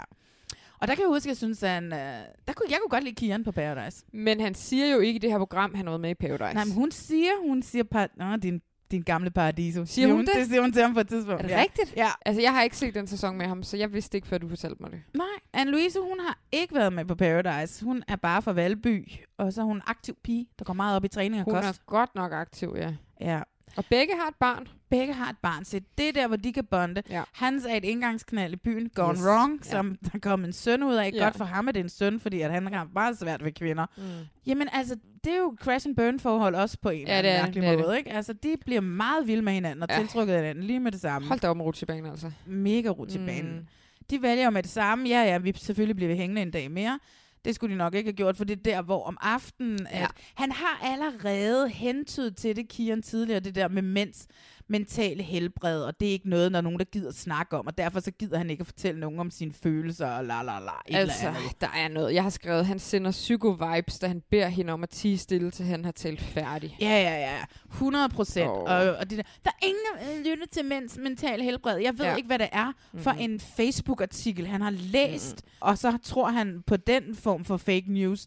[SPEAKER 2] Og der kan jeg huske, at jeg synes, at han, øh, der kunne, jeg kunne godt lide Kian på Paradise.
[SPEAKER 3] Men han siger jo ikke i det her program, han har været med i Paradise.
[SPEAKER 2] Nej, men hun siger, hun siger, par, Nå, din, din gamle Paradiso.
[SPEAKER 3] Siger hun det?
[SPEAKER 2] Det siger hun til ham på et tidspunkt.
[SPEAKER 3] Er det
[SPEAKER 2] ja.
[SPEAKER 3] rigtigt? Ja. Altså, jeg har ikke set den sæson med ham, så jeg vidste ikke, før du fortalte mig det.
[SPEAKER 2] Nej, Anne-Louise, hun har ikke været med på Paradise. Hun er bare fra Valby, og så er hun en aktiv pige, der går meget op i træning og
[SPEAKER 3] Hun
[SPEAKER 2] kost.
[SPEAKER 3] er godt nok aktiv, ja.
[SPEAKER 2] Ja.
[SPEAKER 3] Og begge har et barn.
[SPEAKER 2] Begge har et barn, så det er der, hvor de kan bonde.
[SPEAKER 3] Ja.
[SPEAKER 2] Hans er et indgangsknald i byen, Gone
[SPEAKER 3] Yes.
[SPEAKER 2] yes. Wrong,
[SPEAKER 3] Ja.
[SPEAKER 2] som ja. der kom en søn ud af.
[SPEAKER 3] Ja.
[SPEAKER 2] Ja. Godt for ham, at det er en søn, fordi at han har meget svært ved kvinder.
[SPEAKER 3] Mm.
[SPEAKER 2] Jamen altså, det er jo crash and burn forhold også på en
[SPEAKER 3] Ja,
[SPEAKER 2] ja,
[SPEAKER 3] det
[SPEAKER 2] eller
[SPEAKER 3] er det.
[SPEAKER 2] anden mærkelig
[SPEAKER 3] Det er det.
[SPEAKER 2] måde. Ikke? Altså, de bliver meget vilde med hinanden og
[SPEAKER 3] Ja.
[SPEAKER 2] ja. tiltrukket af hinanden lige med det samme.
[SPEAKER 3] Hold da op med rutsjebanen, altså.
[SPEAKER 2] Mega rut
[SPEAKER 3] Mm.
[SPEAKER 2] mm. banen. De vælger jo med det samme, ja ja, vi selvfølgelig bliver vi hængende en dag mere. Det skulle de nok ikke have gjort, for det er der, hvor om aftenen... At
[SPEAKER 3] Ja.
[SPEAKER 2] Han har allerede hentydet til det, Kian, tidligere, det der med mænds mentale helbred, og det er ikke noget, når nogen, der gider snakke om, og derfor så gider han ikke at fortælle nogen om sine følelser, og la la la, et altså.
[SPEAKER 3] Altså,
[SPEAKER 2] eller andet.
[SPEAKER 3] der er noget. Jeg har skrevet, han sender psyko-vibes, da han beder hende om at tige stille, til han har talt færdig.
[SPEAKER 2] Ja, ja, ja. 100 procent.
[SPEAKER 3] Åh.
[SPEAKER 2] Oh. Og, og det der. der er ingen, der øh, lytter til mænds mentale helbred. Jeg ved
[SPEAKER 3] Ja.
[SPEAKER 2] ja. ikke, hvad det er for
[SPEAKER 3] Mhm.
[SPEAKER 2] mm-hmm. en Facebook-artikel, han har læst. Mm-hmm. Og så tror han på den form for fake news.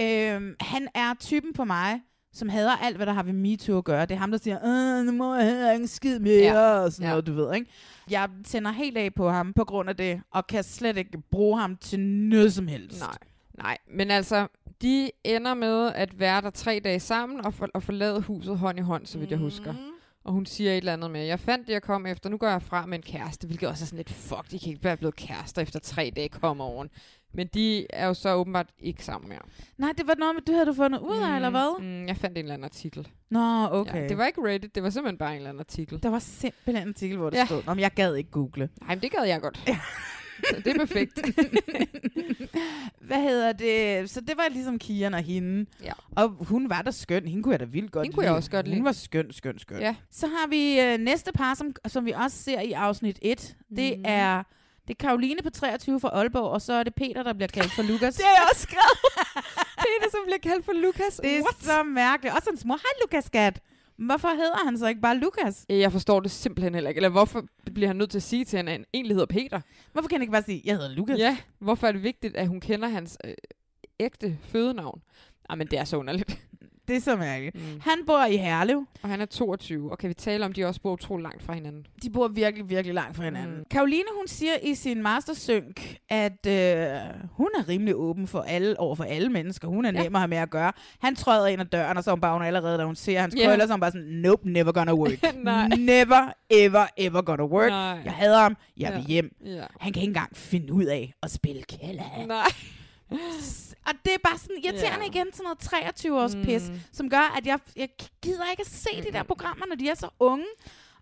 [SPEAKER 2] Øhm, han er typen på mig, som hader alt, hvad der har ved MeToo at gøre. Det er ham, der siger, "Øh, nu må jeg heller ikke en skid mere,
[SPEAKER 3] Ja.
[SPEAKER 2] ja. og sådan
[SPEAKER 3] Ja.
[SPEAKER 2] ja. noget, du ved, ikke? Jeg tænder helt af på ham på grund af det, og kan slet ikke bruge ham til noget som helst.
[SPEAKER 3] Nej, nej. Men altså, de ender med at være der tre dage sammen og, for, og forlade huset hånd i hånd, så vidt jeg husker.
[SPEAKER 2] Mhm.
[SPEAKER 3] Og hun siger et eller andet med, jeg fandt det, jeg kom efter, nu går jeg fra med en kæreste, hvilket også er sådan lidt, fuck, de kan ikke være blevet kærester efter tre dage kom oven. Men de er jo så åbenbart ikke sammen mere.
[SPEAKER 2] Nej, det var noget, med, du havde du fundet ud af, mm. eller hvad?
[SPEAKER 3] Mm, jeg fandt en eller anden artikel.
[SPEAKER 2] Nå, okay.
[SPEAKER 3] Ja, det var ikke Reddit, det var simpelthen bare en eller anden artikel.
[SPEAKER 2] Der var simpelthen en artikel, hvor det
[SPEAKER 3] Ja.
[SPEAKER 2] ja. stod, om jeg gad ikke google.
[SPEAKER 3] Nej, men det gad jeg godt. så det er [laughs] perfekt.
[SPEAKER 2] Hvad hedder det? Så det var ligesom Kian og hende.
[SPEAKER 3] Ja.
[SPEAKER 2] Og hun var da skøn. Hende kunne jeg da vildt godt
[SPEAKER 3] Hende kunne jeg også godt lide.
[SPEAKER 2] Hun var skøn, skøn, skøn.
[SPEAKER 3] Ja.
[SPEAKER 2] Så har vi øh, næste par, som, som vi også ser i afsnit 1. Det
[SPEAKER 3] Mhm.
[SPEAKER 2] er... Det er Karoline på 23 fra Aalborg, og så er det Peter, der bliver kaldt for Lukas.
[SPEAKER 3] [laughs] Det har jeg også
[SPEAKER 2] [laughs]
[SPEAKER 3] skrevet. Peter, som bliver kaldt for Lukas.
[SPEAKER 2] det er
[SPEAKER 3] What?
[SPEAKER 2] så mærkeligt. Også hans mor, hej Lukas, skat. Hvorfor hedder han så ikke bare Lukas?
[SPEAKER 3] Øh, Jeg forstår det simpelthen heller ikke. Eller hvorfor bliver han nødt til at sige til hende, at han egentlig hedder Peter?
[SPEAKER 2] Hvorfor kan han ikke bare sige, jeg hedder Lukas?
[SPEAKER 3] Ja, hvorfor er det vigtigt, at hun kender hans øh, ægte fødenavn? Ej, men det er så underligt.
[SPEAKER 2] Det er så mærkeligt.
[SPEAKER 3] Mm.
[SPEAKER 2] Han bor i Herlev.
[SPEAKER 3] Og han er 22, og kan vi tale om, at de også bor utrolig langt fra hinanden?
[SPEAKER 2] de bor virkelig, virkelig langt fra hinanden.
[SPEAKER 3] Mm.
[SPEAKER 2] Mm. Karoline, hun siger i sin mastersynk, at øh, hun er rimelig åben for alle, over for alle mennesker. Hun er
[SPEAKER 3] Ja.
[SPEAKER 2] ja. nem at have med at gøre. Han træder ind ad døren, og så er hun bare hun er allerede, da hun ser hans
[SPEAKER 3] Ja.
[SPEAKER 2] yeah. krøller, så er hun bare sådan, nope, never gonna work.
[SPEAKER 3] [laughs] Nej.
[SPEAKER 2] Never, ever, ever gonna work.
[SPEAKER 3] Nej.
[SPEAKER 2] Jeg hader ham. Jeg
[SPEAKER 3] Ja.
[SPEAKER 2] vil hjem.
[SPEAKER 3] Ja.
[SPEAKER 2] Han kan ikke engang finde ud af at spille kælder.
[SPEAKER 3] Nej.
[SPEAKER 2] Og det er bare sådan irriterende
[SPEAKER 3] Ja.
[SPEAKER 2] yeah. igen, sådan noget 23-års pis,
[SPEAKER 3] Mm.
[SPEAKER 2] som gør, at jeg, jeg gider ikke at se mm. de der programmer, når de er så unge.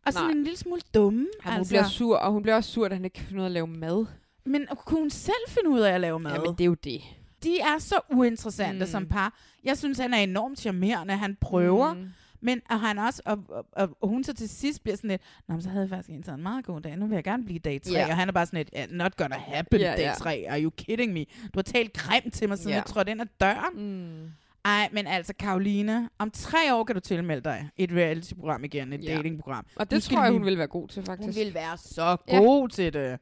[SPEAKER 2] Og sådan
[SPEAKER 3] Nej.
[SPEAKER 2] Nej. en lille smule dumme. altså.
[SPEAKER 3] Jamen, hun bliver sur, og hun bliver også sur, at han ikke kan finde ud af at lave mad.
[SPEAKER 2] Men kunne hun selv finde ud af at lave mad?
[SPEAKER 3] Jamen, det er jo det.
[SPEAKER 2] De er så uinteressante
[SPEAKER 3] Mm.
[SPEAKER 2] mm. som par. Jeg synes, han er enormt charmerende. Han prøver. Mm. Men og han også, og, og, og, og, hun så til sidst bliver sådan lidt, Nå, men så havde jeg faktisk en sådan meget god dag. Nu vil jeg gerne blive dag 3.
[SPEAKER 3] Ja.
[SPEAKER 2] Yeah. Og han er bare sådan lidt, "Yeah, not gonna happen
[SPEAKER 3] Ja,
[SPEAKER 2] yeah,
[SPEAKER 3] ja.
[SPEAKER 2] dag 3. Are you kidding me? Du har talt grimt til mig, siden
[SPEAKER 3] Ja.
[SPEAKER 2] yeah. jeg trådte ind ad døren.
[SPEAKER 3] Mm.
[SPEAKER 2] Ej, men altså Karoline, om tre år kan du tilmelde dig et reality-program igen, et
[SPEAKER 3] Ja.
[SPEAKER 2] datingprogram.
[SPEAKER 3] Og
[SPEAKER 2] Nu
[SPEAKER 3] det
[SPEAKER 2] skal
[SPEAKER 3] tror jeg,
[SPEAKER 2] vi-
[SPEAKER 3] hun vil være god til, faktisk.
[SPEAKER 2] Hun vil være så
[SPEAKER 3] Ja.
[SPEAKER 2] god ja. til det.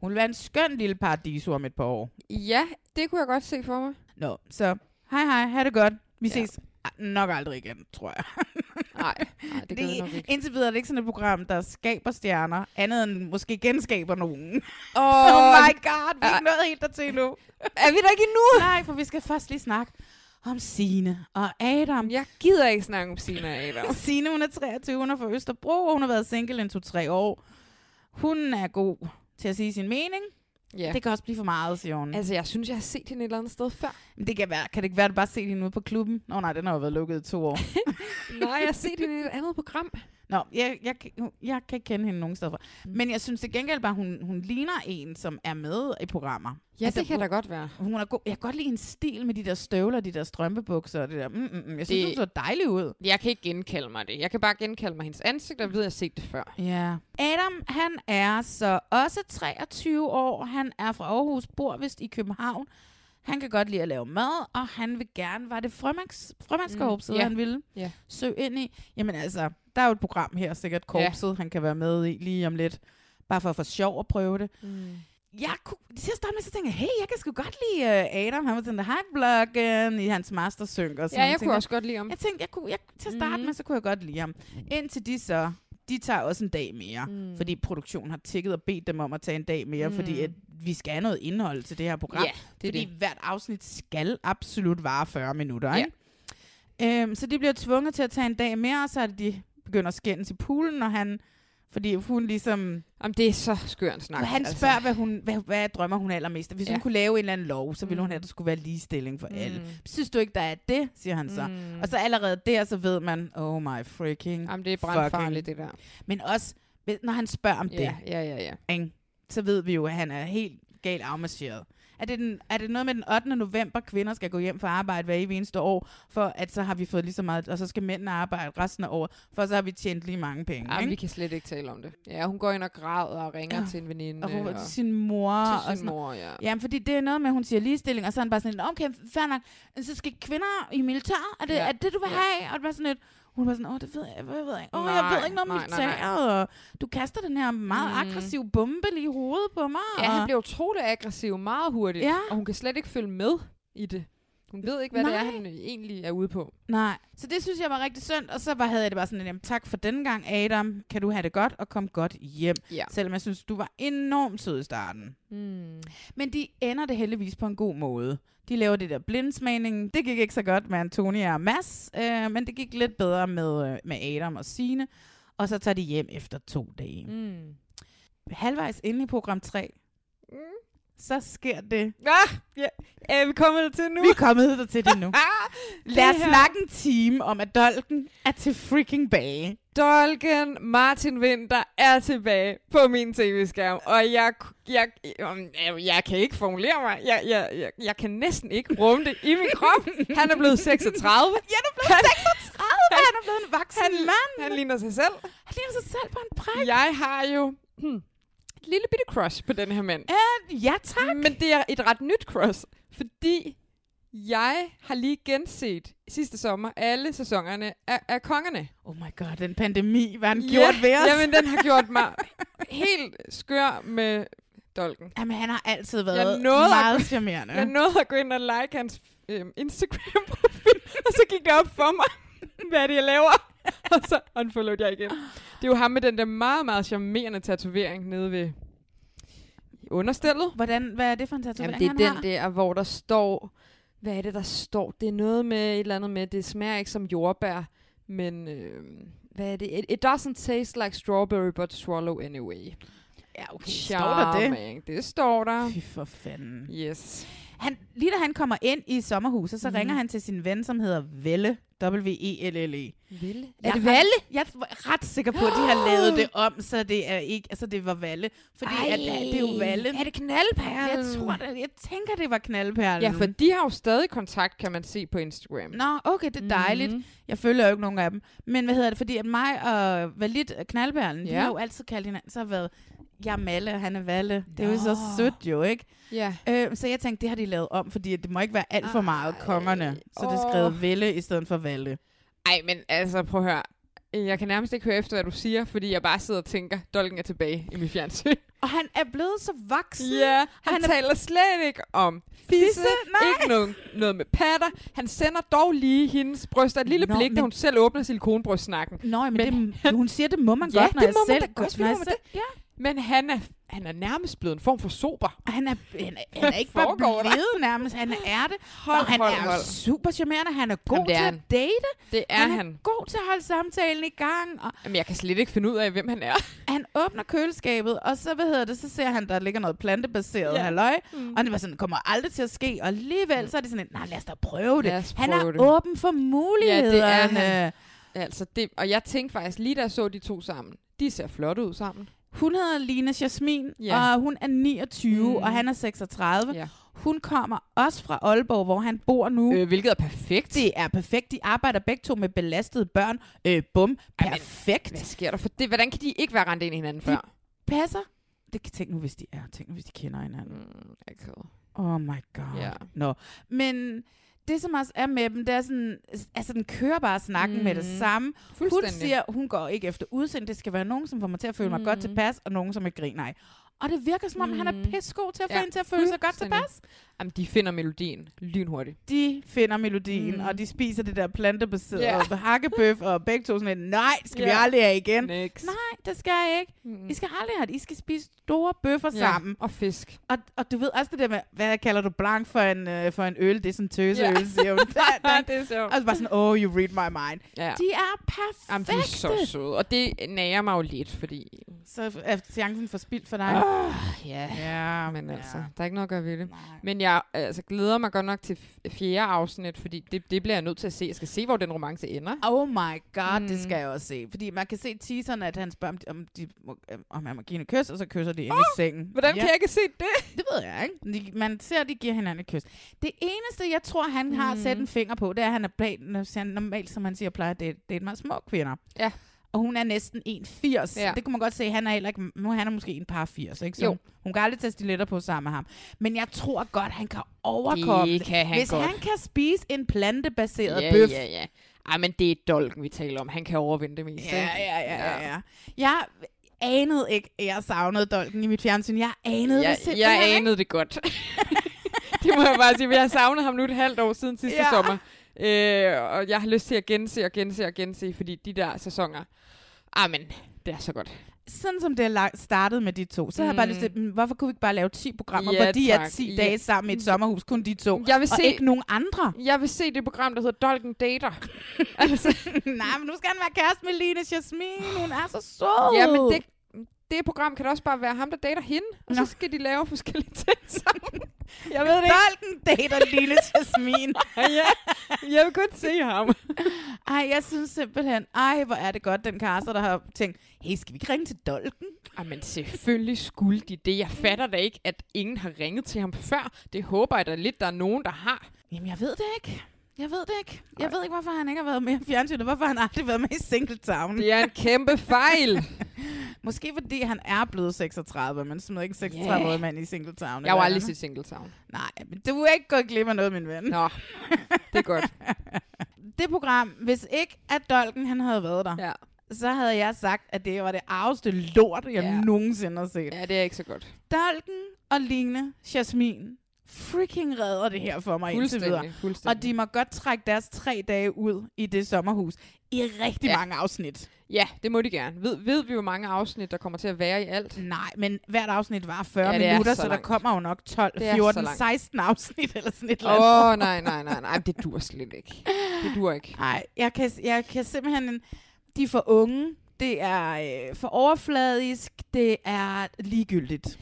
[SPEAKER 2] Hun vil være en skøn lille paradiso om et par år.
[SPEAKER 3] Ja, det kunne jeg godt se for mig.
[SPEAKER 2] Nå, så hej hej, ha' det godt. Vi
[SPEAKER 3] Ja.
[SPEAKER 2] ja. ses ah, nok aldrig igen, tror jeg.
[SPEAKER 3] Nej, nej det, det gør vi nok ikke.
[SPEAKER 2] Indtil videre er det ikke sådan et program, der skaber stjerner, andet end måske genskaber nogen. [laughs]
[SPEAKER 3] Åh, Ah.
[SPEAKER 2] Oh, oh my god, vi er
[SPEAKER 3] Ja.
[SPEAKER 2] ikke nået helt dertil endnu.
[SPEAKER 3] er vi der ikke endnu?
[SPEAKER 2] Nej, for vi skal først lige snakke om Sine og Adam.
[SPEAKER 3] Jeg gider ikke snakke om Sina og Adam.
[SPEAKER 2] Sine, hun er 23, hun er fra Østerbro, og hun har været single en 2-3 år. Hun er god til at sige sin mening.
[SPEAKER 3] ja.
[SPEAKER 2] Det kan også blive for meget, siger hun.
[SPEAKER 3] Altså, jeg synes, jeg har set hende et eller andet sted før.
[SPEAKER 2] Men det kan, være, kan det ikke være, at du bare set hende ude på klubben? Nå nej, den har jo været lukket i to år.
[SPEAKER 3] Nej, jeg har set hende i et andet program.
[SPEAKER 2] Nå, jeg, jeg, kan- jeg kan ikke kende hende nogen steder fra.
[SPEAKER 3] Mm.
[SPEAKER 2] Men jeg synes til gengæld bare, hun, hun ligner en, som er med i programmer.
[SPEAKER 3] Ja, altså, det kan
[SPEAKER 2] hun,
[SPEAKER 3] da godt være.
[SPEAKER 2] Hun er god. Jeg kan godt lide hendes stil med de der støvler, de der strømpebukser og det der. Mm, mm, mm. Jeg synes,
[SPEAKER 3] Det-
[SPEAKER 2] det... hun så dejlig ud.
[SPEAKER 3] Jeg kan ikke genkalde mig det. Jeg kan bare genkalde mig hendes ansigt, og jeg ved, at jeg har set det før.
[SPEAKER 2] Ja. Adam, han er så også 23 år. Han er fra Aarhus, bor vist i København. Han kan godt lide at lave mad, og han vil gerne, var det frømands, frømandskorpset,
[SPEAKER 3] Mm, ja.
[SPEAKER 2] han ville
[SPEAKER 3] Ja.
[SPEAKER 2] søge ind i? Jamen altså, der er jo et program her, sikkert korpset, ja. han kan være med i lige om lidt, bare for at få sjov at prøve det.
[SPEAKER 3] Mm.
[SPEAKER 2] Jeg kunne, til at starte med, så tænkte jeg, hey, jeg kan sgu godt lide øh, Adam, han var sådan der high-blocken i hans mastersynk og sådan
[SPEAKER 3] Ja,
[SPEAKER 2] nogle
[SPEAKER 3] jeg
[SPEAKER 2] ting
[SPEAKER 3] kunne
[SPEAKER 2] der.
[SPEAKER 3] også godt lide ham.
[SPEAKER 2] Jeg tænkte, jeg kunne, jeg, til at starte mm. med, så kunne jeg godt lide ham. Indtil de så, de tager også en dag mere,
[SPEAKER 3] Mm.
[SPEAKER 2] mm. fordi produktionen har tækket og bedt dem om at tage en dag mere, mm. fordi
[SPEAKER 3] Mm.
[SPEAKER 2] at vi skal have noget indhold til det her program.
[SPEAKER 3] Ja, det er
[SPEAKER 2] fordi
[SPEAKER 3] det.
[SPEAKER 2] hvert afsnit skal absolut vare 40 minutter,
[SPEAKER 3] Ja.
[SPEAKER 2] ikke? Øhm, så de bliver tvunget til at tage en dag mere, og så er det, de begynder at skændes i poolen, og han, fordi hun ligesom...
[SPEAKER 3] Jamen, det er så skør en snak.
[SPEAKER 2] Han
[SPEAKER 3] altså.
[SPEAKER 2] spørger, altså. hvad, hun, hvad, hvad drømmer hun allermest. Hvis ja.
[SPEAKER 3] Ja. Mm.
[SPEAKER 2] hun kunne lave en eller anden lov, så ville hun have, at der skulle være ligestilling for mm. alle. Synes du ikke, der er det, siger han så.
[SPEAKER 3] Mm.
[SPEAKER 2] Mm. Og så allerede der, så ved man, oh my freaking
[SPEAKER 3] Jamen, det er
[SPEAKER 2] fucking-
[SPEAKER 3] brandfarligt, det der.
[SPEAKER 2] Men også, ved- når han spørger om
[SPEAKER 3] Ja,
[SPEAKER 2] det,
[SPEAKER 3] ja, ja, ja.
[SPEAKER 2] ikke, så ved vi jo, at han er helt galt afmarcheret. Er det, den, er det noget med den 8. november, kvinder skal gå hjem fra arbejde hver evig eneste år, for at så har vi fået lige så meget, og så skal mændene arbejde resten af året, for så har vi tjent lige mange penge.
[SPEAKER 3] Jamen,
[SPEAKER 2] ikke?
[SPEAKER 3] vi kan slet ikke tale om det. Ja, hun går ind og græder og ringer
[SPEAKER 2] Ja.
[SPEAKER 3] til en veninde.
[SPEAKER 2] Og hun var til sin mor.
[SPEAKER 3] Til
[SPEAKER 2] og
[SPEAKER 3] sin
[SPEAKER 2] sådan-
[SPEAKER 3] mor, ja.
[SPEAKER 2] Jamen, fordi det er noget med, at hun siger ligestilling, og så er han bare sådan lidt, okay, fair nok, så skal kvinder i militær, er det,
[SPEAKER 3] Ja.
[SPEAKER 2] ja. er det det, du vil
[SPEAKER 3] Ja.
[SPEAKER 2] have? Og det var sådan lidt, hun var sådan, åh, det ved jeg, jeg ved ikke, åh, jeg
[SPEAKER 3] Nej,
[SPEAKER 2] ved ikke noget om
[SPEAKER 3] nej, nej, nej.
[SPEAKER 2] militæret, og du kaster den her meget
[SPEAKER 3] Mm.
[SPEAKER 2] mm. aggressive bombe lige i hovedet på mig.
[SPEAKER 3] Ja, han
[SPEAKER 2] og-
[SPEAKER 3] bliver utrolig aggressiv meget hurtigt,
[SPEAKER 2] Ja.
[SPEAKER 3] og hun kan slet ikke følge med i det. Hun ved ikke, hvad det er,
[SPEAKER 2] Nej.
[SPEAKER 3] han egentlig er ude på.
[SPEAKER 2] Nej, så det synes jeg var rigtig synd, og så var, havde jeg det bare sådan, lidt, jamen, tak for denne gang, Adam, kan du have det godt, og kom godt hjem.
[SPEAKER 3] Ja.
[SPEAKER 2] Selvom jeg synes, du var enormt sød i starten. Hmm.
[SPEAKER 3] Mm.
[SPEAKER 2] Men de ender det heldigvis på en god måde. De laver det der blindsmagning. Det gik ikke så godt med Antonia og Mads, øh, men det gik lidt bedre med, øh, med Adam og Sine. Og så tager de hjem efter to dage.
[SPEAKER 3] Mm.
[SPEAKER 2] Halvvejs inde i program 3,
[SPEAKER 3] Mm.
[SPEAKER 2] så sker det.
[SPEAKER 3] Ah, ja. Er vi kommet til nu? [laughs] Ah!
[SPEAKER 2] Vi er kommet til det nu. Lad os
[SPEAKER 3] her-
[SPEAKER 2] snakke en time om, at dolken er til freaking bage.
[SPEAKER 3] Dolken Martin Winter er tilbage på min tv-skærm, og jeg, jeg, jeg, jeg kan ikke formulere mig. Jeg, jeg, jeg, jeg kan næsten ikke rumme det i min krop. Han er blevet 36.
[SPEAKER 2] [laughs] Ja, du blev 36, og han er blevet en voksen
[SPEAKER 3] Han-
[SPEAKER 2] mand.
[SPEAKER 3] Han ligner sig selv.
[SPEAKER 2] Han ligner sig selv på en præk.
[SPEAKER 3] Jeg har jo hmm, et lille bitte crush på den her mand.
[SPEAKER 2] Øh, ja, tak.
[SPEAKER 3] Men det er et ret nyt cross, fordi jeg har lige genset sidste sommer alle sæsonerne af, af Kongerne.
[SPEAKER 2] Oh my god, den pandemi, hvad han gjort ved os.
[SPEAKER 3] Jamen, den har gjort mig helt skør med dolken.
[SPEAKER 2] Jamen, han har altid været
[SPEAKER 3] Jeg nåede at-
[SPEAKER 2] meget charmerende.
[SPEAKER 3] Jeg nåede at gå ind og like hans øhm, Instagram-profil, og så gik det op for mig, hvad det er, jeg laver. og så unfollowed jeg igen. Det er jo ham med den der meget, meget charmerende tatovering nede ved understillet.
[SPEAKER 2] Hvordan, hvad er det for en tatovering,
[SPEAKER 3] Jamen, det er
[SPEAKER 2] han
[SPEAKER 3] den
[SPEAKER 2] har?
[SPEAKER 3] der, hvor der står... Hvad er det, der står? Det er noget med et eller andet med, det smager ikke som jordbær, men... Øh, hvad er det? It, it doesn't taste like strawberry, but swallow anyway.
[SPEAKER 2] Ja, okay, står der det?
[SPEAKER 3] Charming. Det står der.
[SPEAKER 2] Fy for fanden.
[SPEAKER 3] Yes.
[SPEAKER 2] Han, lige da han kommer ind i sommerhuset, så
[SPEAKER 3] Mhm.
[SPEAKER 2] mm. ringer han til sin ven, som hedder Velle. E W-E-L-L-E.
[SPEAKER 3] Ville.
[SPEAKER 2] Jeg
[SPEAKER 3] det
[SPEAKER 2] ret-
[SPEAKER 3] Valle?
[SPEAKER 2] Jeg er ret sikker på, at de har lavet det om, så det, er ikke, altså det var Valle. Fordi at, at det er jo Valle.
[SPEAKER 3] Er det knaldperlen?
[SPEAKER 2] Jeg, tror, det, jeg tænker, det var knaldperlen.
[SPEAKER 3] Ja, for de har jo stadig kontakt, kan man se på Instagram.
[SPEAKER 2] Nå, okay, det er dejligt.
[SPEAKER 3] Mhm.
[SPEAKER 2] Mm. Jeg følger jo ikke nogen af dem. Men hvad hedder det? Fordi at mig og Valit Knaldperlen, ja. vi
[SPEAKER 3] Ja.
[SPEAKER 2] har jo altid kaldt hinanden, så har været, jeg er Malle, og han er Valle. Det er jo så sødt jo, ikke?
[SPEAKER 3] Ja.
[SPEAKER 2] Øh, så jeg tænkte, det har de lavet om, fordi det må ikke være alt for meget kongerne. Så det er
[SPEAKER 3] åh.
[SPEAKER 2] skrevet Velle i stedet for Valle.
[SPEAKER 3] Ej, men altså, prøv at høre. Jeg kan nærmest ikke høre efter, hvad du siger, fordi jeg bare sidder og tænker, dolken er tilbage i min fjernsyn.
[SPEAKER 2] Og han er blevet så voksen.
[SPEAKER 3] Ja, han, han
[SPEAKER 2] Han er-
[SPEAKER 3] taler slet ikke om fisse,
[SPEAKER 2] Fisse? Nej.
[SPEAKER 3] ikke noget, noget med patter. Han sender dog lige hendes bryster et lille Nå,
[SPEAKER 2] Nå,
[SPEAKER 3] blik, da
[SPEAKER 2] men-
[SPEAKER 3] hun selv åbner silikonbrystsnakken.
[SPEAKER 2] Nå, men, men det, hun siger, det må man
[SPEAKER 3] Ja,
[SPEAKER 2] godt, når
[SPEAKER 3] det
[SPEAKER 2] jeg
[SPEAKER 3] må man
[SPEAKER 2] selv...
[SPEAKER 3] da godt,
[SPEAKER 2] når
[SPEAKER 3] selvfølgelig
[SPEAKER 2] jeg
[SPEAKER 3] må man
[SPEAKER 2] selv- Ja.
[SPEAKER 3] Men han er, han er nærmest blevet en form for sober.
[SPEAKER 2] Og Han er, han er, han er ikke bare
[SPEAKER 3] Foregår der?
[SPEAKER 2] blevet nærmest, han er det.
[SPEAKER 3] Hold,
[SPEAKER 2] og han
[SPEAKER 3] hold,
[SPEAKER 2] er
[SPEAKER 3] hold.
[SPEAKER 2] super charmerende, han er god
[SPEAKER 3] Jamen, det
[SPEAKER 2] til at
[SPEAKER 3] er han.
[SPEAKER 2] date.
[SPEAKER 3] Det er
[SPEAKER 2] han.
[SPEAKER 3] han.
[SPEAKER 2] er god til at holde samtalen i gang. Og
[SPEAKER 3] Jamen, jeg kan slet ikke finde ud af, hvem han er.
[SPEAKER 2] han åbner køleskabet, og så, hvad hedder det, så ser han, der ligger noget plantebaseret
[SPEAKER 3] Ja.
[SPEAKER 2] ja. halløj.
[SPEAKER 3] Mm.
[SPEAKER 2] Mm. Og det var sådan, det kommer aldrig til at ske. Og alligevel, så er det sådan, et, nej, lad os da prøve
[SPEAKER 3] Lad
[SPEAKER 2] det.
[SPEAKER 3] os
[SPEAKER 2] Han
[SPEAKER 3] prøve
[SPEAKER 2] er
[SPEAKER 3] det.
[SPEAKER 2] åben for
[SPEAKER 3] Ja, det
[SPEAKER 2] mulighederne.
[SPEAKER 3] er han. Altså det, og jeg tænkte faktisk, lige da jeg så de to sammen, de ser flotte ud sammen.
[SPEAKER 2] Hun hedder Lina Jasmin,
[SPEAKER 3] Ja.
[SPEAKER 2] ja. og hun er 29,
[SPEAKER 3] Mm.
[SPEAKER 2] mm. og han er 36.
[SPEAKER 3] Ja.
[SPEAKER 2] Ja. Hun kommer også fra Aalborg, hvor han bor nu.
[SPEAKER 3] Øh, hvilket er perfekt.
[SPEAKER 2] Det er perfekt. De arbejder begge to med belastede børn. Øh, bum.
[SPEAKER 3] Ej, men-
[SPEAKER 2] Perfekt.
[SPEAKER 3] Hvad sker der for det? Hvordan kan de ikke være rendt ind i hinanden før?
[SPEAKER 2] passer. Det kan tænke nu, hvis de er. Tænk nu, hvis de kender hinanden.
[SPEAKER 3] Mm, akavet.
[SPEAKER 2] Oh my god.
[SPEAKER 3] Ja.
[SPEAKER 2] Nå. Men det, som også er med dem, det er sådan, altså den kører bare snakken mm. med det
[SPEAKER 3] Mhm.
[SPEAKER 2] samme. Hun
[SPEAKER 3] Fuldstændig.
[SPEAKER 2] siger, hun går ikke efter udseende. Det skal være nogen, som får mig til at føle mig godt
[SPEAKER 3] Mhm.
[SPEAKER 2] tilpas, og nogen, som ikke griner af. Og det virker, som om mm. han er pissegod til at få ja. en til at føle sig godt
[SPEAKER 3] fuldstændig.
[SPEAKER 2] tilpas.
[SPEAKER 3] Jamen, de finder melodien lynhurtigt.
[SPEAKER 2] De finder melodien, mm. og de spiser det der plantebaserede
[SPEAKER 3] Mhm. Ja.
[SPEAKER 2] yeah. [laughs] hakkebøf, og begge to sådan lidt, nej, det skal yeah.
[SPEAKER 3] Ja.
[SPEAKER 2] vi aldrig have igen.
[SPEAKER 3] Next.
[SPEAKER 2] Nej, det skal jeg ikke. Mm. I skal aldrig have det. I skal spise store bøffer
[SPEAKER 3] Ja,
[SPEAKER 2] ja. sammen.
[SPEAKER 3] Og fisk.
[SPEAKER 2] Og, og du ved også det der med, hvad kalder du blank for en, øh, for en øl? Det er sådan en tøseøl,
[SPEAKER 3] Ja.
[SPEAKER 2] siger
[SPEAKER 3] [laughs]
[SPEAKER 2] hun. Der, der,
[SPEAKER 3] det er sjovt.
[SPEAKER 2] og så bare sådan, oh, you read my mind.
[SPEAKER 3] Ja.
[SPEAKER 2] De er perfekte.
[SPEAKER 3] Jamen, de er så søde. Og det nager mig jo lidt, fordi...
[SPEAKER 2] Så er chancen for spildt for dig.
[SPEAKER 3] Ah, ja.
[SPEAKER 2] ja,
[SPEAKER 3] men altså, der er ikke noget at gøre ved det. Nej. Men jeg altså, glæder mig godt nok til f- fjerde afsnit, fordi det, det bliver jeg nødt til at se. Jeg skal se, hvor den romance ender.
[SPEAKER 2] Oh my god, mm. det skal jeg også se. Fordi man kan se i teaseren, at han spørger, om, de, om, de, må- øh, om han må give hende et kys, og så kysser de inde i sengen.
[SPEAKER 3] Ah! Hvordan kan jeg ikke se det?
[SPEAKER 2] Det ved jeg ikke. De, man ser, at de giver hinanden et kys. Det eneste, jeg tror, han har
[SPEAKER 3] Mm.
[SPEAKER 2] sat en finger på, det er, at han er blandt, han normalt, som han siger, plejer at date, date meget små kvinder.
[SPEAKER 3] Ja.
[SPEAKER 2] Og hun er næsten 1,80.
[SPEAKER 3] Ja.
[SPEAKER 2] Ja. Det kunne man godt se. Han er, heller ikke, nu er han er måske en par 80, ikke? Så
[SPEAKER 3] Jo.
[SPEAKER 2] hun kan aldrig tage stiletter på sammen med ham. Men jeg tror godt, han kan overkomme
[SPEAKER 3] Det kan han
[SPEAKER 2] Hvis
[SPEAKER 3] godt.
[SPEAKER 2] han kan spise en plantebaseret
[SPEAKER 3] ja,
[SPEAKER 2] bøf,
[SPEAKER 3] Ja, ja, Ej, men det er dolken, vi taler om. Han kan overvinde det meste.
[SPEAKER 2] Ja, ja, ja, ja, ja. Jeg anede ikke, at jeg savnede dolken i mit fjernsyn. Jeg anede
[SPEAKER 3] Jeg,
[SPEAKER 2] det
[SPEAKER 3] jeg,
[SPEAKER 2] simpelthen
[SPEAKER 3] jeg
[SPEAKER 2] ikke.
[SPEAKER 3] anede det godt. [laughs] det må jeg bare sige. for Jeg har savnet ham nu et halvt år siden sidste
[SPEAKER 2] Ja.
[SPEAKER 3] sommer. Øh, og jeg har lyst til at gense og gense og gense, fordi de der sæsoner... Ah, men det er så godt.
[SPEAKER 2] Sådan som det er la- startet med de to, så mm. har jeg bare lyst til, "Mm, hvorfor kunne vi ikke bare lave 10 programmer,
[SPEAKER 3] Ja,
[SPEAKER 2] hvor de er
[SPEAKER 3] tak.
[SPEAKER 2] 10
[SPEAKER 3] Ja.
[SPEAKER 2] dage sammen i et sommerhus, kun de to,
[SPEAKER 3] Jeg vil
[SPEAKER 2] og
[SPEAKER 3] se-
[SPEAKER 2] ikke nogen andre?
[SPEAKER 3] Jeg vil se det program, der hedder Dolken Dater.
[SPEAKER 2] Nej, men nu skal han være kæreste med Line Jasmine. Hun er så sød.
[SPEAKER 3] Ja, men
[SPEAKER 2] [laughs]
[SPEAKER 3] det, det program kan da også bare være ham, der dater hende, og Nå. så skal de lave forskellige [laughs] ting sammen. Jeg ved det ikke.
[SPEAKER 2] Dolken dater Line Jasmine.
[SPEAKER 3] ja, jeg vil godt se ham.
[SPEAKER 2] Ej, jeg synes simpelthen, ej, hvor er det godt, den kaster, der har tænkt, hey, skal vi ikke ringe til Dolken?
[SPEAKER 3] Ej, Ah, men selvfølgelig skulle de det. Jeg fatter da ikke, at ingen har ringet til ham før. Det håber jeg da lidt, der er nogen, der har.
[SPEAKER 2] Jamen, jeg ved det ikke. Jeg ved det ikke. Jeg ved ikke, hvorfor han ikke har været med i fjernsynet. Hvorfor han aldrig har været med i Singletown.
[SPEAKER 3] Det er en kæmpe
[SPEAKER 2] [laughs]
[SPEAKER 3] fejl.
[SPEAKER 2] Måske fordi han er blevet 36, men smider ikke en 36-årig yeah. mand i Singletown.
[SPEAKER 3] Jeg har jo aldrig set Singletown.
[SPEAKER 2] Nej, men du er ikke gået glip af noget, min ven.
[SPEAKER 3] Nå, det er godt.
[SPEAKER 2] Det program, hvis ikke at Dolken han havde været der,
[SPEAKER 3] ja.
[SPEAKER 2] så havde jeg sagt, at det var det arveste lort, jeg
[SPEAKER 3] Ja.
[SPEAKER 2] yeah. nogensinde har set.
[SPEAKER 3] Ja, det er ikke så godt.
[SPEAKER 2] Dolken og Line, Jasmine, freaking redder det her for mig indtil
[SPEAKER 3] Fuldstændig,
[SPEAKER 2] videre.
[SPEAKER 3] fuldstændig.
[SPEAKER 2] Og de må godt trække deres tre dage ud i det sommerhus i rigtig
[SPEAKER 3] Ja.
[SPEAKER 2] ja. mange afsnit.
[SPEAKER 3] Ja, det må de gerne. Ved, ved vi, hvor mange afsnit, der kommer til at være i alt?
[SPEAKER 2] Nej, men hvert afsnit var 40
[SPEAKER 3] Ja, det er
[SPEAKER 2] minutter,
[SPEAKER 3] så
[SPEAKER 2] så, så der
[SPEAKER 3] langt.
[SPEAKER 2] kommer jo nok 12,
[SPEAKER 3] Det er så
[SPEAKER 2] 14,
[SPEAKER 3] langt.
[SPEAKER 2] 16 afsnit eller sådan et eller andet.
[SPEAKER 3] Åh, oh, nej, nej, nej, nej. Det dur slet ikke. Det dur ikke.
[SPEAKER 2] Nej, jeg kan, jeg kan simpelthen... De er for unge, det er øh, for overfladisk, det er ligegyldigt.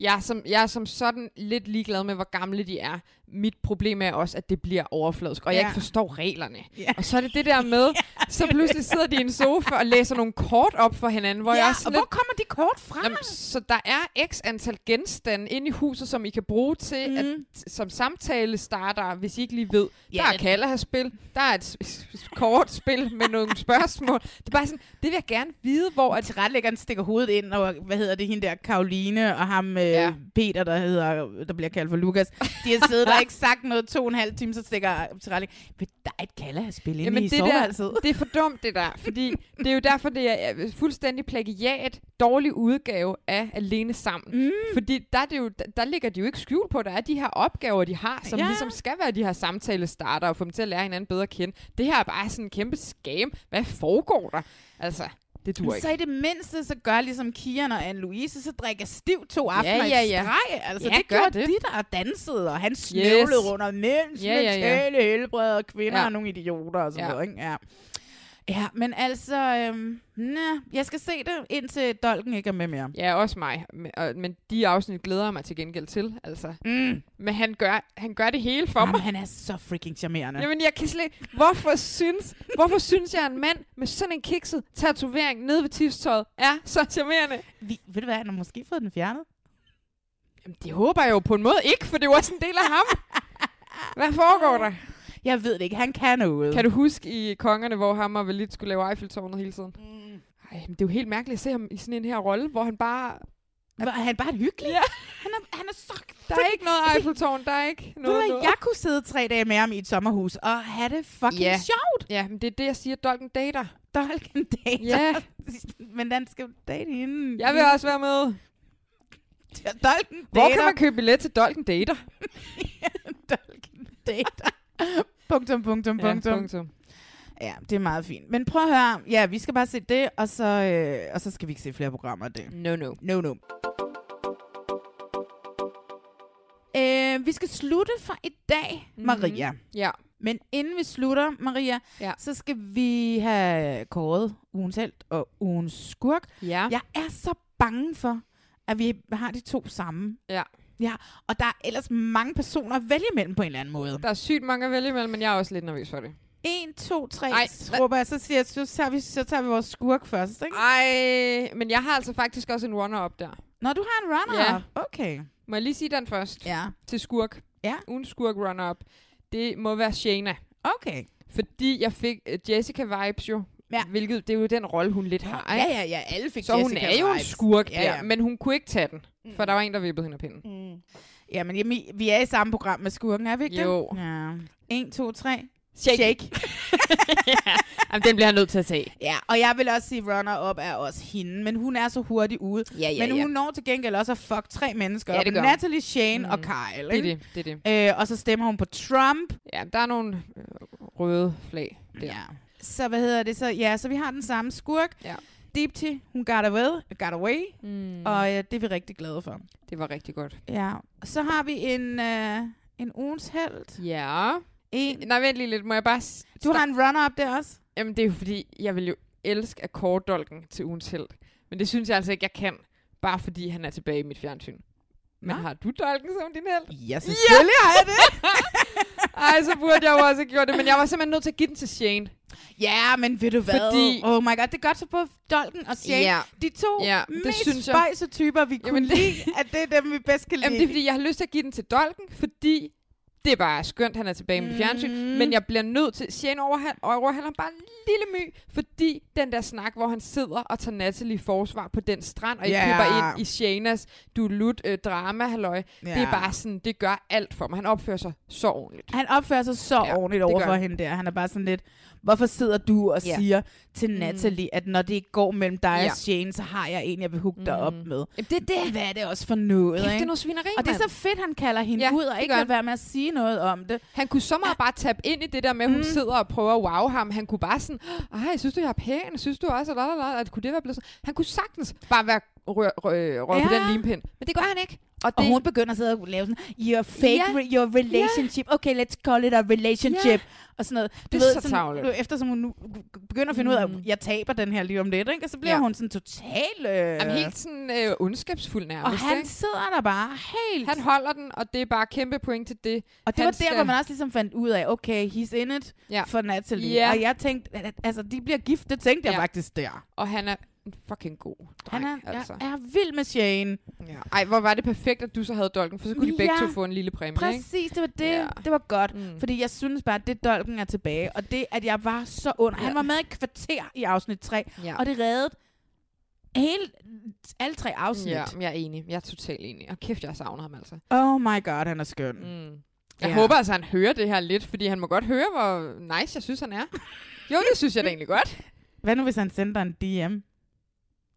[SPEAKER 3] Jeg er, som, jeg er som sådan lidt ligeglad med, hvor gamle de er. Mit problem er også, at det bliver overfladisk, og ja. jeg
[SPEAKER 2] Ja.
[SPEAKER 3] ikke forstår reglerne.
[SPEAKER 2] Ja.
[SPEAKER 3] Og så er det det der
[SPEAKER 2] [laughs]
[SPEAKER 3] med, så pludselig sidder de i en sofa og læser nogle kort op for hinanden, hvor
[SPEAKER 2] Og,
[SPEAKER 3] jeg
[SPEAKER 2] ja,
[SPEAKER 3] er
[SPEAKER 2] og
[SPEAKER 3] sådan
[SPEAKER 2] hvor
[SPEAKER 3] lidt,
[SPEAKER 2] kommer de kort fra?
[SPEAKER 3] Jamen, så der er x antal genstande inde i huset, som I kan bruge til, mm. at, som samtale starter, hvis I ikke lige ved. Ja,
[SPEAKER 2] Ja,
[SPEAKER 3] der er
[SPEAKER 2] men-
[SPEAKER 3] Kalaha-spil, der er et s- s- kortspil med [laughs] nogle spørgsmål. Det er bare sådan, det vil jeg gerne vide, hvor... At,
[SPEAKER 2] tilrettelæggeren stikker hovedet ind, og hvad hedder det, hende der, Karoline, og ham øh, ja. Peter, der, hedder, der bliver kaldt for Lukas. De har siddet der
[SPEAKER 3] [laughs]
[SPEAKER 2] og ikke sagt noget to og en halv time, så stikker tilrettelæggeren, "Men der er et kalde at spille inde i
[SPEAKER 3] det, der, altså.
[SPEAKER 2] soveværelset."
[SPEAKER 3] det er for dumt, det der. Fordi det er jo derfor, det er øh, fuldstændig plagiat, dårlig udgave af Alene Sammen. Mm. Fordi der, er det jo, der, der ligger de jo ikke skjult på, der er de her opgaver, de har, som ja.
[SPEAKER 2] Ja.
[SPEAKER 3] ligesom skal være de her samtalestarter og få dem til at lære hinanden bedre at kende. Det her er bare sådan en kæmpe scam. Hvad foregår der? Altså, det dur ikke.
[SPEAKER 2] Så i det mindste, så gør ligesom Kian og Anne-Louise, så drikker stiv to aftener
[SPEAKER 3] Ja,
[SPEAKER 2] ja,
[SPEAKER 3] ja,
[SPEAKER 2] ja,
[SPEAKER 3] ja.
[SPEAKER 2] i streg. Altså,
[SPEAKER 3] Ja,
[SPEAKER 2] det
[SPEAKER 3] gør
[SPEAKER 2] gjorde
[SPEAKER 3] det.
[SPEAKER 2] de, der dansede, og han snøvlede yes. rundt, og mens
[SPEAKER 3] Ja, ja,
[SPEAKER 2] ja,
[SPEAKER 3] ja.
[SPEAKER 2] mentale helbred, og kvinder
[SPEAKER 3] Ja.
[SPEAKER 2] ja. og nogle idioter og sådan
[SPEAKER 3] Ja.
[SPEAKER 2] ja. noget, ikke? Ja. Ja, men altså, øhm, næ, jeg skal se det, indtil Dolken ikke er med mere.
[SPEAKER 3] Ja, også mig. Men, og, men de afsnit glæder jeg mig til gengæld til, altså.
[SPEAKER 2] Mm.
[SPEAKER 3] Men han gør, han gør det hele for
[SPEAKER 2] Jamen,
[SPEAKER 3] mig.
[SPEAKER 2] han er så freaking charmerende.
[SPEAKER 3] Jamen, jeg kan slet ikke- Hvorfor synes, hvorfor synes jeg, at en mand med sådan en kikset tatovering nede ved tidstøjet er så charmerende?
[SPEAKER 2] Vi, ved du hvad, han har måske fået den fjernet.
[SPEAKER 3] Jamen, det håber jeg jo på en måde ikke, for det er jo også en del af ham. Hvad foregår der?
[SPEAKER 2] Jeg ved det ikke, han kan noget.
[SPEAKER 3] Kan du huske i Kongerne, hvor ham og Valit Mm. skulle lave Eiffeltårnet hele tiden? Ej, men det er jo helt mærkeligt at se ham i sådan en her rolle, hvor han bare
[SPEAKER 2] Hvor er han bare hyggelig? Ja. Han er, han er så
[SPEAKER 3] Der er ikke noget Eiffeltårn, der er ikke
[SPEAKER 2] Ved du
[SPEAKER 3] noget.
[SPEAKER 2] hvad, jeg kunne sidde tre dage med ham i et sommerhus og have det fucking
[SPEAKER 3] Ja.
[SPEAKER 2] yeah. sjovt.
[SPEAKER 3] Ja, men det er det, jeg siger, dolken dater.
[SPEAKER 2] Dolken dater.
[SPEAKER 3] Ja.
[SPEAKER 2] [laughs] men den skal jo date hende.
[SPEAKER 3] Jeg vil også være med.
[SPEAKER 2] Dolken dater.
[SPEAKER 3] Hvor kan man købe billet til Dolken Dater?
[SPEAKER 2] [laughs] dater. punktum, punktum,
[SPEAKER 3] Ja,
[SPEAKER 2] punktum.
[SPEAKER 3] punktum.
[SPEAKER 2] Ja, det er meget fint. Men prøv at høre. Ja, vi skal bare se det, og så, øh, og så skal vi ikke se flere programmer af det.
[SPEAKER 3] No, no.
[SPEAKER 2] No, no. Øh, vi skal slutte for i dag,
[SPEAKER 3] Mhm.
[SPEAKER 2] Maria.
[SPEAKER 3] Ja.
[SPEAKER 2] Men inden vi slutter, Maria,
[SPEAKER 3] ja.
[SPEAKER 2] så skal vi have kåret ugens held og ugens skurk.
[SPEAKER 3] Ja.
[SPEAKER 2] Jeg er så bange for, at vi har de to samme.
[SPEAKER 3] Ja.
[SPEAKER 2] Ja, og der er ellers mange personer at vælge imellem på en eller anden måde.
[SPEAKER 3] Der er sygt mange at vælge imellem, men jeg er også lidt nervøs for det.
[SPEAKER 2] 1, 2, 3,
[SPEAKER 3] Ej,
[SPEAKER 2] råber jeg, så, siger, jeg, så, tager vi, så tager vi vores skurk først, ikke?
[SPEAKER 3] Ej, men jeg har altså faktisk også en runner-up der.
[SPEAKER 2] Når du har en runner-up, ja. okay.
[SPEAKER 3] Må jeg lige sige den først?
[SPEAKER 2] Ja.
[SPEAKER 3] Til skurk.
[SPEAKER 2] Ja.
[SPEAKER 3] Ugen skurk runner-up. Det må være Shayna.
[SPEAKER 2] Okay.
[SPEAKER 3] Fordi jeg fik øh, Jessica vibes jo.
[SPEAKER 2] Ja.
[SPEAKER 3] Hvilket, det er jo den rolle, hun lidt har,
[SPEAKER 2] Ja,
[SPEAKER 3] ikke?
[SPEAKER 2] ja, ja, alle fik
[SPEAKER 3] Så hun
[SPEAKER 2] Jessica
[SPEAKER 3] er jo en
[SPEAKER 2] vibes.
[SPEAKER 3] skurk
[SPEAKER 2] Ja,
[SPEAKER 3] ja, ja.
[SPEAKER 2] ja.
[SPEAKER 3] der, men hun kunne ikke tage den. For der var en, der vippede hende af pinden.
[SPEAKER 2] Mm. Jamen, jamen, vi er i samme program med skurken, er vi ikke det?
[SPEAKER 3] Jo.
[SPEAKER 2] Ja. 1, 2, 3.
[SPEAKER 3] Shake.
[SPEAKER 2] Shake.
[SPEAKER 3] [laughs] Jamen, den bliver jeg nødt til at tage.
[SPEAKER 2] Ja, og jeg vil også sige, runner-up er også hende, men hun er så hurtig ude.
[SPEAKER 3] Ja, ja,
[SPEAKER 2] men
[SPEAKER 3] ja.
[SPEAKER 2] hun når til gengæld også at fuck tre mennesker
[SPEAKER 3] Ja,
[SPEAKER 2] op.
[SPEAKER 3] det gør hun.
[SPEAKER 2] Natalie, Shane mm. og Kyle.
[SPEAKER 3] Det er
[SPEAKER 2] ikke?
[SPEAKER 3] det, det er det.
[SPEAKER 2] Øh, og så stemmer hun på Trump.
[SPEAKER 3] Ja, der er nogle øh, røde flag der.
[SPEAKER 2] Ja. Så hvad hedder det så? Ja, så vi har den samme skurk.
[SPEAKER 3] Ja.
[SPEAKER 2] Deepti, hun got away, got away
[SPEAKER 3] Mm.
[SPEAKER 2] og øh, det er vi rigtig glade for.
[SPEAKER 3] Det var rigtig godt.
[SPEAKER 2] Ja. Så har vi en, øh, en ugens held.
[SPEAKER 3] Ja.
[SPEAKER 2] En.
[SPEAKER 3] Nej, vent lige lidt. Må jeg bare... s-
[SPEAKER 2] Du har en runner-up der også?
[SPEAKER 3] Jamen, det er jo fordi, jeg vil jo elske at kordolken til ugens held. Men det synes jeg altså ikke, jeg kan. Bare fordi han er tilbage i mit fjernsyn. Men
[SPEAKER 2] Nå.
[SPEAKER 3] har du dolken som din held?
[SPEAKER 2] Ja, selvfølgelig har jeg
[SPEAKER 3] [laughs]
[SPEAKER 2] det.
[SPEAKER 3] Ej, så burde jeg jo også have gjort det. Men jeg var simpelthen nødt til at give den til Shane.
[SPEAKER 2] Ja, men ved du hvad?
[SPEAKER 3] Fordi-
[SPEAKER 2] Oh my god, det er godt så både Dolken og Shane.
[SPEAKER 3] Ja.
[SPEAKER 2] De to
[SPEAKER 3] Ja, det
[SPEAKER 2] mest
[SPEAKER 3] synes jeg.
[SPEAKER 2] spøjse typer, vi kunne
[SPEAKER 3] Jamen, det-
[SPEAKER 2] lide, at det er dem, vi bedst kan lide.
[SPEAKER 3] Jamen, det er fordi, jeg har lyst til at give den til Dolken, fordi det er bare skønt, han er tilbage med mm. fjernsyn. Men jeg bliver nødt til... Shane overhal- overhalder bare en lille my, fordi den der snak, hvor han sidder og tager Natalie i forsvar på den strand, og
[SPEAKER 2] Ja.
[SPEAKER 3] yeah. køber ind i Shanas dulut øh, drama halløj.
[SPEAKER 2] Ja.
[SPEAKER 3] Det er bare sådan, det gør alt for mig. Han opfører sig så ordentligt.
[SPEAKER 2] Han opfører sig så ja, ordentligt over
[SPEAKER 3] gør
[SPEAKER 2] for
[SPEAKER 3] han.
[SPEAKER 2] hende der. Han er bare sådan lidt, hvorfor sidder du og
[SPEAKER 3] Ja. Mm.
[SPEAKER 2] siger til Natalie, at når det ikke går mellem dig
[SPEAKER 3] Ja.
[SPEAKER 2] og Shane, så har jeg en, jeg vil hugge dig op med.
[SPEAKER 3] Det er det.
[SPEAKER 2] Hvad er det også for noget,
[SPEAKER 3] Kæft, det
[SPEAKER 2] ikke?
[SPEAKER 3] er noget svineri,
[SPEAKER 2] og det er så
[SPEAKER 3] mand.
[SPEAKER 2] fedt, han kalder hende ja, ud og
[SPEAKER 3] det
[SPEAKER 2] ikke
[SPEAKER 3] gør
[SPEAKER 2] lader
[SPEAKER 3] han.
[SPEAKER 2] være med at sige noget om det.
[SPEAKER 3] Han kunne så meget bare tabe ind i det der med, at hun mm. sidder og prøver at wow ham. Han kunne bare sådan, ej, synes du, jeg er pæn? Synes du også, la, la, la, at kunne det være blevet sådan? Han kunne sagtens bare være rør, rør, rør ja. på
[SPEAKER 2] Ja.
[SPEAKER 3] den limpind. Men det gør han ikke. Og, det,
[SPEAKER 2] Og hun begynder at sidde og lave sådan, your fake,
[SPEAKER 3] Ja.
[SPEAKER 2] re- your relationship, okay, let's call it a relationship, og sådan noget. Du
[SPEAKER 3] Det er så
[SPEAKER 2] sådan,
[SPEAKER 3] tarveligt.
[SPEAKER 2] du- Eftersom hun nu begynder at finde ud af, at jeg taber den her lige om lidt, ikke? og så bliver
[SPEAKER 3] Ja.
[SPEAKER 2] hun sådan total... Øh...
[SPEAKER 3] Jamen, helt sådan øh, ondskabsfuld nærmest.
[SPEAKER 2] Og han
[SPEAKER 3] ikke?
[SPEAKER 2] sidder der bare helt...
[SPEAKER 3] han holder den, og det er bare kæmpe point til det.
[SPEAKER 2] Og det
[SPEAKER 3] han
[SPEAKER 2] var der, hvor man også ligesom fandt ud af, okay, he's in it
[SPEAKER 3] Ja.
[SPEAKER 2] for Natalie.
[SPEAKER 3] Ja.
[SPEAKER 2] Og jeg tænkte, at- at- altså, de bliver gift, det tænkte jeg
[SPEAKER 3] Ja.
[SPEAKER 2] faktisk der.
[SPEAKER 3] Og han er en fucking god dreng,
[SPEAKER 2] Han er,
[SPEAKER 3] altså.
[SPEAKER 2] jeg er vild med Shane.
[SPEAKER 3] Ja. Ej, hvor var det perfekt, at du så havde dolken, for så kunne de begge
[SPEAKER 2] Ja.
[SPEAKER 3] to få en lille præmie, ikke?
[SPEAKER 2] Præcis, det var det.
[SPEAKER 3] Ja.
[SPEAKER 2] Det var godt. Mm. Fordi jeg synes bare, at det dolken er tilbage. Og det, at jeg var så ond. Han
[SPEAKER 3] Ja.
[SPEAKER 2] var med i et kvarter i afsnit 3.
[SPEAKER 3] Ja.
[SPEAKER 2] Og det reddede hele, alle tre afsnit.
[SPEAKER 3] Ja, jeg er enig. Jeg er totalt enig. Og kæft, jeg savner ham altså.
[SPEAKER 2] Oh my god, han er skøn.
[SPEAKER 3] Mm. Jeg
[SPEAKER 2] Ja.
[SPEAKER 3] ja. håber altså, han hører det her lidt, fordi han må godt høre, hvor nice jeg synes, han er. Jo, det synes jeg da egentlig godt.
[SPEAKER 2] Hvad nu, hvis han sender en DM?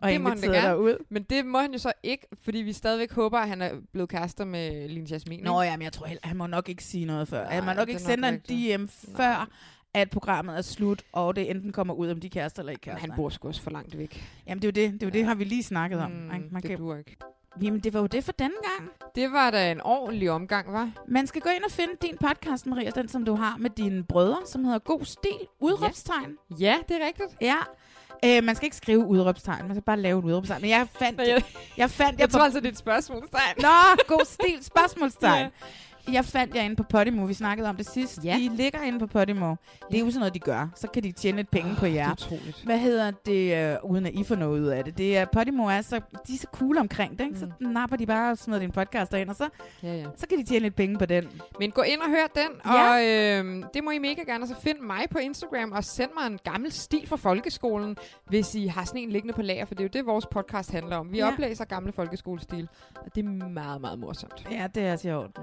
[SPEAKER 2] Og
[SPEAKER 3] det må han da
[SPEAKER 2] inviterer dig
[SPEAKER 3] gerne.
[SPEAKER 2] ud?
[SPEAKER 3] Men det må han jo så ikke, fordi vi stadigvæk håber, at han er blevet kærester med Line Jasmin. ikke?
[SPEAKER 2] Nå ja, men jeg tror heller, han må nok ikke sige noget før. Nej, han må
[SPEAKER 3] Nej,
[SPEAKER 2] nok
[SPEAKER 3] det er
[SPEAKER 2] ikke
[SPEAKER 3] nok
[SPEAKER 2] sende en
[SPEAKER 3] rigtigt.
[SPEAKER 2] DM før, at programmet er slut, og det enten kommer ud, om de er kærester eller ikke
[SPEAKER 3] Men
[SPEAKER 2] kærester.
[SPEAKER 3] han bor sgu også for langt væk.
[SPEAKER 2] Jamen det er jo det, det, er jo det har vi lige snakket om.
[SPEAKER 3] Mm,
[SPEAKER 2] ikke? Man
[SPEAKER 3] det duer ikke.
[SPEAKER 2] Jamen det var jo det for denne gang.
[SPEAKER 3] Det var da en ordentlig omgang, var.
[SPEAKER 2] Man skal gå ind og finde din podcast, Maria, den som du har med dine brødre, som hedder God Stil, udråbstegn.
[SPEAKER 3] Ja, det er rigtigt.
[SPEAKER 2] Ja. Øh, man skal ikke skrive udråbstegn, man skal bare lave et udråbstegn. Men jeg fandt...
[SPEAKER 3] Men jeg-
[SPEAKER 2] jeg fandt...
[SPEAKER 3] Jeg tror altså, det er et spørgsmålstegn.
[SPEAKER 2] [laughs] Nå, god stil, spørgsmålstegn. Jeg fandt jer inde på Podimo, vi snakkede om det sidst. Ja. I ligger inde på Podimo. Det er jo sådan noget, de gør. Så kan de tjene lidt penge oh, på jer.
[SPEAKER 3] det er utroligt.
[SPEAKER 2] Hvad hedder det, øh, uden at I får noget ud af det? det er, Podimo er så, de er så cool omkring det, ikke? Mm. Så napper de bare og smider din podcast derind, og så,
[SPEAKER 3] ja, ja.
[SPEAKER 2] så kan de tjene lidt penge på den.
[SPEAKER 3] Men gå ind og hør den,
[SPEAKER 2] Ja.
[SPEAKER 3] og øh, det må I mega gerne. Og så find mig på Instagram, og send mig en gammel stil fra folkeskolen, hvis I har sådan en liggende på lager, for det er jo det, vores podcast handler om. Vi
[SPEAKER 2] Ja.
[SPEAKER 3] ja. oplæser gamle folkeskolestil, og det er meget, meget morsomt.
[SPEAKER 2] Ja, det er sjovt.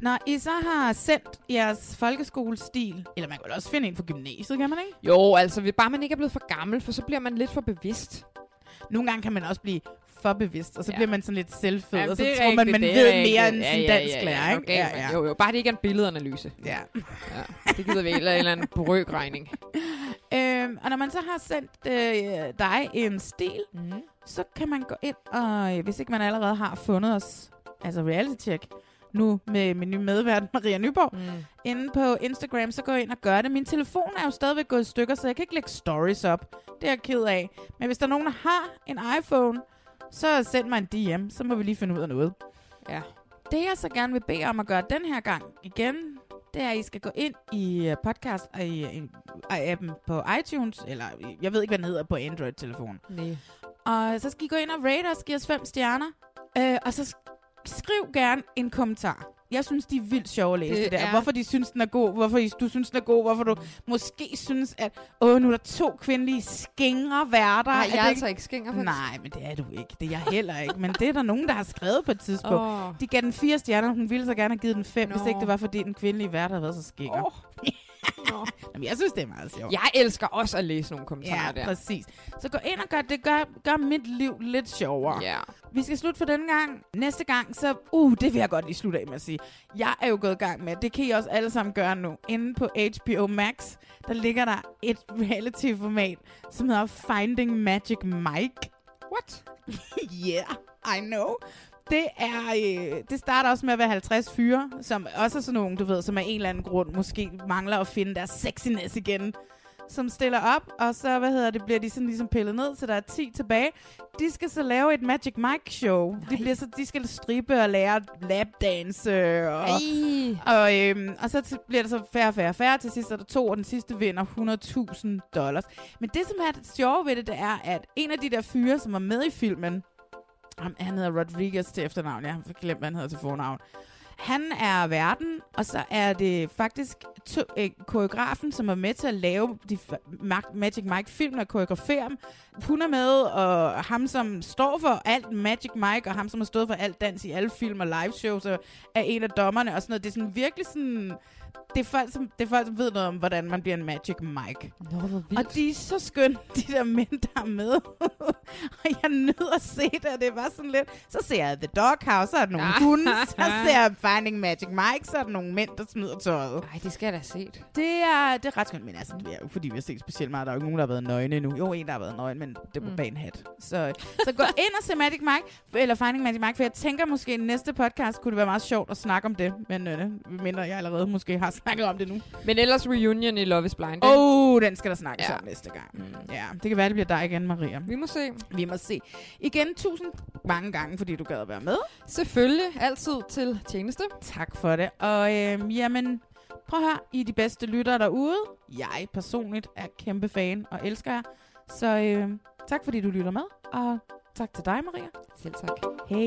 [SPEAKER 2] Når I så har sendt jeres folkeskolestil, eller man kan vel også finde en fra gymnasiet, kan man ikke?
[SPEAKER 3] Jo, altså vi- bare man ikke er blevet for gammel, for så bliver man lidt for bevidst.
[SPEAKER 2] Nogle gange kan man også blive for bevidst, og så ja.
[SPEAKER 3] Ja.
[SPEAKER 2] bliver man sådan lidt selvfed,
[SPEAKER 3] Jamen,
[SPEAKER 2] og så
[SPEAKER 3] det er
[SPEAKER 2] tror man,
[SPEAKER 3] rigtigt,
[SPEAKER 2] man
[SPEAKER 3] det er
[SPEAKER 2] ved
[SPEAKER 3] rigtigt.
[SPEAKER 2] mere end
[SPEAKER 3] Ja,
[SPEAKER 2] sin
[SPEAKER 3] ja, ja,
[SPEAKER 2] dansk lærer,
[SPEAKER 3] ja,
[SPEAKER 2] ikke?
[SPEAKER 3] okay, men Jo, jo, bare det ikke er en billedanalyse.
[SPEAKER 2] Ja.
[SPEAKER 3] ja. Det gider vi ikke, eller en eller anden brøkregning.
[SPEAKER 2] Øhm, og når man så har sendt øh, dig en stil,
[SPEAKER 3] mm.
[SPEAKER 2] så kan man gå ind, og øh, hvis ikke man allerede har fundet os, altså reality check, nu med min nye medvært Maria Nyborg,
[SPEAKER 3] mm.
[SPEAKER 2] inde på Instagram, så gå ind og gør det. Min telefon er jo stadigvæk gået i stykker, så jeg kan ikke lægge stories op. Det er jeg ked af. Men hvis der er nogen, der har en iPhone, så send mig en DM, så må vi lige finde ud af noget.
[SPEAKER 3] Ja.
[SPEAKER 2] Det jeg så gerne vil bede om at gøre den her gang igen, det er, at I skal gå ind i øh, podcast og i, i, i appen på iTunes, eller i- jeg ved ikke, hvad den hedder på Android-telefonen.
[SPEAKER 3] Mm. Nej.
[SPEAKER 2] Og så skal I gå ind og rate os, give os fem stjerner, øh, og så sk- skriv gerne en kommentar. Jeg synes, de er vildt sjove at læse det,
[SPEAKER 3] Det
[SPEAKER 2] det der.
[SPEAKER 3] er-
[SPEAKER 2] Hvorfor de synes, den er god, hvorfor I- du synes, den er god, hvorfor du måske synes, at åh, nu er der to kvindelige skingre værter.
[SPEAKER 3] Nej,
[SPEAKER 2] det
[SPEAKER 3] jeg er altså ikke skinger. faktisk.
[SPEAKER 2] Nej, men det er du ikke. Det er jeg heller ikke. Men det er der nogen, der har skrevet på et tidspunkt.
[SPEAKER 3] Åh.
[SPEAKER 2] De gav den fire stjerner, hun ville så gerne have givet den fem, hvis
[SPEAKER 3] Nå.
[SPEAKER 2] ikke det var, fordi den kvindelige vært havde været så skækker.
[SPEAKER 3] Åh. Nå.
[SPEAKER 2] [laughs] Jamen, jeg synes, det er meget sjovt.
[SPEAKER 3] Jeg elsker også at læse nogle kommentarer
[SPEAKER 2] Ja,
[SPEAKER 3] der.
[SPEAKER 2] præcis. Så gå ind og gør det. Gør, gør mit liv lidt sjovere.
[SPEAKER 3] Ja.
[SPEAKER 2] Vi skal slutte for denne gang. Næste gang, så... Uh, det vil jeg godt lige slutte af med at sige. Jeg er jo gået i gang med, det kan I også alle sammen gøre nu. Inde på HBO Max, der ligger der et reality-format, som hedder Finding Magic Mike.
[SPEAKER 3] What?
[SPEAKER 2] [laughs] yeah, I know. Det er øh, det starter også med at være 50 fyre, som også er sådan nogle, du ved, som af en eller anden grund måske mangler at finde deres sexiness igen, som stiller op, og så, hvad hedder det, bliver de sådan ligesom pillet ned, så der er 10 tilbage. De skal så lave et Magic Mike show. De, bliver så, de skal strippe og lære lapdance, og, og, øhm, og så til- bliver der så færre, færre, færre. Til sidst er der to, og den sidste vinder 100.000 dollars. Men det, som er det sjove ved det, det er, at en af de der fyre, som var med i filmen, ham- han hedder Rodriguez til efternavn. Jeg har glemt, hvad han hedder til fornavn. Han er verden, og så er det faktisk to, øh, koreografen, som er med til at lave de f- Mag- Magic Mike-filmene og koreografere dem. Hun er med, og ham, som står for alt Magic Mike, og ham, som har stået for alt dans i alle film og liveshows, og er en af dommerne og sådan noget. Det er sådan virkelig sådan... Det er, folk, som, det er folk, som ved noget om, hvordan man bliver en Magic Mike.
[SPEAKER 3] Nå, hvor
[SPEAKER 2] Og de er så skønne, [laughs] de der mænd, der er med. [laughs] og jeg nød at se det, og det var sådan lidt... Så ser jeg The Doghouse, så er der nogle
[SPEAKER 3] Ah.
[SPEAKER 2] hunde, så ser jeg Finding Magic Mike, så er der nogle mænd, der smider tøjet.
[SPEAKER 3] Nej, det skal jeg da have set.
[SPEAKER 2] Det er, det er ret skønt, men altså, det er jo fordi, vi har set specielt meget. Der er jo ikke nogen, der har været nøgne endnu. Jo, en, der har været nøgen, men det er på mm.
[SPEAKER 3] Mm.
[SPEAKER 2] bag en hat. Så, så gå ind og se Magic Mike, eller Finding Magic Mike, for jeg tænker måske, at næste podcast kunne det være meget sjovt at snakke om det. Men øh, mindre jeg allerede måske har snakket om det nu.
[SPEAKER 3] Men ellers reunion i Love is Blind. ikke?
[SPEAKER 2] Åh, oh, den skal der snakkes ja.
[SPEAKER 3] Ja.
[SPEAKER 2] om næste gang. Mm, Ja, det kan være, det bliver dig igen, Maria.
[SPEAKER 3] Vi må se.
[SPEAKER 2] Vi må se. Igen, tusind mange gange, fordi du gad at være med.
[SPEAKER 3] Selvfølgelig. Altid til tjeneste.
[SPEAKER 2] Tak for det. Og øhm, jamen, prøv her, I er de bedste lyttere derude. Jeg personligt er kæmpe fan og elsker jer. Så øhm, tak fordi du lytter med, og tak til dig, Maria.
[SPEAKER 3] Selv tak.
[SPEAKER 2] Hej.